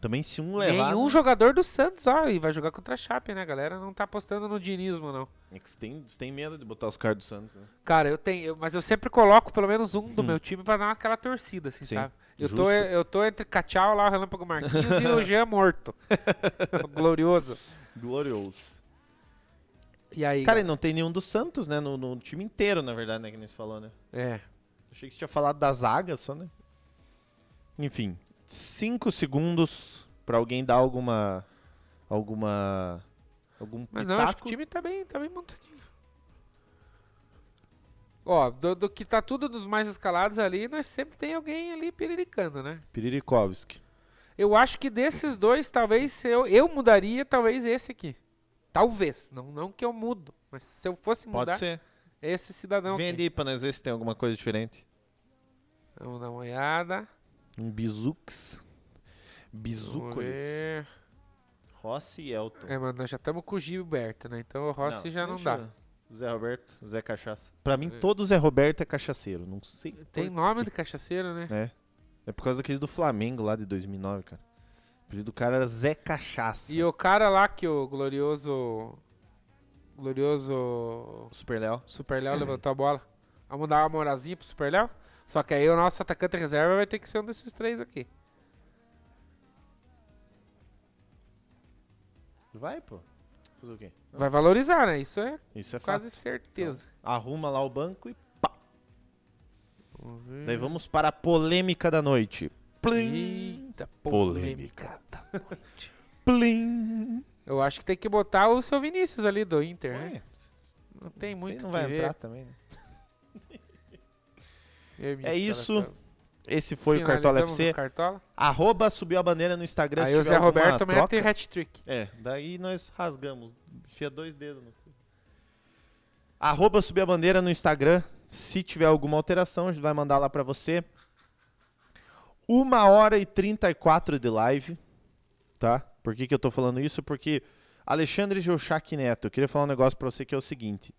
B: Também se um levar...
C: Nenhum jogador do Santos, ó, e vai jogar contra a Chape, né, galera? Não tá apostando no dinismo, não.
B: É que você tem, você tem medo de botar os caras do Santos, né?
C: Cara, eu tenho, eu- mas eu sempre coloco pelo menos um do meu time pra dar aquela torcida, assim,
B: Uhum. Sim,
C: sabe? Eu
B: justo.
C: tô, eu tô entre Cachau lá, o Relâmpago Marquinhos
B: [LAUGHS]
C: e o Jean morto. O Glorioso.
B: Glorioso.
C: E aí?
B: Cara, e não tem nenhum do Santos, né? No, no time inteiro, na verdade, né? Que nem você falou, né?
C: é.
B: Achei que você tinha falado da zaga só, né? Enfim, cinco segundos pra alguém dar alguma. alguma. algum
C: Mas não, acho que
B: pitaco.
C: o time tá bem, tá bem montadinho. Ó, do, do que tá tudo dos mais escalados ali, nós sempre tem alguém ali piriricando, né?
B: Piririkovski.
C: Eu acho que desses dois, talvez se eu, eu mudaria, talvez esse aqui. Talvez, não, não que eu mudo, mas se eu fosse
B: Pode
C: mudar,
B: ser.
C: é esse cidadão
B: Vem
C: aqui.
B: ali pra nós ver se tem alguma coisa diferente.
C: Vamos dar uma olhada.
B: Um Bizux.
C: Vamos
B: Bizucos.
C: ver.
B: Rossi e Elton.
C: É, mas nós já estamos com o Gilberto, né? Então o Rossi já não
B: deixa
C: dá.
B: o Zé Roberto, o Zé Cachaça. Pra mim, todo Zé Roberto é cachaceiro. Não sei.
C: Tem
B: por
C: nome de cachaceiro, né?
B: É. É por causa daquele do Flamengo lá de 2009, cara. O apelido do cara era Zé Cachaça.
C: E o cara lá que o glorioso. Glorioso.
B: Super Léo.
C: Super Léo levantou a bola. Vamos dar uma moralzinha pro Super Léo? Só que aí o nosso atacante reserva vai ter que ser um desses três aqui.
B: Vai, pô. Fazer o quê?
C: Vai valorizar, né? Isso é
B: Isso é
C: quase
B: fácil.
C: certeza.
B: Arruma lá o banco e pá.
C: Vamos ver.
B: Daí vamos para a polêmica da noite. Plim,
C: Eita,
B: Polêmica.
C: polêmica. tá da noite.
B: [LAUGHS] plim.
C: Eu acho que tem que botar o seu Vinícius ali do Inter, né?
B: Ué,
C: Não tem
B: isso aí
C: muito
B: não
C: o
B: vai
C: que
B: entrar
C: ver.
B: também. né?
C: Eu e minha
B: É isso.
C: escalação.
B: Esse foi o
C: Finalizamos
B: Cartola FC.
C: o Cartola.
B: Arroba subiu a bandeira no Instagram.
C: Aí
B: se
C: o
B: tiver
C: Zé
B: alguma
C: Roberto mete
B: troca.
C: hat-trick.
B: É, daí nós rasgamos. Enfia dois dedos no cu. Arroba subir a bandeira no Instagram. Se tiver alguma alteração, a gente vai mandar lá pra você. Uma hora e 34 de live. Tá? Por que, que eu tô falando isso? Porque Alexandre Geuchac Neto, eu queria falar um negócio pra você que é o seguinte.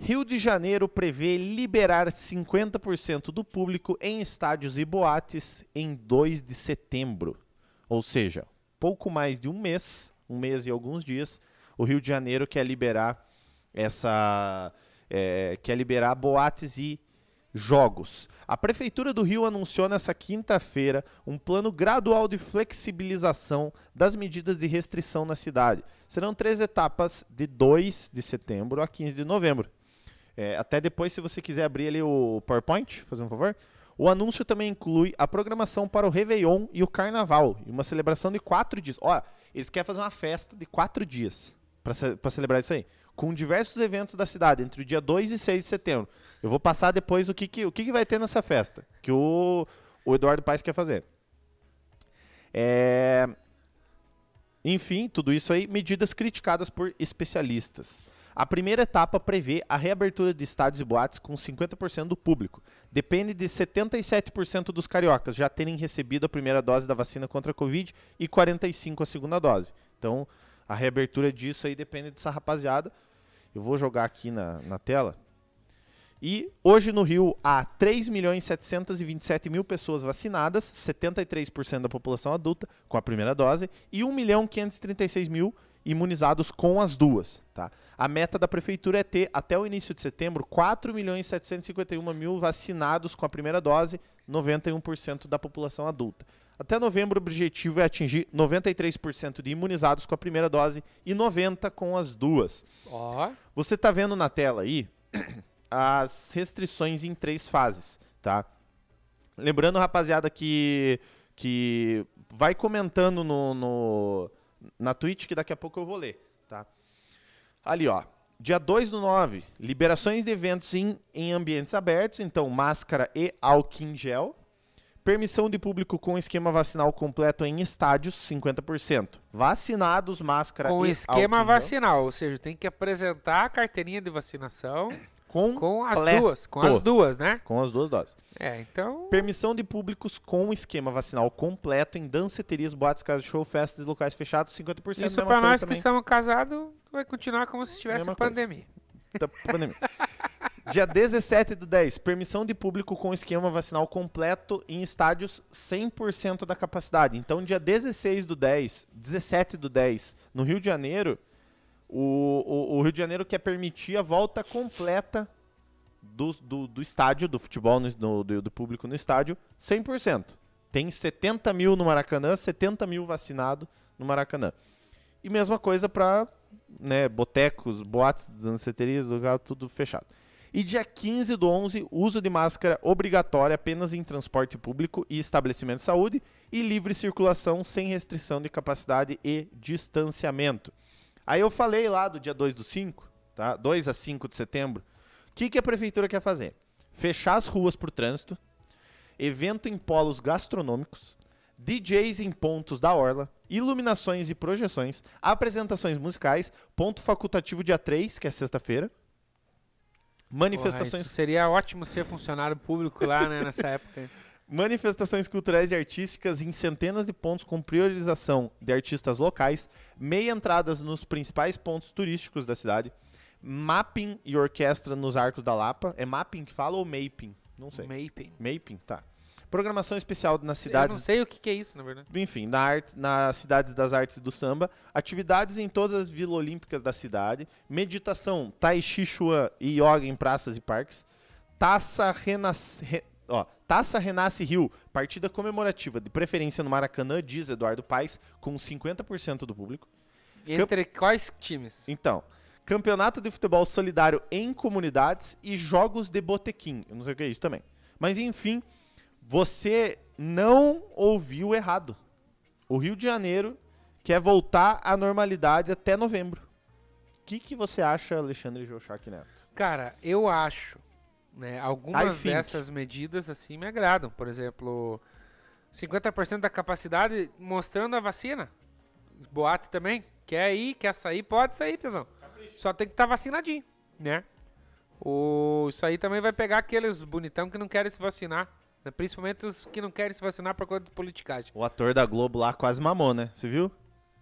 B: Rio de Janeiro prevê liberar 50% do público em estádios e boates em 2 de setembro. Ou seja, pouco mais de um mês, um mês e alguns dias, o Rio de Janeiro quer liberar essa. é, quer liberar boates e jogos. A Prefeitura do Rio anunciou nessa quinta-feira um plano gradual de flexibilização das medidas de restrição na cidade. Serão três etapas de 2 de setembro a 15 de novembro. É, até depois, se você quiser abrir ali o PowerPoint, fazer um favor. O anúncio também inclui a programação para o Réveillon e o Carnaval, e uma celebração de quatro dias. Ó, eles querem fazer uma festa de quatro dias para celebrar isso aí, com diversos eventos da cidade, entre o dia 2 e 6 de setembro. Eu vou passar depois o que, que, o que, que vai ter nessa festa, que o, o Eduardo Paes quer fazer. É, enfim, tudo isso aí, medidas criticadas por especialistas. A primeira etapa prevê a reabertura de estádios e boates com 50% do público. Depende de 77% dos cariocas já terem recebido a primeira dose da vacina contra a Covid e 45% a segunda dose. Então, a reabertura disso aí depende dessa rapaziada. Eu vou jogar aqui na, na tela. E hoje no Rio há 3 milhões mil pessoas vacinadas, 73% da população adulta com a primeira dose e 1 milhão 536 mil imunizados com as duas. Tá? A meta da prefeitura é ter, até o início de setembro, 4 milhões 751 mil vacinados com a primeira dose, 91% da população adulta. Até novembro, o objetivo é atingir 93% de imunizados com a primeira dose e 90% com as duas.
C: Ó,
B: Você tá vendo na tela aí [CLEARS THROAT] as restrições em três fases, tá? Lembrando, rapaziada, que, que vai comentando no, no, na Twitch que daqui a pouco eu vou ler, tá? Ali, ó. Dia 2 do 9, liberações de eventos em, em ambientes abertos, então máscara e álcool em gel. Permissão de público com esquema vacinal completo em estádios, 50%. Vacinados, máscara
C: Com
B: e
C: esquema
B: álcool em gel.
C: vacinal, ou seja, tem que apresentar a carteirinha de vacinação com as
B: Completo.
C: duas, com as duas, né?
B: Com as duas doses.
C: É, então
B: Permissão de públicos com esquema vacinal completo em danceterias, boates, casas de show, festas e locais fechados, 50%.
C: isso
B: é mesma
C: pra
B: coisa
C: nós que
B: também. É
C: somos casados vai continuar como se tivesse
B: Mesma coisa.
C: pandemia.
B: da Tá, pandemia. Dia 17 do 10, permissão de público com esquema vacinal completo em estádios 100% da capacidade. Então, dia 16 do 10, 17 do 10, no Rio de Janeiro, o, o- o Rio de Janeiro quer permitir a volta completa do, do, do estádio, do futebol, no, no- do, do público no estádio, 100%. Tem 70 mil no Maracanã, 70 mil vacinado no Maracanã. E mesma coisa para né, botecos, boates, danceterias, lugar tudo fechado. E dia 15 do 11, uso de máscara obrigatória apenas em transporte público e estabelecimento de saúde e livre circulação sem restrição de capacidade e distanciamento. Aí eu falei lá do dia 2 do 5, tá? 2 a 5 de setembro. O que, que a prefeitura quer fazer? Fechar as ruas para o trânsito, evento em polos gastronômicos, DJs em pontos da orla, iluminações e projeções, apresentações musicais, ponto facultativo dia 3, que é sexta-feira,
C: Porra,
B: manifestações,
C: isso seria ótimo ser funcionário público lá, né,
B: [LAUGHS]
C: nessa época.
B: manifestações culturais e artísticas em centenas de pontos com priorização de artistas locais, meia entradas nos principais pontos turísticos da cidade, mapping e orquestra nos arcos da Lapa. É mapping que fala ou maping? Não sei.
C: Maping.
B: Maping, tá. Programação especial nas
C: Eu não
B: cidades
C: sei o que, que é isso, na verdade.
B: enfim, na arte, nas cidades das artes do samba, atividades em todas as vilas olímpicas da cidade, meditação, tai chi chuan e yoga em praças e parques, taça renasce, Re- ó, taça renasce Rio, partida comemorativa de preferência no Maracanã, diz Eduardo Paes, com 50% do público.
C: Entre quais times?
B: Então, campeonato de futebol solidário em comunidades e jogos de botequim. Eu não sei o que é isso também. Mas enfim, você não ouviu errado. O Rio de Janeiro quer voltar à normalidade até novembro. O que, que você acha, Alexandre Jochac Neto?
C: Cara, eu acho, né,
B: I
C: algumas
B: think.
C: dessas medidas assim me agradam. Por exemplo, 50% da capacidade mostrando a vacina. Boate também. Quer ir, quer sair, pode sair, pessoal. Só tem que estar vacinadinho, né? O, isso aí também vai pegar aqueles bonitão que não querem se vacinar. né, Principalmente os que não querem se vacinar por conta de politicagem.
B: O ator da Globo lá quase mamou, né? Você viu?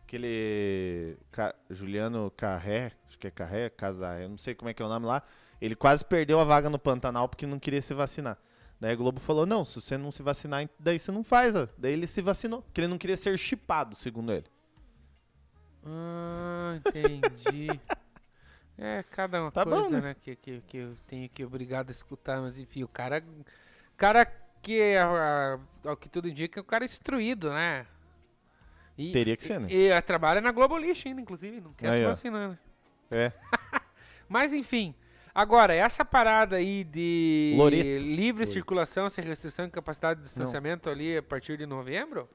B: Aquele Ca- Juliano Carré, acho que é Carré, Casar, eu não sei como é que é o nome lá. Ele quase perdeu a vaga no Pantanal porque não queria se vacinar. Daí a Globo falou: não, se você não se vacinar, daí você não faz. ó. Daí ele se vacinou, porque ele não queria ser chipado, segundo ele.
C: Ah, entendi.
B: [LAUGHS]
C: é, cada uma
B: Tá bom,
C: coisa,
B: né?
C: né? que, que, que eu tenho que obrigado a escutar, mas enfim, o cara. cara que, é, ah, ao que tudo indica, é um cara instruído, né? E-
B: Teria que ser, né?
C: E, e, ah, trabalha na Globo Lixo ainda, inclusive, não quer
B: Aí,
C: se
B: ó.
C: vacinar, né?
B: É.
C: Mas enfim. Agora, essa parada aí de
B: Loreto.
C: livre circulação, sem restrição de capacidade de distanciamento ali a partir de novembro,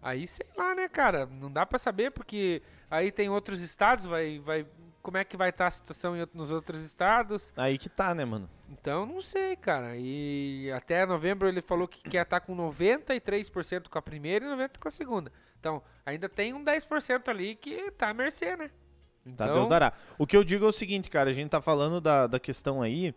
C: aí sei lá, né, cara? Não dá pra saber, porque aí tem outros estados, vai, vai, como é que vai estar a situação em outro- nos outros estados.
B: Aí que tá, né, mano?
C: Então, não sei, cara. E até novembro ele falou que quer estar com 93% com a primeira e 90% com a segunda. Então, ainda tem um 10% ali que tá à mercê, né?
B: Tá,
C: Então,
B: Deus dará. O que eu digo é o seguinte, cara, a gente tá falando da, da questão aí,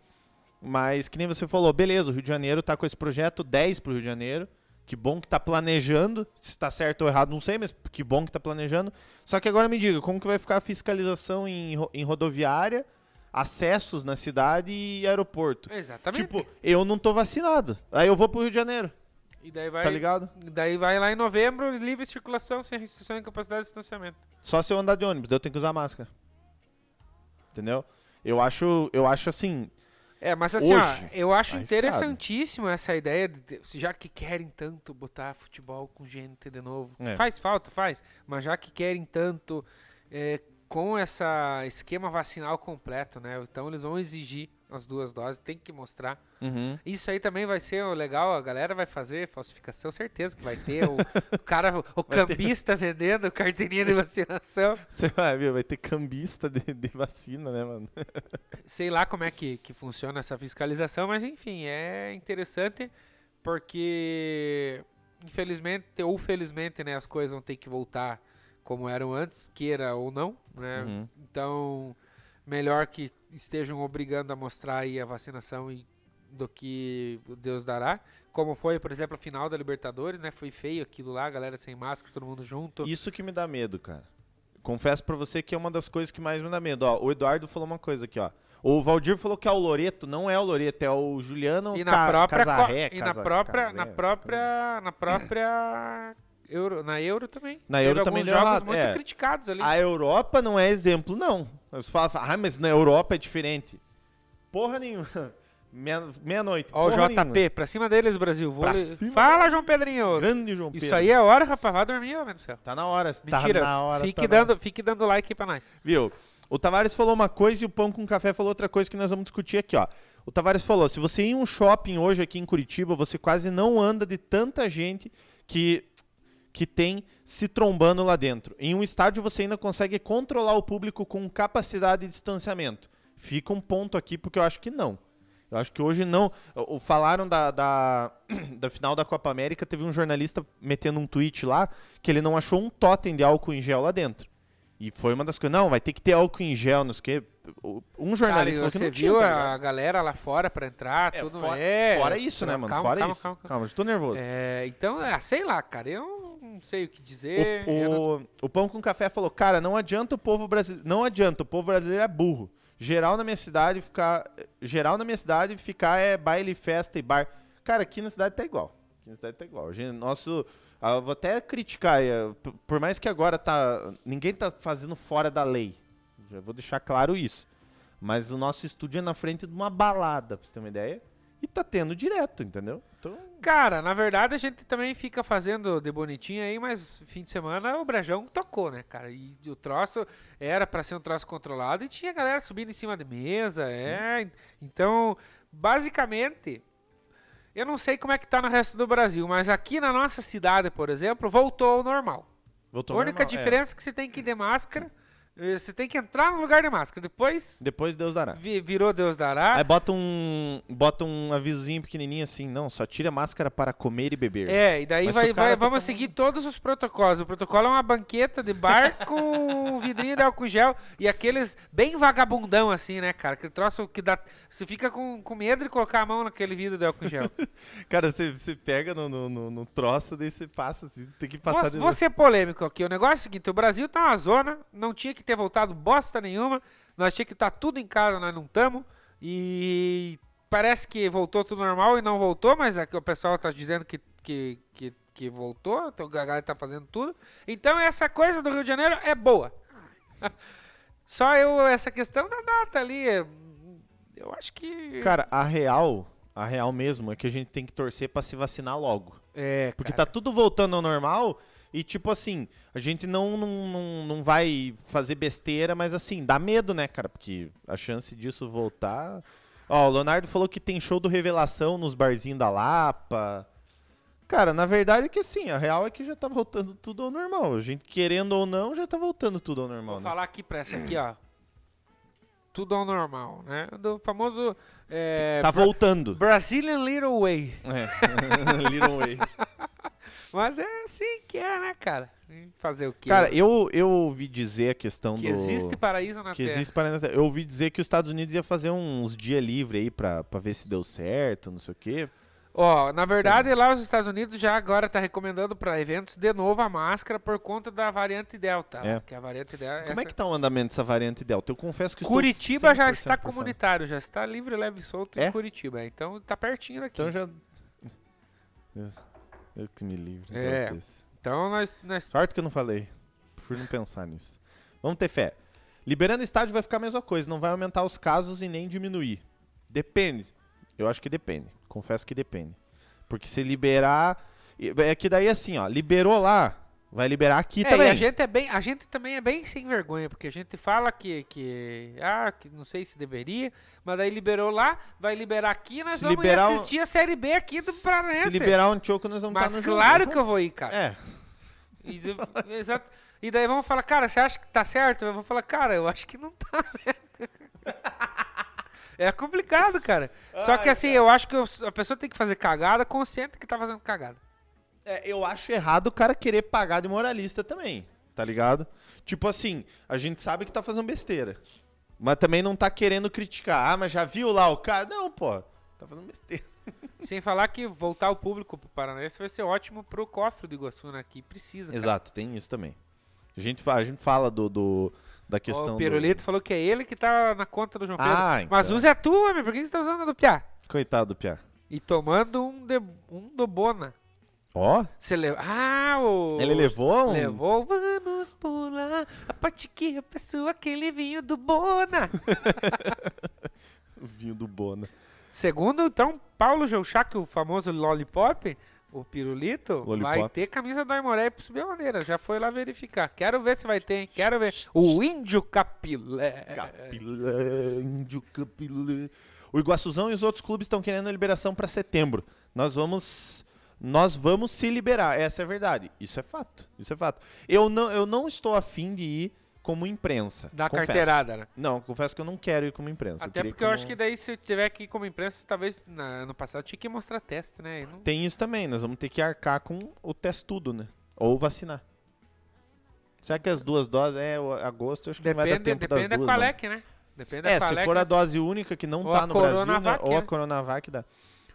B: mas que nem você falou, beleza, o Rio de Janeiro tá com esse projeto 10 pro Rio de Janeiro, que bom que tá planejando, se tá certo ou errado não sei, mas que bom que tá planejando. Só que agora me diga, como que vai ficar a fiscalização em, ro- em rodoviária, acessos na cidade e aeroporto?
C: Exatamente.
B: Tipo, eu não tô vacinado, aí eu vou pro Rio de Janeiro,
C: e daí vai,
B: tá ligado?
C: Daí vai lá em novembro, livre circulação, sem restrição em capacidade de distanciamento.
B: Só se eu andar de ônibus, daí eu tenho que usar máscara. Entendeu? Eu acho, eu acho assim,
C: É, mas assim,
B: Hoje,
C: ó, eu acho
B: arriscado.
C: interessantíssimo essa ideia, de, ter- se já que querem tanto botar futebol com gente de novo,
B: É.
C: faz falta, faz, mas já que querem tanto é, com essa esquema vacinal completo, né? Então eles vão exigir as duas doses, tem que mostrar.
B: Uhum.
C: Isso aí também vai ser ó, legal, a galera vai fazer falsificação, certeza que vai ter o, o cara, [LAUGHS] o
B: Vai ter.
C: campista vendendo carteirinha de vacinação.
B: Você vai ver, vai ter cambista de, de vacina, né, mano?
C: sei lá como é que, que funciona essa fiscalização, mas enfim, é interessante porque infelizmente ou felizmente, né, as coisas vão ter que voltar como eram antes, queira ou não, né?
B: Uhum.
C: Então, melhor que estejam obrigando a mostrar aí a vacinação e do que Deus dará. Como foi, por exemplo, a final da Libertadores, né? Foi feio aquilo lá, a galera sem máscara, todo mundo junto.
B: Isso que me dá medo, cara. Confesso pra você que é uma das coisas que mais me dá medo. Ó, o Eduardo falou uma coisa aqui, ó. O Valdir falou que é o Loreto, não é o Loreto, é o Juliano
C: E na
B: Ca-
C: própria,
B: Casarré,
C: co- e na
B: Casa-
C: própria, na
B: Casé.
C: própria, na própria Euro, na Euro também.
B: Na
C: Teve
B: Euro
C: alguns
B: também deu
C: jogos
B: errado,
C: muito
B: é.
C: criticados ali.
B: A Europa não é exemplo, não. Você fala, ah, mas na Europa é diferente. Porra nenhuma. [LAUGHS] Meia- Meia-noite.
C: Ó, o
B: porra
C: JP,
B: nenhuma.
C: pra cima deles, Brasil. Vou
B: Pra
C: le-
B: cima.
C: Fala, João Pedrinho.
B: Grande João Pedro.
C: Isso aí é hora, rapaz. Vai dormir, meu Deus do céu.
B: Tá na hora.
C: Mentira.
B: Tá na hora.
C: fique,
B: tá na hora.
C: dando, fique dando like aí pra nós.
B: Viu? O Tavares falou uma coisa e o Pão com Café falou outra coisa que nós vamos discutir aqui, ó. O Tavares falou: se você ir em um shopping hoje aqui em Curitiba, você quase não anda de tanta gente que, que tem se trombando lá dentro. Em um estádio, você ainda consegue controlar o público com capacidade e distanciamento. Fica um ponto aqui, porque eu acho que não. Eu acho que hoje não. O- o- Falaram da, da, [CLEARS THROAT] da final da Copa América, teve um jornalista metendo um tweet lá que ele não achou um totem de álcool em gel lá dentro. E foi uma das coisas. Não, vai ter que ter álcool em gel, não sei o quê. O- Um
C: Cara, e
B: jornalista falou que
C: você
B: não tinha,
C: viu
B: tá
C: a
B: ligado?
C: galera lá fora pra entrar,
B: É,
C: tudo
B: fora,
C: é.
B: fora isso, né, mano?
C: Calma,
B: fora
C: calma,
B: isso.
C: calma,
B: Calma,
C: calma.
B: eu já tô nervoso.
C: É, então, ah, sei lá, cara. Eu não sei o que dizer. eu não-
B: O, o, o Pão com Café falou, cara, não adianta o povo brasileiro. Não adianta, o povo brasileiro é burro. Geral na minha cidade ficar. Geral na minha cidade ficar é baile, festa e bar. Cara, aqui na cidade tá igual. Aqui na cidade tá igual. A gente- Nosso. ah, eu vou até criticar. eh, p- Por mais que agora tá. Ninguém tá fazendo fora da lei. Já vou deixar claro isso. Mas o nosso estúdio é na frente de uma balada, pra você ter uma ideia. E tá tendo direto, entendeu? Então.
C: Cara, na verdade a gente também fica fazendo de bonitinho aí, mas fim de semana o Brejão tocou, né, cara? E o troço era pra ser um troço controlado e tinha galera subindo em cima de mesa, é. Então, basicamente, eu não sei como é que tá no resto do Brasil, mas aqui na nossa cidade, por exemplo, voltou ao normal.
B: Voltou
C: a única
B: normal, é.
C: diferença é que você tem que ir de máscara, eh, você tem que entrar no lugar de máscara, depois
B: Depois Deus dará.
C: vi- virou Deus dará.
B: Aí bota um, bota um avisozinho pequenininho assim, não, só tira a máscara para comer e beber.
C: É, e daí
B: Mas
C: vai,
B: se o cara
C: vai-
B: tá
C: vamos
B: tomando-
C: seguir todos os protocolos. O protocolo é uma banqueta de
B: [LAUGHS]
C: bar com um vidrinho de álcool gel e aqueles bem vagabundão assim, né, cara? Aquele troço que dá... Você fica com, com medo de colocar a mão naquele vidro de álcool gel.
B: Cara, você, você pega no, no, no, no troço, daí você passa assim, tem que passar...
C: Você
B: de-
C: vou, ser polêmico aqui. O negócio é o seguinte, o Brasil tá uma zona, não tinha que ter voltado bosta nenhuma. Nós tinha que estar tudo em casa, nós não estamos. E parece que voltou tudo normal e não voltou, mas aqui o pessoal tá dizendo que, que, que, que voltou, então a galera tá fazendo tudo. Então essa coisa do Rio de Janeiro é boa. [LAUGHS] Só eu, essa questão da data ali, eu acho que...
B: Cara, a real, a real mesmo é que a gente tem que torcer para se vacinar logo.
C: é,
B: Porque
C: cara.
B: tá tudo voltando ao normal e tipo assim, a gente não, não, não, não vai fazer besteira, mas assim, dá medo, né, cara? Porque a chance disso voltar... Ó, o Leonardo falou que tem show do Revelação nos barzinhos da Lapa... Cara, na verdade é que assim, a real é que já tá voltando tudo ao normal. A gente, querendo ou não, já tá voltando tudo ao normal,
C: Vou
B: né?
C: falar aqui pra essa
B: [CLEARS THROAT]
C: aqui, ó. Tudo ao normal, né? Do famoso é,
B: Tá
C: [LAUGHS]
B: voltando.
C: Brazilian Little Way. [LAUGHS]
B: É. Little Way.
C: Mas é assim que é, né, cara? E Fazer o quê?
B: Cara, eu, eu ouvi dizer a questão
C: que
B: do...
C: existe paraíso na
B: que
C: Terra.
B: existe para Eu ouvi dizer que os Estados Unidos ia fazer uns dia livre aí pra, pra ver se deu certo, não sei o quê.
C: Ó, na verdade, lá os Estados Unidos já agora tá recomendando pra eventos de novo a máscara por conta da variante Delta.
B: É.
C: Que a variante Delta.
B: Como é
C: essa-
B: que tá o andamento dessa variante Delta? Eu confesso que estou
C: Curitiba já
B: 100%
C: está
B: por fora.
C: comunitário, já está livre, leve e solto em
B: É?
C: Curitiba. Então tá pertinho daqui.
B: Então já... Deus, eu que me livre. de um
C: É.
B: troço desse.
C: Então nós, nós
B: Sorte que eu não falei. Prefiro não pensar nisso. Vamos ter fé. Liberando estádio vai ficar a mesma coisa. Não vai aumentar os casos e nem diminuir. Depende. Eu acho que depende. Confesso que depende. Porque se liberar. É que daí assim, ó. Liberou lá. Vai liberar aqui
C: é,
B: também.
C: E a gente é bem, a gente também é bem sem vergonha, porque a gente fala que que ah, que não sei se deveria, mas daí liberou lá, vai liberar aqui, nós
B: Se
C: vamos ir
B: liberar o-
C: assistir a série B aqui do Paranaense.
B: Se liberar um choco, nós vamos
C: mas
B: estar no
C: claro
B: jogo.
C: que eu vou ir, cara.
B: É.
C: E, de- [LAUGHS] exato. E daí vamos falar, cara, você acha que tá certo? Eu vou falar, cara, eu acho que não tá. [LAUGHS] né? É complicado, cara. Só que assim, eu acho que eu- a pessoa tem que fazer cagada, consciente que tá fazendo cagada.
B: É, eu acho errado o cara querer pagar de moralista também, tá ligado? Tipo assim, a gente sabe que tá fazendo besteira. Mas também não tá querendo criticar. Ah, mas já viu lá o cara? Não, pô. Tá fazendo besteira. [LAUGHS]
C: Sem falar que voltar o público pro Paranaense vai ser ótimo pro cofre do Iguaçu, né? Que precisa. cara.
B: Exato, tem isso também. A gente, fa- a gente fala do, do- da questão.
C: o
B: do-
C: Pirulito falou que é ele que tá na conta do João Pedro.
B: Ah, então.
C: Mas usa a tua, meu. Por que que você tá usando a do Piá?
B: Coitado do Piá.
C: E tomando um, de, um do Bona.
B: Ó,
C: Você levou. Ah, o.
B: ele levou um.
C: Levou. Vamos pular a parte que a pessoa, aquele vinho do Bona.
B: O vinho do Bona.
C: Segundo, então, Paulo Geuchac, o famoso Lollipop, o Pirulito, vai
B: Lollipop.
C: ter camisa do Aimoré pra subir a bandeira. Já foi lá verificar. Quero ver se vai ter, hein? Quero ver. O Índio Capilé.
B: Capilé, índio capilé. O Iguaçuzão e os outros clubes estão querendo a liberação para setembro. Nós vamos nós vamos se liberar, essa é a verdade. Isso é fato. Isso é fato. Eu não eu não estou afim de ir como imprensa.
C: Da
B: confesso.
C: carteirada, né?
B: Não, confesso que eu não quero ir como imprensa.
C: Até
B: queria
C: porque eu
B: como-
C: acho que daí se eu tiver aqui como imprensa, talvez na, no passado tinha que mostrar teste, né? E não-
B: tem isso também, nós vamos ter que arcar com o testudo, né? Ou vacinar. Será que as duas doses é o- agosto, eu acho que não vai dar
C: Depende,
B: tempo
C: depende
B: das
C: da
B: duas.
C: qual
B: não.
C: é que, né? Depende
B: É,
C: da qual
B: se
C: é
B: for
C: que
B: a
C: nós-
B: dose única que não
C: Ou
B: tá
C: a
B: no Brasil, né?
C: Coronavac,
B: ou a
C: né?
B: Coronavac dá.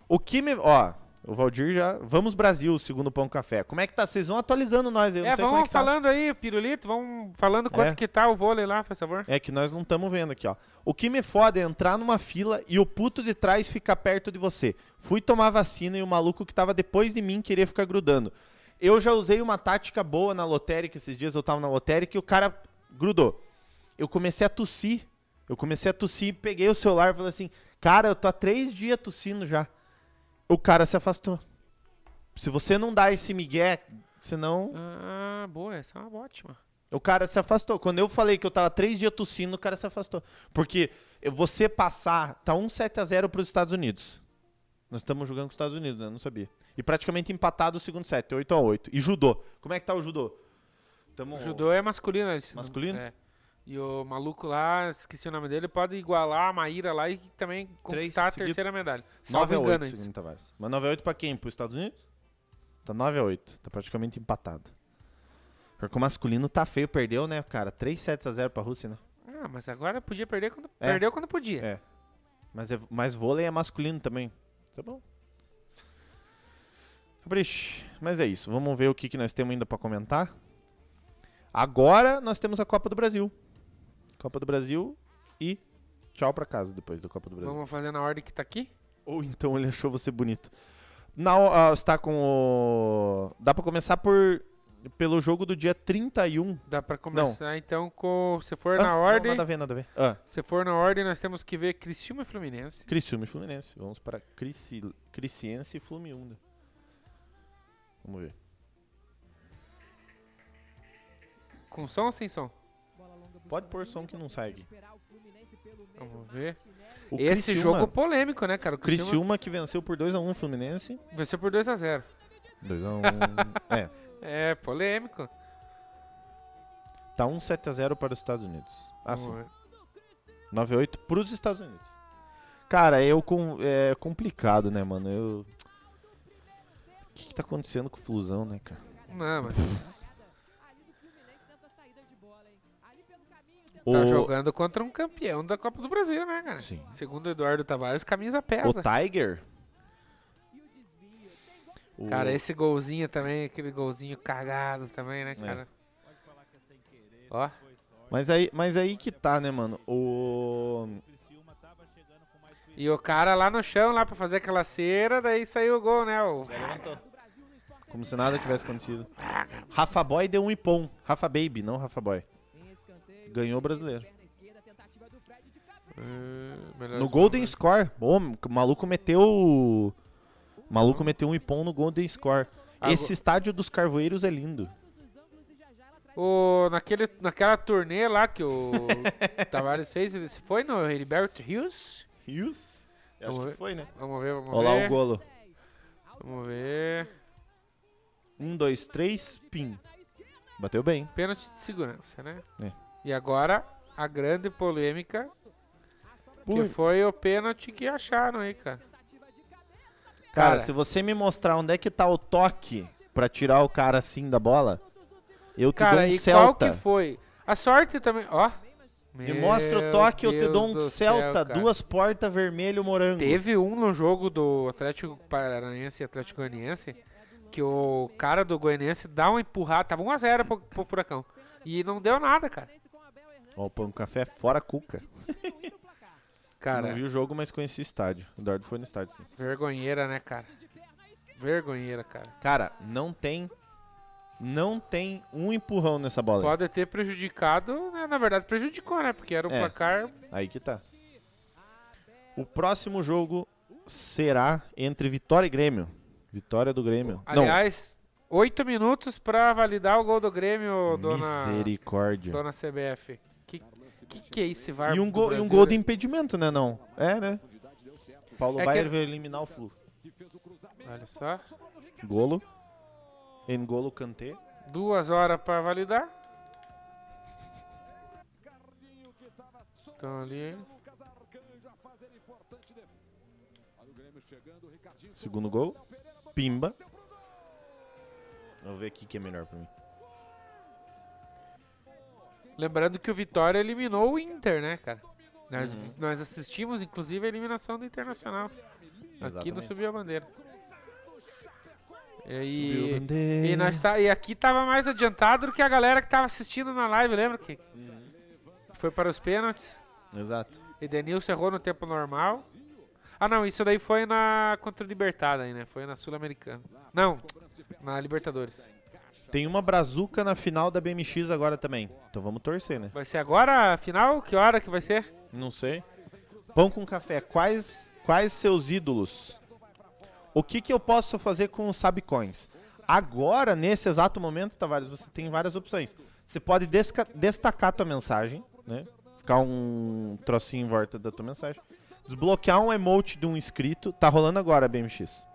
B: O que me, ó, o Valdir já, vamos Brasil, segundo Pão Café. Como é que tá? Vocês vão atualizando nós aí, eu
C: É,
B: não sei como é
C: vamos
B: que tá.
C: falando aí, Pirulito, vamos falando quanto
B: É.
C: que tá o vôlei lá, por favor.
B: É que nós não estamos vendo aqui, ó. O que me foda é entrar numa fila e o puto de trás ficar perto de você. Fui tomar vacina e o maluco que tava depois de mim queria ficar grudando. Eu já usei uma tática boa na lotérica esses dias, eu tava na lotérica e o cara grudou. Eu comecei a tossir. Eu comecei a tossir, peguei o celular e falei assim: Cara, eu tô há três dias tossindo já. O cara se afastou. Se você não dá esse migué, senão.
C: Ah, boa, essa é uma ótima.
B: O cara se afastou. Quando eu falei que eu tava três dias tossindo, o cara se afastou. Porque você passar, tá 1 7 a 0 pros Estados Unidos. Nós estamos jogando com os Estados Unidos, né? Não sabia. E praticamente empatado o segundo set, 8 a 8 E judô. Como é que tá o judô? Tamo...
C: O judô é masculino. eles-
B: Tipo, Masculino?
C: É. E o maluco lá, esqueci o nome dele, pode igualar a Maíra lá e também conquistar a
B: seguido.
C: terceira medalha.
B: 9
C: Salvo
B: a 8
C: engano isso.
B: segundo Tavares. Mas 9 a 8 pra quem? Pros Estados Unidos? Tá 9 a 8 Tá praticamente empatado. Porque o masculino tá feio, perdeu, né, cara? 3 sets a 0 pra Rússia, né?
C: Ah, mas agora podia perder quando
B: É.
C: perdeu quando podia.
B: É. Mas, é, mas vôlei é masculino também. Tá bom. Cabrich, mas é isso. Vamos ver o que, que nós temos ainda pra comentar. Agora nós temos a Copa do Brasil. Copa do Brasil e tchau pra casa depois da Copa do Brasil.
C: Vamos fazer na ordem que tá aqui?
B: Ou então ele achou você bonito. Na, ah, está com o... Dá pra começar por pelo jogo do dia 31.
C: Dá pra começar então com. Se for na
B: Ah,
C: ordem.
B: Não, nada a ver, nada a ver. Ah,
C: Se for na ordem, nós temos que ver Criciúma e Fluminense.
B: Criciúma e Fluminense. Vamos para Crici... Criciense e Flumiúnda. Vamos ver.
C: Com som ou sem som?
B: Pode pôr som que não sai aqui.
C: Vamos ver.
B: O
C: Esse
B: Criciúma-
C: jogo polêmico, né, cara? O Criciúma
B: Criciúma que venceu por 2x1 o Fluminense.
C: venceu por 2x0.
B: 2x1. [LAUGHS] é,
C: É, polêmico.
B: tá 1 7x0 para os Estados Unidos. Ah,
C: Vamos
B: sim.
C: ver.
B: 9x8 para os Estados Unidos. Cara, eu com, é complicado, né, mano? Eu. O que, que tá acontecendo com o Flusão, né, cara?
C: Não, mas tá
B: O-
C: jogando contra um campeão da Copa do Brasil, né, cara?
B: Sim.
C: Segundo Eduardo Tavares, camisa pesa.
B: O Tiger? O-
C: Cara, esse golzinho também, aquele golzinho cagado também,
B: É.
C: né, cara? Ó,
B: Mas, aí, mas aí que tá, né, mano? O.
C: e o cara lá no chão, lá pra fazer aquela cera, daí saiu o gol, né? O...
B: É. Como se nada tivesse acontecido. Rafa Boy deu um ipom. Rafa Baby, não Rafa Boy. Ganhou o brasileiro.
C: Ah, melhor
B: No
C: escolha.
B: Golden Score. Ô, o maluco meteu. O maluco meteu um ipom no Golden Score.
C: Ah,
B: Esse estádio dos Carvoeiros é lindo.
C: o, naquele, naquela turnê lá que
B: [LAUGHS]
C: o Tavares fez, ele se foi no Heriberto Hughes.
B: Hughes? Eu acho
C: Vamos
B: que foi, né?
C: Vamos ver, vamos
B: Olha lá o
C: ver.
B: golo.
C: Vamos ver.
B: Um, dois, três, pim. Bateu bem.
C: Pênalti de segurança, né?
B: É.
C: E agora, a grande polêmica, que
B: Por-
C: foi o pênalti que acharam aí, cara.
B: Cara,
C: Cara.
B: se você me mostrar onde é que tá o toque pra tirar o cara assim da bola, eu te
C: Cara,
B: dou um
C: e qual
B: Celta.
C: que foi? A sorte também, ó.
B: Me mostra o toque, eu te
C: Meu
B: dou
C: Deus
B: um
C: do
B: Celta,
C: céu, cara.
B: duas portas, vermelho, morango.
C: Teve um no jogo do Atlético Paranaense e Atlético Goianiense que o cara do Goianiense dá uma empurrada, tava 1x0 pro, pro Furacão. E não deu nada, cara.
B: Ó, o pão café é fora cuca.
C: Cara,
B: Não vi o jogo, mas conheci o estádio. O Eduardo foi no estádio, sim.
C: vergonheira, né, cara? Vergonheira, cara.
B: Cara, não tem. Não tem um empurrão nessa bola. aí.
C: Pode ter prejudicado, né? na verdade prejudicou, né? Porque era um
B: É.
C: placar
B: Aí que tá. O próximo jogo será entre Vitória e Grêmio. Vitória do Grêmio.
C: Aliás, oito minutos pra validar o gol do Grêmio,
B: não,
C: dona,
B: misericórdia.
C: dona CBF. Que, que que é esse VAR
B: E um,
C: do
B: gol, e um
C: Brasil,
B: gol de
C: né?
B: impedimento, né, não? É, né? Paulo
C: É que-
B: Baier vai eliminar o Flu.
C: Olha só.
B: Golo. Engolo Kanté.
C: Duas horas pra validar. Então ali,
B: Segundo gol. Pimba. Vamos ver aqui que é melhor pra mim.
C: lembrando que o Vitória eliminou o Inter, né, cara? Nós,
B: Uhum.
C: nós assistimos, inclusive, a eliminação do Internacional. Aqui não
B: Exatamente.
C: subiu a bandeira. E, aí-
B: Subiu a bandeira.
C: E, nós tá, e aqui tava mais adiantado do que a galera que tava assistindo na live, lembra? Que
B: Uhum.
C: foi para os pênaltis.
B: Exato.
C: Edenilson errou no tempo normal. Ah, não, isso daí foi na contra o Libertad aí, né? Foi na Sul-Americana. Não, na Libertadores.
B: Tem uma brazuca na final da BMX agora também. Então vamos torcer, né?
C: Vai ser agora a final? Que hora que vai ser?
B: Não sei. Pão com café. Quais, quais seus ídolos? O que, que eu posso fazer com os Sabcoins? Agora, nesse exato momento, Tavares, você tem várias opções. Você pode desca- destacar a tua mensagem, né? Ficar um trocinho em volta da tua mensagem. Desbloquear um emote de um inscrito. Tá rolando agora a BMX.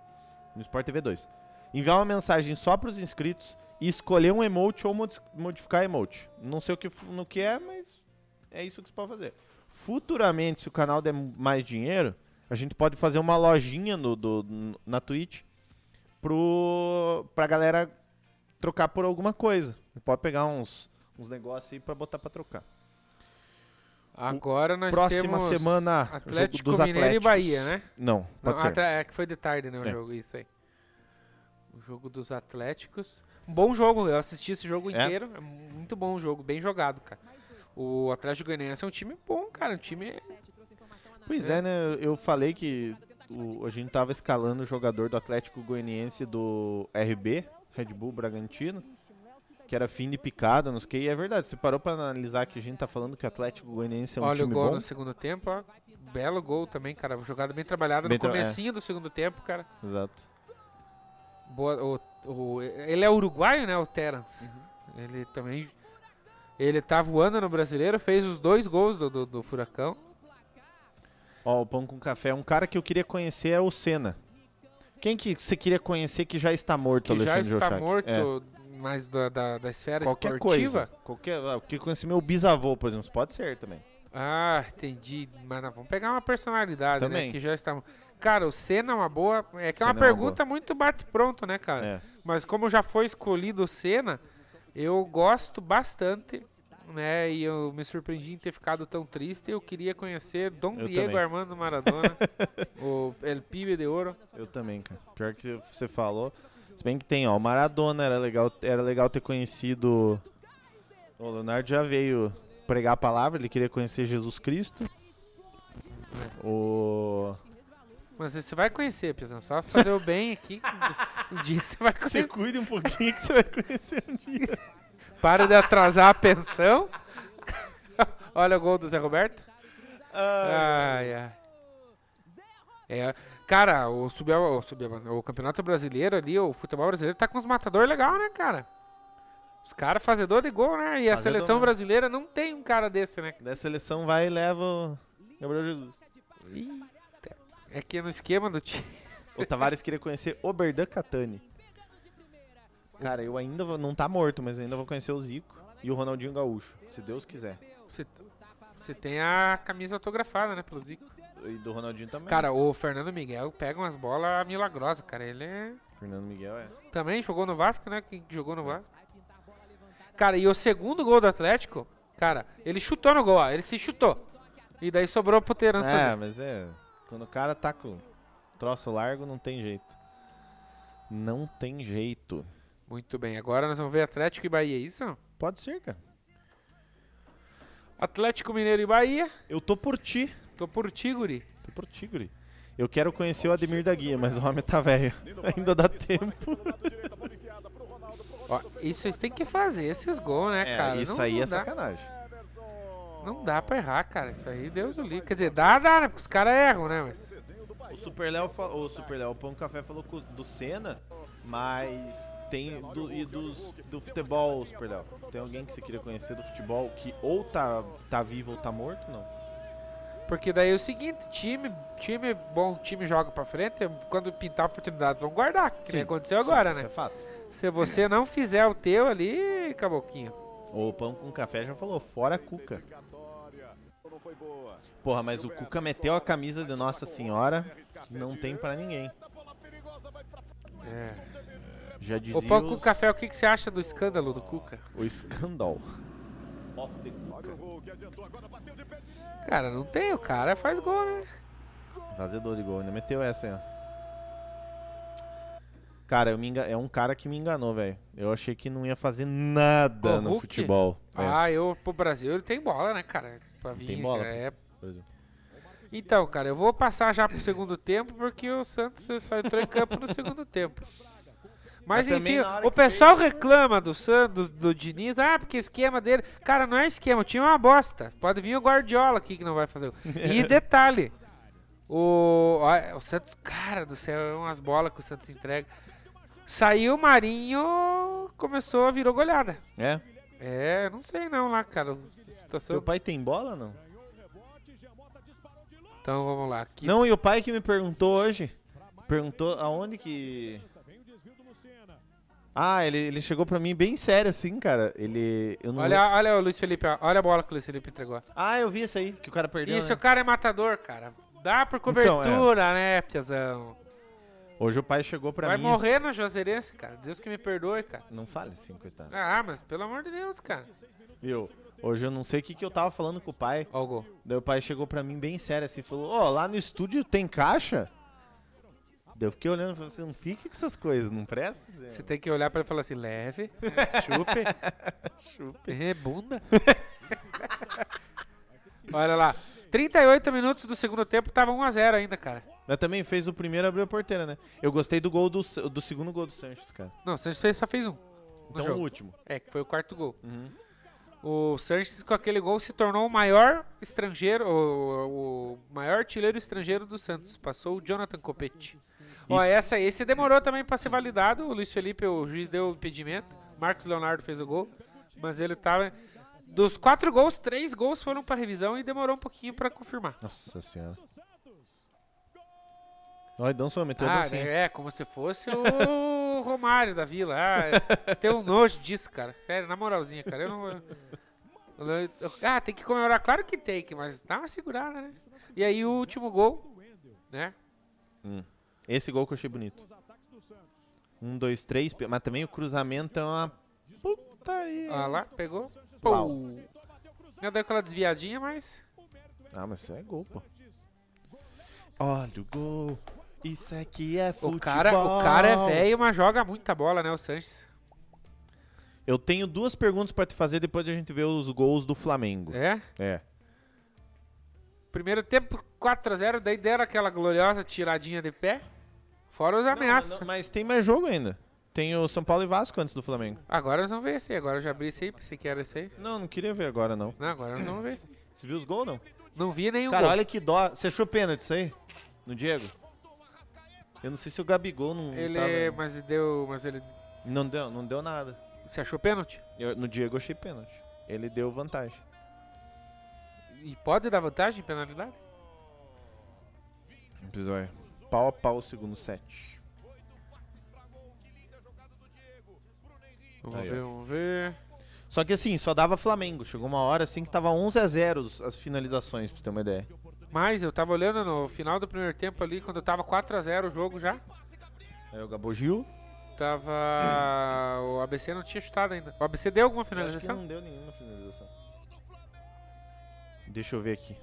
B: No Sport TV 2. Enviar uma mensagem só pros inscritos e escolher um emote ou modi- modificar emote. Não sei o que, f- no que é, mas é isso que você pode fazer. Futuramente, se o canal der mais dinheiro, a gente pode fazer uma lojinha no, do, na Twitch pro, pra galera trocar por alguma coisa. Pode pegar uns, uns negócios aí pra botar pra trocar.
C: Agora nós
B: Próxima
C: temos
B: semana,
C: Atlético
B: jogo dos
C: Mineiro
B: Atléticos.
C: e Bahia, né?
B: Não,
C: Não,
B: pode ser.
C: Atle- é que foi de tarde, né, o
B: É.
C: jogo, isso aí. O jogo dos Atléticos. Bom jogo, eu assisti esse jogo
B: É?
C: inteiro. É muito bom o jogo, bem jogado, cara. O Atlético Goianiense é um time bom, cara. Um time
B: Pois é, né? Eu falei que o- a gente tava escalando o jogador do Atlético Goianiense do RB, Red Bull Bragantino, que era fim de picada, não sei o que. E é verdade, você parou pra analisar que a gente tá falando que o Atlético Goianiense é um
C: Olha o
B: time
C: gol
B: bom.
C: no segundo tempo, ó. Belo gol também, cara. Jogada bem trabalhada
B: Bem
C: no
B: tra- é.
C: comecinho do segundo tempo, cara.
B: Exato.
C: Boa, o- o- ele é uruguaio, né, o Terence? Ele também... Ele tá voando no Brasileiro, fez os dois gols do, do, do Furacão.
B: Ó, o Pão com Café. Um cara que eu queria conhecer é o Senna. Quem que você queria conhecer que já está morto,
C: Que já
B: Alexandre
C: está
B: Jochak?
C: morto,
B: É,
C: mas da, da, da esfera
B: qualquer
C: esportiva.
B: coisa. Qualquer, ah, eu queria conhecer meu bisavô, por exemplo. Pode ser também.
C: Ah, entendi. Mas nós vamos pegar uma personalidade,
B: Também.
C: né, que já está... Cara, o Senna é uma boa... É que é
B: Senna é uma
C: uma
B: boa.
C: pergunta muito bate-pronto, né, cara?
B: É.
C: Mas como já foi escolhido o Senna, eu gosto bastante, né? E eu me surpreendi em ter ficado tão triste. Eu queria conhecer Dom
B: Eu
C: Diego
B: também. [LAUGHS]
C: Armando Maradona, o El Pibe de Ouro.
B: Eu também, cara. Pior que você falou. Se bem que tem, ó, o Maradona era legal, era legal ter conhecido. O Leonardo já veio pregar a palavra, ele queria conhecer Jesus Cristo. O.
C: Mas você vai conhecer, Pizão. Só fazer o bem
B: [LAUGHS]
C: aqui. Um dia você vai
B: Você
C: conhecer.
B: cuida um pouquinho que você vai conhecer um dia.
C: Para de atrasar a pensão. [LAUGHS] Olha o gol do Zé Roberto.
B: Ah.
C: Ai, ai. É, cara, o, subia, o, subia, o Campeonato Brasileiro ali, o futebol brasileiro tá com uns matadores legal, né, cara? Os caras fazedor de gol, né? E a
B: Fazedor
C: seleção
B: mesmo.
C: brasileira não tem um cara desse, né?
B: [LAUGHS] Da seleção vai e leva o Gabriel Jesus.
C: Eita. É que no esquema do time.
B: O Tavares queria conhecer o Berdan Catani. Cara, eu ainda vou, não tá morto, mas eu ainda vou conhecer o Zico e o Ronaldinho Gaúcho, se Deus quiser.
C: Você, você tem a camisa autografada, né, pelo Zico.
B: E do Ronaldinho também.
C: Cara, o Fernando Miguel pega umas bolas milagrosas, cara. Ele é...
B: Fernando Miguel é.
C: também jogou no Vasco, né? Quem jogou no Vasco. Cara, e o segundo gol do Atlético, cara, ele chutou no gol, ó. Ele se chutou. E daí sobrou pro Terans
B: É,
C: fazer.
B: mas é. Quando o cara tá com troço largo, não tem jeito. Não tem jeito.
C: Muito bem, agora nós vamos ver Atlético e Bahia, é isso?
B: Pode ser, cara.
C: Atlético Mineiro e Bahia.
B: Eu tô por ti.
C: Tô por Tiguri.
B: Tô por ti, guri. Eu quero conhecer o Ademir da Guia, mas o homem tá velho. [LAUGHS] Ainda dá tempo.
C: Ó, isso vocês têm que fazer, esses gols, né, cara?
B: isso
C: Não-
B: aí
C: não
B: é
C: dá-
B: sacanagem.
C: Não dá pra errar, cara. Isso aí, Deus o livre. Quer dizer, dá, dá, né? Porque os caras erram, né? Mas...
B: O Super Léo, fa- o Super Léo, o Pão Café falou co- do Senna, mas tem do, e dos, do futebol, Super Léo. Tem alguém que você queria conhecer do futebol que ou tá, tá vivo ou tá morto, não?
C: Porque daí é o seguinte, time, time bom, time joga pra frente, quando pintar oportunidades vão guardar, que nem aconteceu
B: sim,
C: agora,
B: isso
C: né?
B: é fato.
C: Se você não fizer o teu ali, caboquinho.
B: O Pão com Café já falou, fora Cuca. Porra, mas o Cuca meteu a camisa de Nossa Senhora, não tem pra ninguém.
C: É.
B: Já dizia
C: Ô, Pão com
B: os-
C: Café, o que, que você acha do escândalo do Cuca?
B: o escândalo. Off the Cuca.
C: Cara, não tem, o cara faz gol, né?
B: Fazedor de gol, ainda meteu essa aí, ó. Cara, eu me enga- é um cara que me enganou, velho. Eu achei que não ia fazer nada
C: O
B: no
C: Hulk?
B: futebol. É,
C: Ah, eu, pro Brasil, ele tem bola, né, cara? Pra vir,
B: Tem bola,
C: é.
B: por exemplo.
C: Então, cara, eu vou passar já pro segundo tempo, porque o Santos só entrou em campo no segundo tempo. Mas,
B: Mas também
C: enfim,
B: na hora
C: o
B: que
C: pessoal reclama do Santos, do, do Diniz, ah, porque o esquema dele. Cara, não é esquema, tinha uma bosta. Pode vir o Guardiola aqui que não vai fazer. o-
B: [LAUGHS]
C: E detalhe: o, ó, o Santos, cara do céu, é umas bolas que o Santos entrega. Saiu o Marinho, começou, virou goleada.
B: É?
C: É, não sei não lá, cara. a Situação.
B: Teu pai tem bola, não?
C: Então vamos lá. Aqui.
B: Não, e o pai que me perguntou hoje. Perguntou aonde que. Ah, ele, ele chegou pra mim bem sério, assim, cara. Ele. Eu não
C: Olha, olha o Luiz Felipe, ó. olha a bola que o Luiz Felipe entregou.
B: Ah, eu vi isso aí, que o cara perdeu.
C: Isso,
B: né?
C: o cara é matador, cara. Dá por
B: é.
C: cobertura, né, Piazão?
B: Hoje o pai chegou pra
C: Vai
B: mim.
C: morrer na Juazeirense, cara. Deus que me perdoe, cara.
B: Não fale assim, coitado.
C: Ah, mas pelo amor de Deus, cara.
B: Viu? Hoje eu não sei o que, que eu tava falando com o pai.
C: Ó o gol.
B: Daí o pai chegou pra mim bem sério assim, falou, ó, lá no estúdio tem caixa? Daí eu fiquei olhando e falei assim, não fique com essas coisas, não presta? Zé?"
C: Você tem que olhar pra ele e falar assim, leve,
B: [LAUGHS]
C: chupe, chupe, [LAUGHS] rebunda. olha lá. 38 minutos do segundo tempo, tava 1x0 ainda, cara.
B: Mas também fez o primeiro abriu a porteira, né? Eu gostei do gol do, Sa- do segundo gol do Sanches, cara.
C: Não, o Sanches fez- só fez um. no
B: Então
C: jogo.
B: o último.
C: É, que foi o quarto gol. O Sanches, com aquele gol, se tornou o maior estrangeiro, o, o maior artilheiro estrangeiro do Santos. Passou o Jonathan Copete. Ó, essa, esse demorou também para ser validado. O Luiz Felipe, o juiz deu o impedimento. Marcos Leonardo fez o gol. Mas ele tava. Dos quatro gols, três gols foram para revisão e demorou um pouquinho para confirmar.
B: Nossa senhora. Olha, dançou, meteu a
C: Ah,
B: dancinha.
C: é, como se fosse o [LAUGHS] Romário da Vila. Ah, tem um nojo disso, cara. Sério, na moralzinha, cara. Eu não. eu- eu- ah, tem que comemorar. Claro que tem, que, mas dá uma segurada, né? E aí o último gol, né?
B: Esse gol que eu achei bonito. Um, dois, três, pe- mas também o cruzamento é uma putaria.
C: Olha lá, pegou.
B: Uau.
C: Pou. Já deu aquela desviadinha, mas.
B: Ah, mas isso é gol, pô. Olha o gol. Isso aqui é futebol.
C: O cara, o cara é velho, mas joga muita bola, né? O Sanches.
B: Eu tenho duas perguntas pra te fazer depois a gente vê os gols do Flamengo.
C: É?
B: É.
C: Primeiro tempo 4x0, daí deram aquela gloriosa tiradinha de pé. Fora os ameaças.
B: Não, mas tem mais jogo ainda. Tem o São Paulo e Vasco antes do Flamengo.
C: Agora nós vamos ver esse aí. Agora eu já abri esse aí, pensei que era esse aí.
B: Não, não queria ver agora, não.
C: Não, agora nós vamos ver esse aí.
B: Você viu os gols, não?
C: Não vi nenhum
B: Cara,
C: gol.
B: olha que dó. Você achou pênalti isso aí? No Diego? Eu não sei se o Gabigol não
C: ele, é
B: tava-
C: mas ele deu, mas ele
B: Não deu, não deu nada.
C: Você achou pênalti?
B: Eu- no Diego eu achei pênalti. Ele deu vantagem.
C: E pode dar vantagem em penalidade?
B: Episódio. Pau a pau o segundo set.
C: Vamos
B: Aí, ó.
C: ver, vamos ver.
B: Só que assim, só dava Flamengo. Chegou uma hora assim que tava 11 a 0 os- as finalizações, pra você ter uma ideia.
C: Mas eu tava olhando no final do primeiro tempo ali, quando tava 4x0 o jogo já.
B: Aí o Gabo Gil.
C: Tava. O ABC não tinha chutado ainda. O ABC deu alguma
B: Hum. Eu Acho que
C: finalização?
B: não deu nenhuma finalização. Deixa eu ver aqui.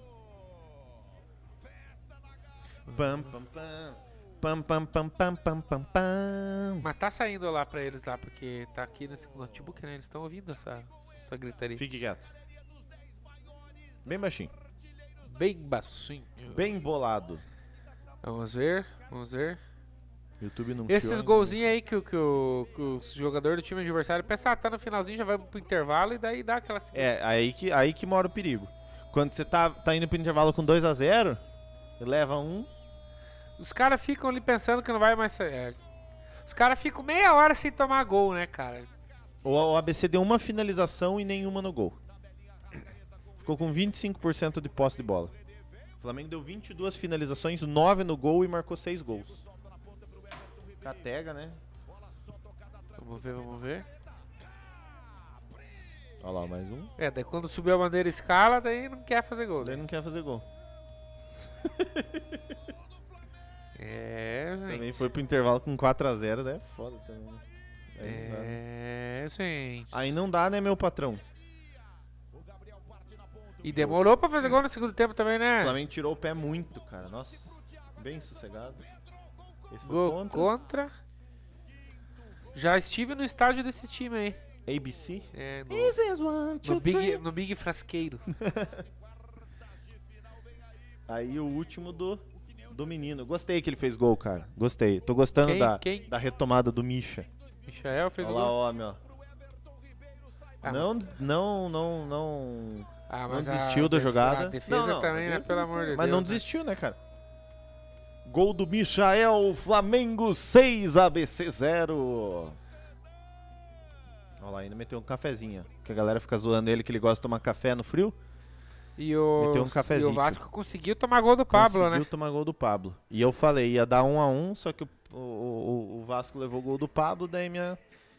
B: Pam, pam, pam. Pam, pam, pam, pam, pam, pam, pam.
C: Mas tá saindo lá pra eles lá, porque tá aqui nesse notebook, né? Eles estão ouvindo essa, essa gritaria.
B: Fique quieto. Bem baixinho.
C: Bem bacinho.
B: Bem bolado.
C: Vamos ver, vamos ver.
B: YouTube não
C: Esses
B: chiou
C: golzinhos aí que, o- que, o, que o jogador do time adversário pensa, ah, tá no finalzinho, já vai pro intervalo e daí dá aquela. segura.
B: É, aí que, aí que mora o perigo. Quando você tá, tá indo pro intervalo com 2 a 0 leva um.
C: Os caras ficam ali pensando que não vai mais sair. é. Os caras ficam meia hora sem tomar gol, né, cara?
B: O o ABC deu uma finalização e nenhuma no gol. Ficou com 25% de posse de bola. O Flamengo deu 22 finalizações, 9 no gol e marcou 6 gols. Catega, né?
C: Vamos ver, vamos ver.
B: Olha lá, mais um.
C: É, daí quando subiu a bandeira escala, daí não quer fazer gol.
B: Ele
C: Né?
B: não quer fazer gol.
C: É, gente.
B: Também foi pro intervalo com 4 a 0 né? Foda também. né? Aí não dá, né?
C: É, gente.
B: Aí não dá, né, meu patrão?
C: E demorou pra fazer gol no segundo tempo também,
B: O
C: né?
B: Flamengo tirou o pé muito, cara. Nossa, bem sossegado. Esse foi
C: Gol
B: contra.
C: contra. Já estive no estádio desse time aí.
B: ABC.
C: É, no, no Big, no Big Frasqueiro.
B: Aí o último do, do menino. Gostei que ele fez gol, cara. Gostei. Tô gostando
C: Quem-
B: da,
C: quem?
B: da retomada do Misha.
C: Michael fez
B: Olha
C: o
B: lá,
C: gol.
B: homem, ó.
C: Ah,
B: Não, não, não, não.
C: Ah,
B: Não
C: a
B: desistiu da
C: def-
B: jogada.
C: A defesa
B: Não, não,
C: também,
B: a
C: né?
B: defesa
C: Pelo amor de Deus.
B: Mas não
C: né?
B: desistiu, né, cara? Gol do Michael, Flamengo 6, ABC 0. Olha lá, ainda meteu um cafezinho. ó, Que a galera fica zoando ele que ele gosta de tomar café no frio.
C: E o,
B: Meteu um
C: e
B: cafezinho.
C: o Vasco conseguiu tomar gol do Pablo,
B: conseguiu
C: né?
B: tomar gol do Pablo. E eu falei, ia dar um a um, só que o, o- o, o Vasco levou o gol do Pablo, daí minha.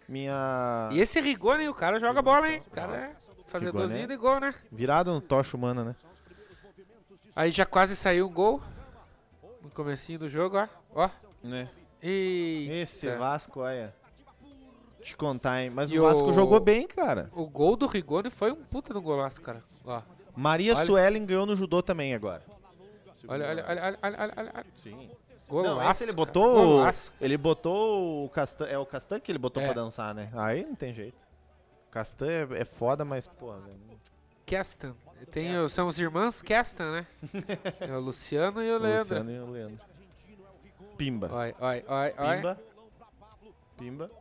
B: Minha.
C: E esse Rigoni, o cara joga bola, hein? O cara é fazedorzinho
B: Rigoni
C: de gol, né?
B: Virada no tocha humana, né?
C: Aí já quase saiu um gol. No comecinho do jogo, ó. Ó.
B: Né?
C: Eita.
B: Esse Vasco, olha. Te contar, hein? Mas
C: E
B: o Vasco
C: o-
B: jogou bem, cara.
C: O gol do Rigoni foi um puta do golaço, cara. Ó.
B: Maria
C: Olha-
B: Suelen ganhou no judô também agora.
C: Olha, olha, é olha, olha, olha, olha, olha, olha.
B: Sim.
C: Golaço.
B: não, esse ele
C: cara.
B: botou.
C: Golaço.
B: Ele botou o Castan. É o Castan que ele botou
C: É.
B: pra dançar, né? Aí não tem jeito. Castan é, é foda, mas, porra, velho.
C: Kestan. Tem, o- São os irmãos
B: [LAUGHS]
C: Kestan, né? é o Luciano e o
B: O
C: Leandro.
B: Luciano e o Leandro. Pimba.
C: Oi, oi, oi, oi.
B: Pimba. Pimba.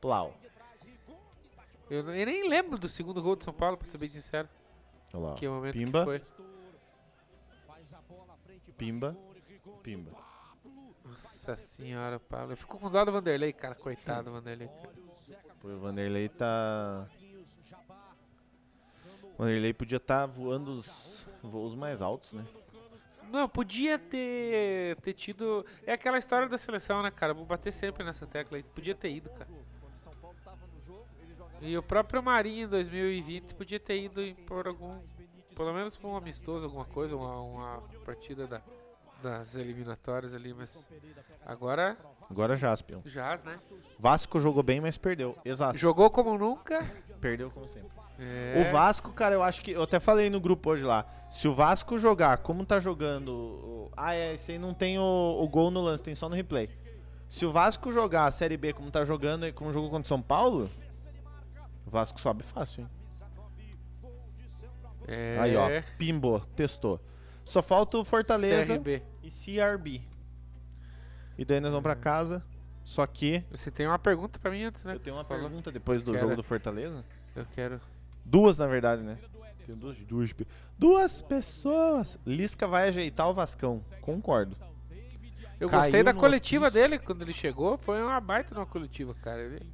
B: Plau.
C: Eu, não- eu nem lembro do segundo gol do São Paulo, pra ser bem sincero.
B: Olha lá. ó.
C: Que momento
B: Pimba.
C: que foi.
B: Pimba. Pimba.
C: Nossa senhora, Paulo. Eu fico com dó do Vanderlei, cara. Coitado do Vanderlei. cara.
B: Pô, o Vanderlei tá. O Vanderlei podia estar voando os voos mais altos, né?
C: Não, podia ter, ter tido. É aquela história da seleção, né, cara? Vou bater sempre nessa tecla aí. Podia ter ido, cara. E o próprio Marinho em 2020 podia ter ido em- por algum. Pelo menos por um amistoso, alguma coisa, uma, uma partida da- das eliminatórias ali, mas. Agora,
B: Agora já, Aspion.
C: jaz, né?
B: Vasco jogou bem, mas perdeu. Exato.
C: Jogou como nunca.
B: Perdeu como sempre.
C: É.
B: O Vasco, cara, eu acho que. Eu até falei no grupo hoje lá. Se o Vasco jogar como tá jogando. o- Ah, é, esse aí não tem o, o gol no lance, tem só no replay. Se o Vasco jogar a Série B como tá jogando, e como jogou contra o São Paulo. O Vasco sobe fácil, hein?
C: É.
B: Aí, ó. Pimbo, testou. Só falta o Fortaleza
C: CRB.
B: e CRB. E daí nós vamos pra casa. Só que.
C: Você tem uma pergunta pra mim antes, né?
B: Eu tenho
C: que
B: uma
C: você falou?
B: pergunta depois do
C: Cara.
B: jogo do Fortaleza.
C: Eu quero.
B: Duas, na verdade, né? Tem duas, duas, pe- duas pessoas. Lisca vai ajeitar o Vascão. Concordo.
C: Eu
B: Caiu
C: gostei da
B: no
C: coletiva
B: hospício.
C: dele quando ele chegou. Foi uma baita numa coletiva, cara. Ele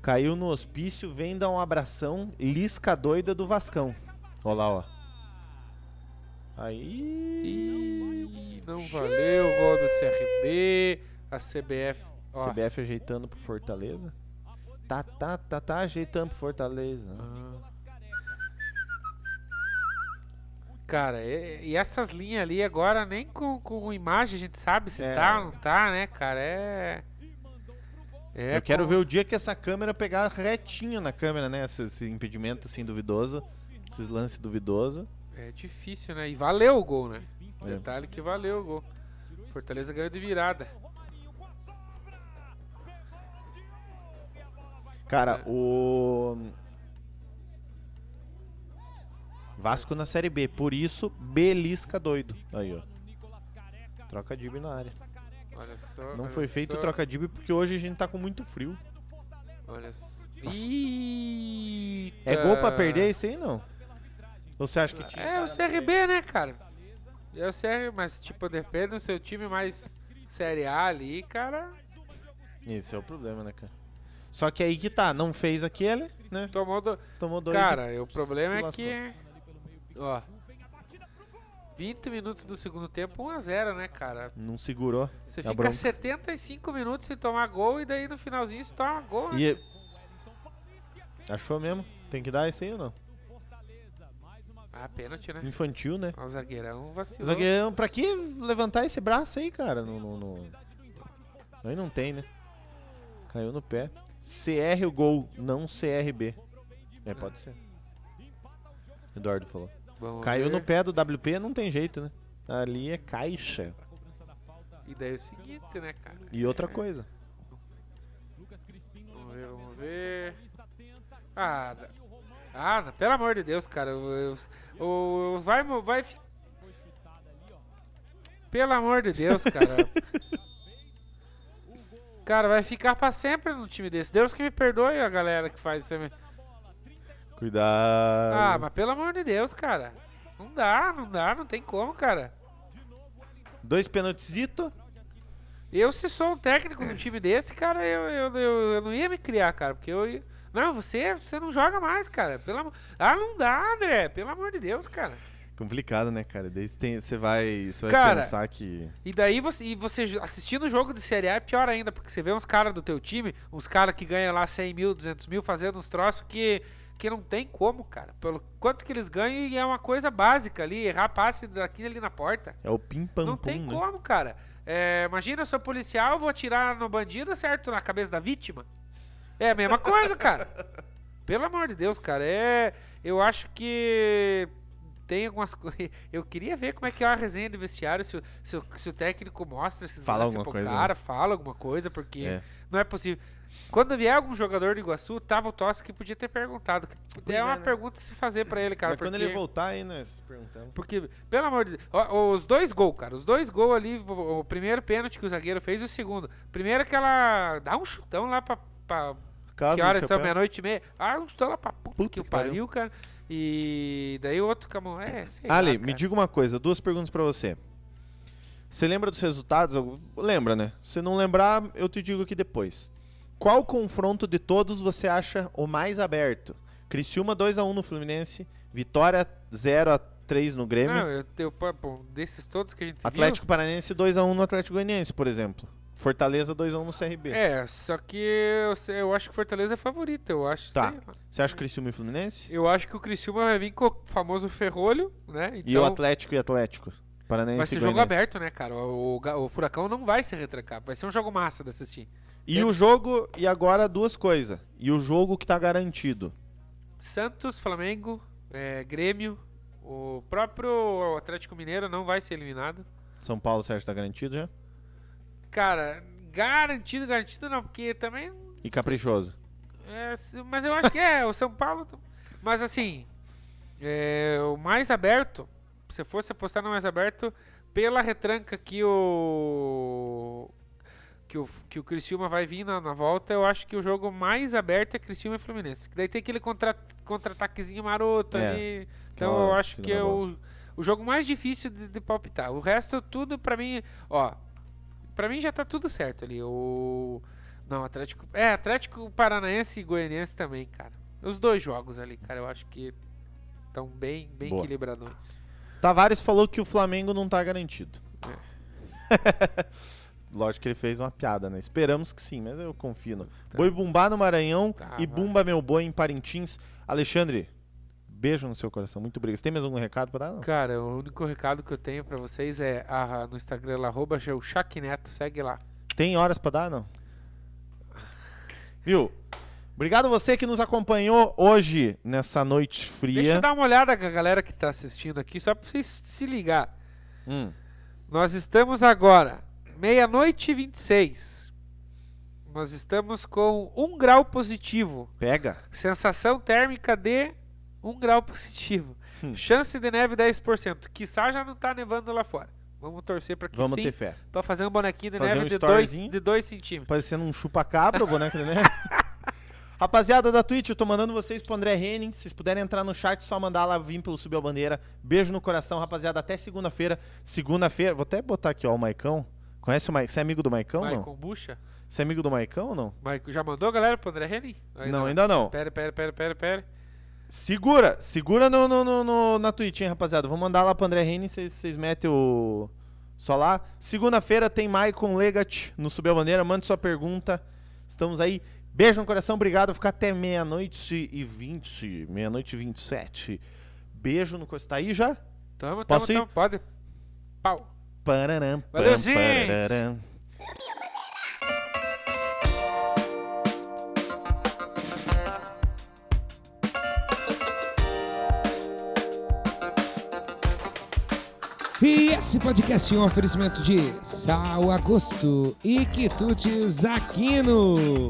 B: Caiu no hospício, vem dar um abração, lisca doida do Vascão. Olha lá, ó. Aí.
C: Ih, não valeu o gol do CRB. A CBF. Ó,
B: CBF ajeitando pro Fortaleza. Tá, tá, tá, tá ajeitando pro Fortaleza.
C: Ah. Cara, e, e essas linhas ali agora nem com, com imagem a gente sabe se
B: É.
C: tá ou não tá, né, cara? É. é
B: Eu quero
C: com-
B: ver o dia que essa câmera pegar retinho na câmera, né? Esse, esse impedimento assim duvidoso. Esses lances duvidoso.
C: É difícil, né? E valeu o gol, né?
B: É.
C: Detalhe que valeu o gol. Fortaleza ganhou de virada. É.
B: Cara, o. Vasco na Série B, por isso, belisca doido. Aí, ó. Troca dib na área.
C: Olha só.
B: Não
C: olha
B: foi feito
C: só,
B: troca dib porque hoje a gente tá com muito frio.
C: Olha só. Ih!
B: É gol pra perder isso aí, não? Ou você acha que tinha?
C: É o CRB, né, cara? É o CRB, mas tipo, depende do seu time mais Série A ali, cara.
B: Esse é o problema, né, cara? Só que aí que tá, não fez aquele, né?
C: Tomou do.
B: Tomou dois.
C: Cara, o problema
B: se
C: é que. Ó. 20 minutos do segundo tempo, 1x0, né, cara?
B: Não segurou.
C: Você
B: É
C: fica
B: bronca.
C: 75 minutos sem tomar gol e daí no finalzinho você toma gol. né?
B: E... é- Achou mesmo? Tem que dar isso aí ou não?
C: Ah, pênalti, né?
B: Infantil, né?
C: O zagueirão vacilou.
B: Zagueirão, pra que levantar esse braço aí, cara? No, no- no- Aí não tem, né? Caiu no pé. CR o gol, não CRB. É, pode ser. Eduardo falou.
C: Vamos
B: Caiu
C: ver.
B: no pé do WP, não tem jeito, né? Ali é caixa.
C: E daí é o seguinte, né, cara?
B: E outra
C: É,
B: coisa.
C: Vamos ver, vamos ver. Ah, da- ah da- pelo amor de Deus, cara. eu- eu- o- vai, mo- vai. fi- Pelo amor de Deus,
B: [LAUGHS]
C: cara. cara, vai ficar pra sempre no time desse. Deus que me perdoe a galera que faz isso. aí.
B: Tá Cuidado.
C: Ah, mas pelo amor de Deus, cara. Não dá, não dá, não tem como, cara.
B: Dois penaltizito.
C: Eu, se sou um técnico num time desse, cara, eu, eu, eu, eu não ia me criar, cara, porque eu ia... Não, você, você não joga mais, cara. Pelo amor... Ah, não dá, André. Pelo amor de Deus, cara.
B: Complicado, né, cara? Daí você tem- você vai, você vai
C: Cara,
B: pensar que.
C: E daí você, e você jo- assistindo o jogo de Série A é pior ainda, porque você vê uns caras do teu time, uns caras que ganham lá 100 mil, 200 mil, fazendo uns troços que, que não tem como, cara. Pelo quanto que eles ganham e é uma coisa básica ali, errar passe daqui ali na porta.
B: É o pim pam
C: Não
B: pum,
C: tem
B: né?
C: como, cara. É, imagina, eu sou policial, vou atirar no bandido, certo? Na cabeça da vítima. É a mesma
B: [LAUGHS]
C: coisa, cara. Pelo amor de Deus, cara. É, eu acho que tem algumas coisas. [LAUGHS] Eu queria ver como é que é a resenha do vestiário, se, o- se, o- se o técnico mostra esses
B: Fala
C: lances
B: alguma
C: pro
B: coisa, né?
C: cara, fala alguma coisa, porque
B: É.
C: não é possível. Quando vier algum jogador do Iguaçu, tava o Tosse que podia ter perguntado.
B: Pois
C: é
B: é,
C: uma
B: né?
C: pergunta a se fazer pra ele, cara.
B: Mas quando
C: porque...
B: ele voltar aí, nós perguntamos.
C: Porque, pelo amor de Deus, ó, os dois gols, cara, os dois gols ali, o, o primeiro pênalti que o zagueiro fez e o segundo. Primeiro que ela dá um chutão lá pra. pra
B: Caso
C: que
B: do
C: horas são?
B: chapéu.
C: Meia-noite e meia. Ah, um chutão lá pra puta,
B: Puta
C: que,
B: que
C: pariu, cara. E daí o outro camão. É, sei lá,
B: Ali, me
C: cara.
B: diga uma coisa, duas perguntas pra você. Você lembra dos resultados? Algum- Lembra, né? Se não lembrar, eu te digo aqui depois. Qual confronto de todos você acha o mais aberto? Criciúma 2x1 no Fluminense, Vitória 0x3 no Grêmio,
C: Não, Ah, eu tenho. pô, pô, desses todos que a gente viu-
B: Atlético Paranense 2x1 no Atlético Goianiense, por exemplo. Fortaleza 2x1 no CRB.
C: É, só que eu, sei- eu acho que o Fortaleza é favorito, eu acho.
B: Tá.
C: sei lá.
B: Você acha Criciúma e Fluminense?
C: Eu acho que o Criciúma vai vir com o famoso ferrolho, né?
B: E o Atlético e Atlético. Paranense
C: Vai ser
B: e
C: jogo
B: Goianiense.
C: aberto, né, cara? O, o Ga- o Furacão não vai se retrancar. Vai ser um jogo massa de assistir.
B: E o jogo, e agora duas coisas. E o jogo que tá garantido.
C: Santos, Flamengo, é, Grêmio. O próprio Atlético Mineiro não vai ser eliminado.
B: São Paulo, você acha que tá garantido já?
C: Cara, garantido, garantido não, porque também.
B: E caprichoso.
C: é, se- mas eu acho que é, o São Paulo. tam- Mas assim, é, o mais aberto, se fosse apostar no mais aberto, pela retranca que o. Que o, que o Criciúma vai vir na, na volta, eu acho que o jogo mais aberto é Criciúma e Fluminense. Que daí tem aquele contra- contra-ataquezinho maroto
B: É,
C: ali. Então
B: aquela
C: eu acho que
B: segunda
C: é
B: bola.
C: o, o jogo mais difícil de, de palpitar. O resto, tudo pra mim, ó. Pra mim já tá tudo certo ali. O, Não, Atlético. É, Atlético Paranaense e Goianiense também, cara. Os dois jogos ali, cara, eu acho que estão bem, bem
B: Boa.
C: equilibradões.
B: Tavares falou que o Flamengo não tá garantido.
C: É.
B: [LAUGHS] Lógico que ele fez uma piada, né? Esperamos que sim, mas eu confio. no- Boi Bumbá no Maranhão
C: Tá,
B: e
C: vai.
B: Bumba Meu Boi em Parintins. Alexandre, beijo no seu coração. Muito obrigado. Você tem mais algum recado pra dar? Não.
C: Cara, o único recado que eu tenho pra vocês é ah, no Instagram lá, arroba é o Shaq Neto, segue lá.
B: Tem horas pra dar, não? Viu? Obrigado você que nos acompanhou hoje nessa noite fria.
C: Deixa eu dar uma olhada com a galera que tá assistindo aqui, só pra vocês se ligar.
B: Hum.
C: Nós estamos agora, meia-noite e 26. Nós estamos com um grau positivo.
B: Pega.
C: Sensação térmica de 1 grau positivo.
B: Hum.
C: Chance de neve 10%. Quiçá já não tá nevando lá fora. Vamos torcer pra que
B: Vamos
C: sim.
B: ter fé.
C: Pra fazer um bonequinho de
B: Fazer
C: neve
B: um
C: de 2
B: storyzinho.
C: de dois centímetros.
B: Parecendo um chupa-cabra, o boneco né? [LAUGHS] Rapaziada da Twitch, eu tô mandando vocês pro André Henning. Se vocês puderem entrar no chat, só mandar lá vir pelo Subiu a Bandeira. Beijo no coração, rapaziada. Até segunda-feira. Segunda-feira, vou até botar aqui, ó, o Maicão. Conhece o Maicão? Você é amigo do Maicão ou
C: Vai,
B: não?
C: kombucha.
B: Você é amigo do Maicão ou não?
C: Vai, já mandou a galera pro André Henning?
B: não, ainda não.
C: Pera, pera, pera, pera, pera.
B: Segura, segura no, no- no- no- na Twitch, hein, rapaziada. Vou mandar lá pro André Henning, vocês vocês metem o. Só lá. Segunda-feira tem Maicon Legat no Subiu a Bandeira. Mande sua pergunta. Estamos aí. Beijo no coração, obrigado. Ficar até meia-noite e vinte, meia-noite e vinte e sete. Beijo no coração. Tá aí já?
C: Tamo, tamo,
B: Posso ir?
C: tamo. Pode. Pau.
B: Pararam, pam,
C: Valeu, gente!
B: pararam.
F: E esse podcast é um oferecimento de Sal Agosto e Quitutes Aquino.